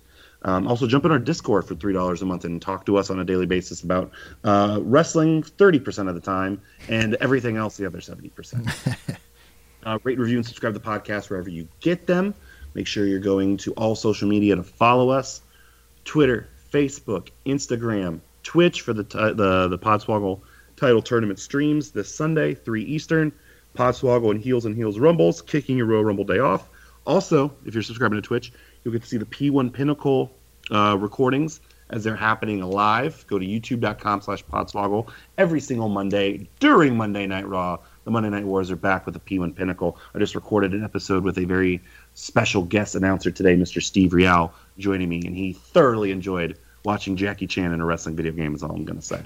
Speaker 2: Um, also, jump in our Discord for three dollars a month and talk to us on a daily basis about uh, wrestling thirty percent of the time and everything else the other seventy percent. Uh, rate, review, and subscribe to the podcast wherever you get them. Make sure you're going to all social media to follow us: Twitter, Facebook, Instagram, Twitch for the t- the the Podswoggle title tournament streams this Sunday, three Eastern. Podswoggle and Heels and Heels Rumbles, kicking your Royal Rumble day off. Also, if you're subscribing to Twitch, you'll get to see the P1 Pinnacle uh, recordings as they're happening live. Go to youtube.com slash podswoggle every single Monday during Monday Night Raw. The Monday Night Wars are back with the P1 Pinnacle. I just recorded an episode with a very special guest announcer today, Mr. Steve Rial, joining me, and he thoroughly enjoyed watching Jackie Chan in a wrestling video game, is all I'm going to say.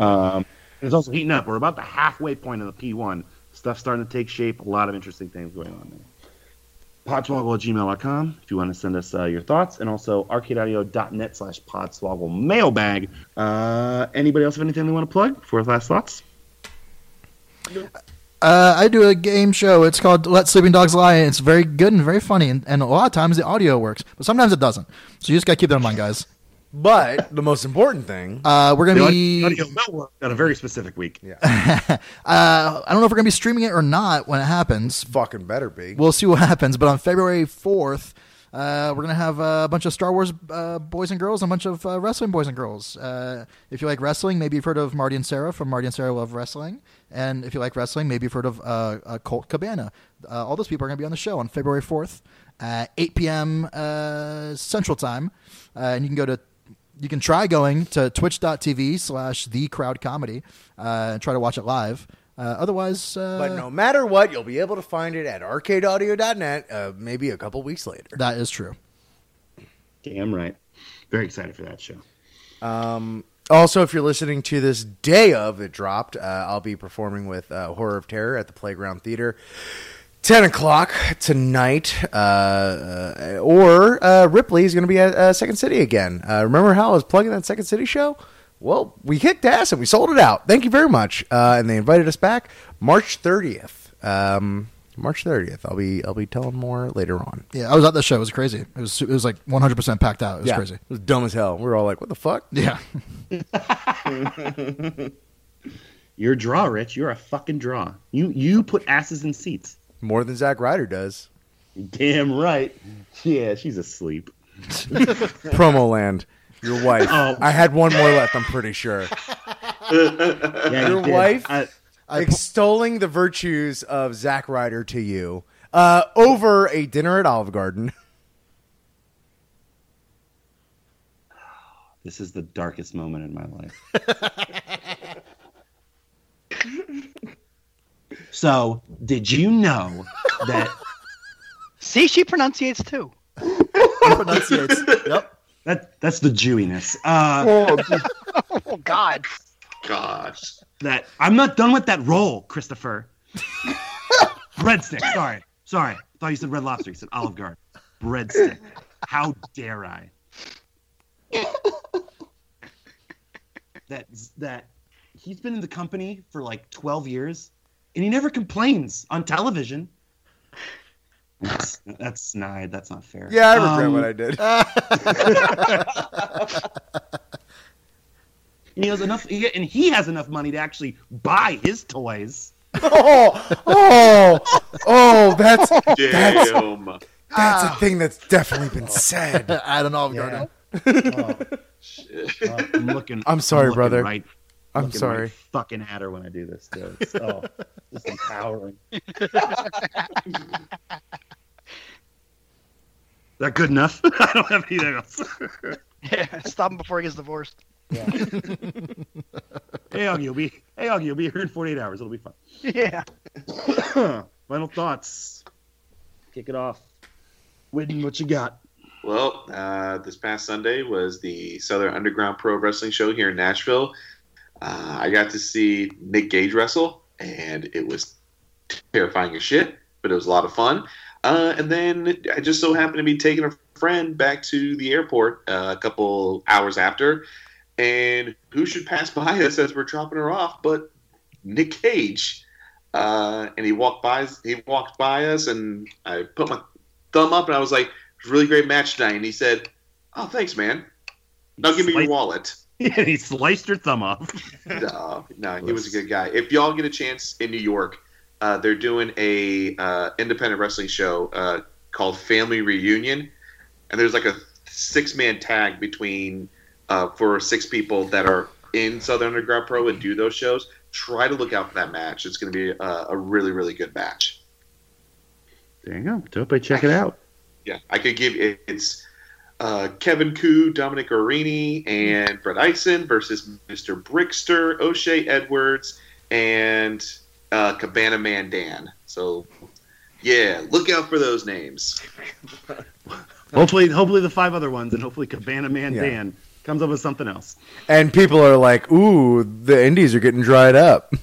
Speaker 2: Um, and it's also heating up. We're about the halfway point of the P1. Stuff's starting to take shape. A lot of interesting things going on there. Podswoggle at gmail.com if you want to send us uh, your thoughts. And also arcadeaudio.net slash podswoggle mailbag. Uh, anybody else have anything they want to plug for last thoughts?
Speaker 3: Uh, I do a game show. It's called Let Sleeping Dogs Lie. And it's very good and very funny. And, and a lot of times the audio works, but sometimes it doesn't. So you just got to keep that in mind, guys.
Speaker 1: But the most important thing,
Speaker 3: uh, we're
Speaker 2: The
Speaker 3: gonna
Speaker 2: aud-
Speaker 3: be.
Speaker 2: audio will work on a very specific week.
Speaker 1: Yeah.
Speaker 3: Uh, I don't know if we're gonna be streaming it or not when it happens.
Speaker 1: Fucking better be.
Speaker 3: We'll see what happens. But on February fourth, uh, we're gonna have uh, a bunch of Star Wars uh, boys and girls, and a bunch of uh, wrestling boys and girls. Uh, if you like wrestling, maybe you've heard of Marty and Sarah from Marty and Sarah Love Wrestling. And if you like wrestling, maybe you've heard of uh, uh, Colt Cabana. Uh, all those people are gonna be on the show on February fourth at eight p.m. Uh, Central Time, uh, and you can go to you can try going to twitch.tv slash the crowd comedy uh, and try to watch it live. Uh, otherwise, uh,
Speaker 1: but no matter what, you'll be able to find it at arcadeaudio.net uh, maybe a couple weeks later.
Speaker 3: that is true.
Speaker 2: Damn right. Very excited for that show.
Speaker 1: Um, also, if you're listening to this day of it dropped, uh, I'll be performing with uh, Horror of Terror at the Playground Theater. 10 o'clock tonight, uh, uh, or uh, Ripley is going to be at uh, Second City again. Uh, remember how I was plugging that Second City show? Well, we kicked ass and we sold it out. Thank you very much. Uh, and they invited us back March 30th. Um, March 30th. I'll be I'll be telling more later on.
Speaker 3: Yeah, I was at the show. It was crazy. It was it was like 100 percent packed out. It was
Speaker 1: Yeah,
Speaker 3: crazy.
Speaker 1: It was dumb as hell. We were all like, "What the fuck?"
Speaker 3: Yeah.
Speaker 2: You're a draw, Rich. You're a fucking draw. You you put asses in seats.
Speaker 1: More than Zack Ryder does.
Speaker 2: Damn right. Yeah, she's asleep.
Speaker 1: Promo land. Your wife.
Speaker 2: Oh.
Speaker 1: I had one more left. I'm pretty sure.
Speaker 2: Yeah, you
Speaker 1: Your
Speaker 2: did.
Speaker 1: wife
Speaker 2: I-
Speaker 1: extolling the virtues of Zack Ryder to you uh, over a dinner at Olive Garden.
Speaker 2: This is the darkest moment in my life. so, did you know that
Speaker 5: See, she pronunciates too.
Speaker 3: Yep.
Speaker 2: that that's the Jewiness? Uh,
Speaker 5: Oh God.
Speaker 6: God.
Speaker 2: that I'm not done with that roll, Christopher. Breadstick. Sorry, sorry. I thought you said Red Lobster. You said Olive Garden. Breadstick. How dare I? that that he's been in the company for like 12 years, and he never complains on television. That's, that's snide. That's not fair.
Speaker 1: Yeah, I regret
Speaker 2: Um,
Speaker 1: what I
Speaker 2: did. he has enough, he, and he has enough money to actually buy his toys.
Speaker 1: oh, oh, oh, that's that's,
Speaker 6: Damn.
Speaker 1: that's a thing that's definitely been said.
Speaker 3: At an Olive Garden.
Speaker 2: Oh, I'm looking.
Speaker 1: I'm sorry,
Speaker 2: looking
Speaker 1: brother.
Speaker 2: Right,
Speaker 1: I'm
Speaker 2: looking
Speaker 1: sorry.
Speaker 2: right fucking at her when I do this. Dude. It's, oh, just empowering. that good enough? I don't have anything else.
Speaker 5: Yeah, stop him before he gets divorced.
Speaker 2: hey, Augie, you'll be hey, Augie, you'll be here in 48 hours. It'll be fun.
Speaker 5: Yeah.
Speaker 2: Final thoughts. Kick it off. Whitten, what you got?
Speaker 6: Well, uh, this past Sunday was the Southern Underground Pro Wrestling Show here in Nashville. Uh, I got to see Nick Gage wrestle, and it was terrifying as shit, but it was a lot of fun. Uh, and then I just so happened to be taking a friend back to the airport uh, a couple hours after, and who should pass by us as we're dropping her off but Nick Cage? Uh, and he walked by. He walked by us, and I put my thumb up, and I was like, "It was a "Really great match tonight." And he said, "Oh, thanks, man. Now give me your
Speaker 2: Slice-
Speaker 6: wallet."
Speaker 2: Yeah, he sliced her thumb off.
Speaker 6: no, no, he was a good guy. If y'all get a chance in New York, uh, they're doing a uh, independent wrestling show uh, called Family Reunion, and there's like a six man tag between uh, for six people that are in Southern Underground Pro and do those shows. Try to look out for that match. It's going to be a, a really really good match.
Speaker 2: There you go. Dope. I check it out.
Speaker 6: Yeah, I could give it, it's uh, Kevin Koo, Dominic Arini, and Brett Eisen versus Mr. Brickster, O'Shea Edwards, and uh, Cabana Man Dan. So, yeah, look out for those names.
Speaker 2: Hopefully, hopefully the five other ones, and hopefully Cabana Man
Speaker 1: Yeah.
Speaker 2: Dan comes up with something else.
Speaker 1: And people are like, "Ooh, the Indies are getting dried up."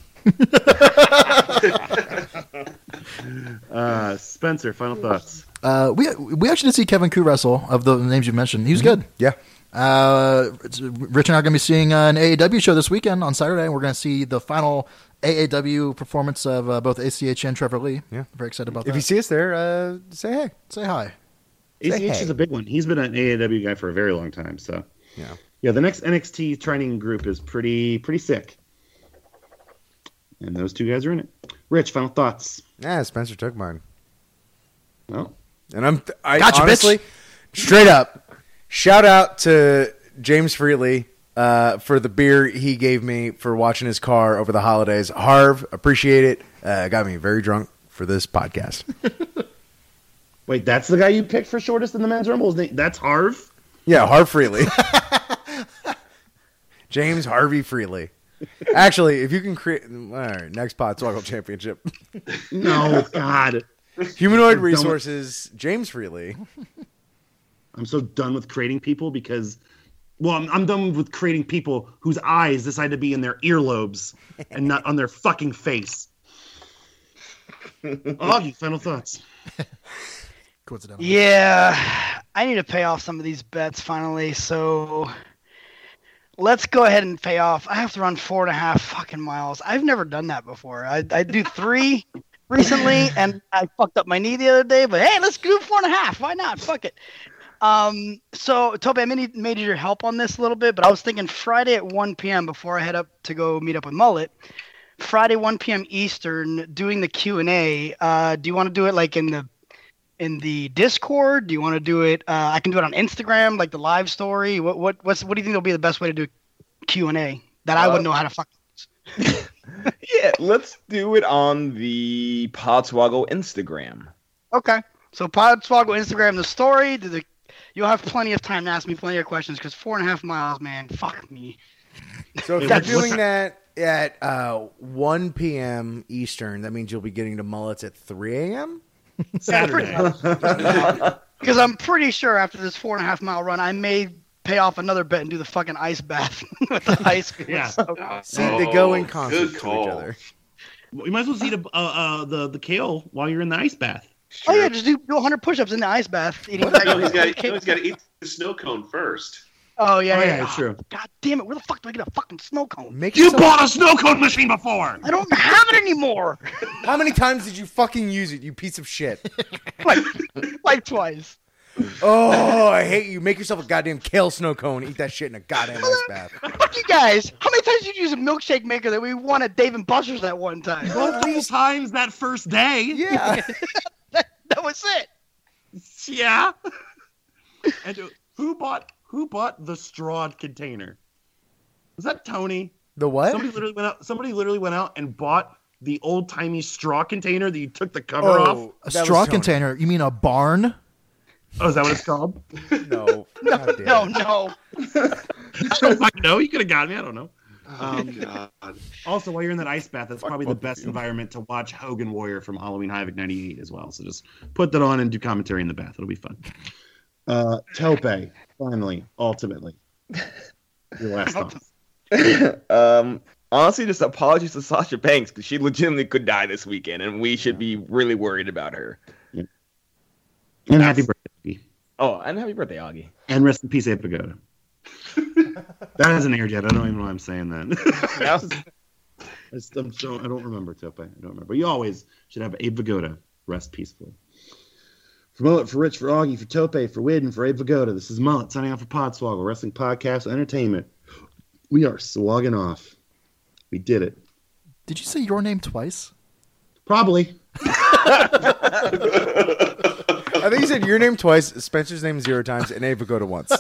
Speaker 2: Uh, Spencer, final thoughts.
Speaker 3: Uh, we we actually did see Kevin Koo wrestle of the names you mentioned. He was good.
Speaker 1: Mm-hmm. Yeah.
Speaker 3: Uh, it's- Rich and I are going to be seeing an AAW show this weekend on Saturday, and we're going to see the final AAW performance of uh, both ACH and Trevor Lee. Yeah, very excited about
Speaker 1: If
Speaker 3: that.
Speaker 1: you see us there, uh, say hey.
Speaker 3: Say hi.
Speaker 2: ACH
Speaker 3: Say hey.
Speaker 2: is a big one. He's been an AAW guy for a very long time. So
Speaker 1: yeah,
Speaker 2: yeah. The next NXT training group is pretty pretty sick, and those two guys are in it. Rich, final thoughts. Oh,
Speaker 1: Yeah, Spencer took mine.
Speaker 2: No.
Speaker 1: And I'm th- I
Speaker 3: Gotcha, bitch.
Speaker 1: honestly straight up shout out to James Freely uh, for the beer he gave me for watching his car over the holidays. Harv, appreciate it. Uh, got me very drunk for this podcast.
Speaker 2: Wait, that's the guy you picked for shortest in the men's rumble. His name- That's Harv.
Speaker 1: Yeah, Harv Freely. James Harvey Freely. Actually, if you can create all right, next pot swaggle championship.
Speaker 2: No, God.
Speaker 1: Humanoid
Speaker 2: Don't-
Speaker 1: resources, James Freely.
Speaker 2: I'm so done with creating people because, well, I'm, I'm done with creating people whose eyes decide to be in their earlobes and not on their fucking face. Augie, final thoughts.
Speaker 3: Coincidental.
Speaker 5: Yeah, I need to pay off some of these bets finally. So let's go ahead and pay off. I have to run four and a half fucking miles. I've never done that before. I, I do three recently, and I fucked up my knee the other day. But hey, let's do four and a half. Why not? Fuck it. Um, so Toby, I may need, may need your help on this a little bit, but I was thinking Friday at 1 p.m. before I head up to go meet up with Mullet. Friday 1 p.m. Eastern, doing the Q and A. Uh, do you want to do it like in the in the Discord? Do you want to do it? Uh, I can do it on Instagram, like the live story. What what what's what do you think will be the best way to do Q and A that I wouldn't know how to fuck?
Speaker 4: Yeah, let's
Speaker 12: do it on the Podswoggle Instagram.
Speaker 5: Okay, so Podswoggle Instagram the story. Do the you'll have plenty of time to ask me plenty of questions because four and a half miles, man, fuck me.
Speaker 1: So if
Speaker 5: That's-
Speaker 1: you're doing that at uh, 1 p.m. Eastern, that means you'll be getting to mullets at 3 a.m.
Speaker 5: Saturday. Because I'm pretty sure after this four and a half mile run, I may pay off another bet and do the fucking ice bath with the ice. oh,
Speaker 2: Yeah. Oh,
Speaker 1: See, they go
Speaker 6: Oh,
Speaker 1: in concert to each other.
Speaker 2: Well, you might as well eat a, uh, uh, the the kale while you're in the ice bath.
Speaker 5: Oh yeah, just do, do 100 push-ups in the ice bath. Eating
Speaker 6: No, he's got to eat the snow cone first.
Speaker 5: Oh yeah,
Speaker 2: Oh,
Speaker 5: yeah,
Speaker 2: yeah,
Speaker 5: yeah.
Speaker 2: it's true.
Speaker 5: God damn it! Where the fuck do I get a fucking snow cone?
Speaker 1: Make
Speaker 2: You bought a snow cone machine before.
Speaker 5: I don't have it anymore.
Speaker 1: How many times did you fucking use it, you piece of shit?
Speaker 5: like twice.
Speaker 1: Oh, I hate you. Make yourself a goddamn kale snow cone. Eat that shit in a goddamn ice bath.
Speaker 5: Fuck you guys! How many times did you use a milkshake maker that we won at Dave and Buster's that one time?
Speaker 2: Multiple times that first day.
Speaker 1: Yeah.
Speaker 5: that was it.
Speaker 2: Yeah. and uh, who bought who bought the strawed container? Was that Tony?
Speaker 1: The what?
Speaker 2: Somebody literally went out. Somebody literally went out and bought the old timey straw container that you took the cover
Speaker 3: Oh,
Speaker 2: off.
Speaker 3: A straw container? You mean a barn?
Speaker 2: Oh, is that what it's called?
Speaker 1: no.
Speaker 5: No, no.
Speaker 2: I don't fucking know. You could have got me. I don't know. Um,
Speaker 6: Uh,
Speaker 2: also, while you're in that ice bath, that's probably the best environment to watch Hogan Warrior from Halloween Havoc '98 as well. So just put that on and do commentary in the bath. It'll be fun. Uh, Tope, finally, ultimately, your last thought.
Speaker 12: um, honestly, just apologies to Sasha Banks because she legitimately could die this weekend, and we should be really worried about her.
Speaker 2: And happy birthday.
Speaker 12: Oh, and happy birthday, Augie.
Speaker 2: And rest in peace, Ape Pagoda. that hasn't aired yet. I don't even know why I'm saying that.
Speaker 12: No?
Speaker 2: I, just, I'm so, I don't remember, Tope. I don't remember. You always should have Abe Vigoda rest peacefully. For Mullet, for Rich, for Augie, for Tope, for Widden, for Abe Vigoda, this is Mullet signing off for Podswoggle, Wrestling Podcast Entertainment. We are swogging off. We did it.
Speaker 3: Did you say your name twice?
Speaker 2: Probably.
Speaker 1: I think you said your name twice, Spencer's name zero times, and Ava go to once.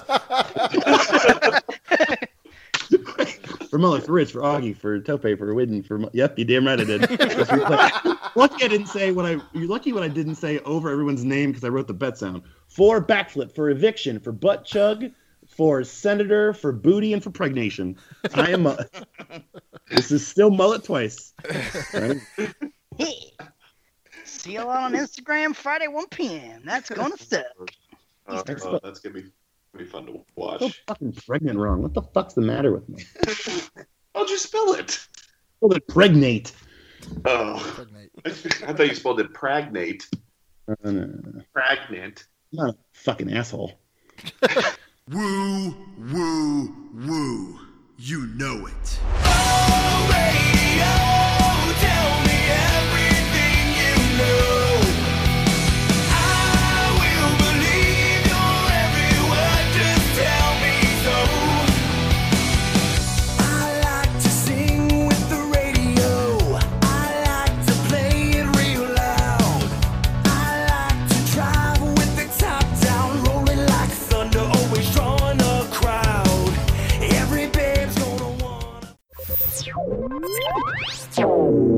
Speaker 2: For Mullet, for Rich, for Augie, for Tope, for Widden, for. Mu- Yep, you damn right I did. Let's replay. lucky I didn't say what I. You're lucky when I didn't say over everyone's name because I wrote the bet sound. For backflip, for eviction, for butt chug, for senator, for booty, and for pregnation. I am. Mullet. this is still Mullet twice. Right?
Speaker 5: See you all on Instagram Friday 1 p.m. That's gonna suck.
Speaker 6: Uh, uh, that's gonna be, gonna be fun to watch.
Speaker 2: Fucking pregnant wrong. What the fuck's the matter with me?
Speaker 6: How'd you Oh, spell it?
Speaker 2: Well, they're pregnant.
Speaker 6: Oh, I thought you spelled it pragnate.
Speaker 2: Uh, no, no, no.
Speaker 6: Pragnant.
Speaker 2: I'm not a fucking asshole.
Speaker 11: Woo, woo, woo. You know it.
Speaker 7: Thunder always drawing a crowd. Every babe's gonna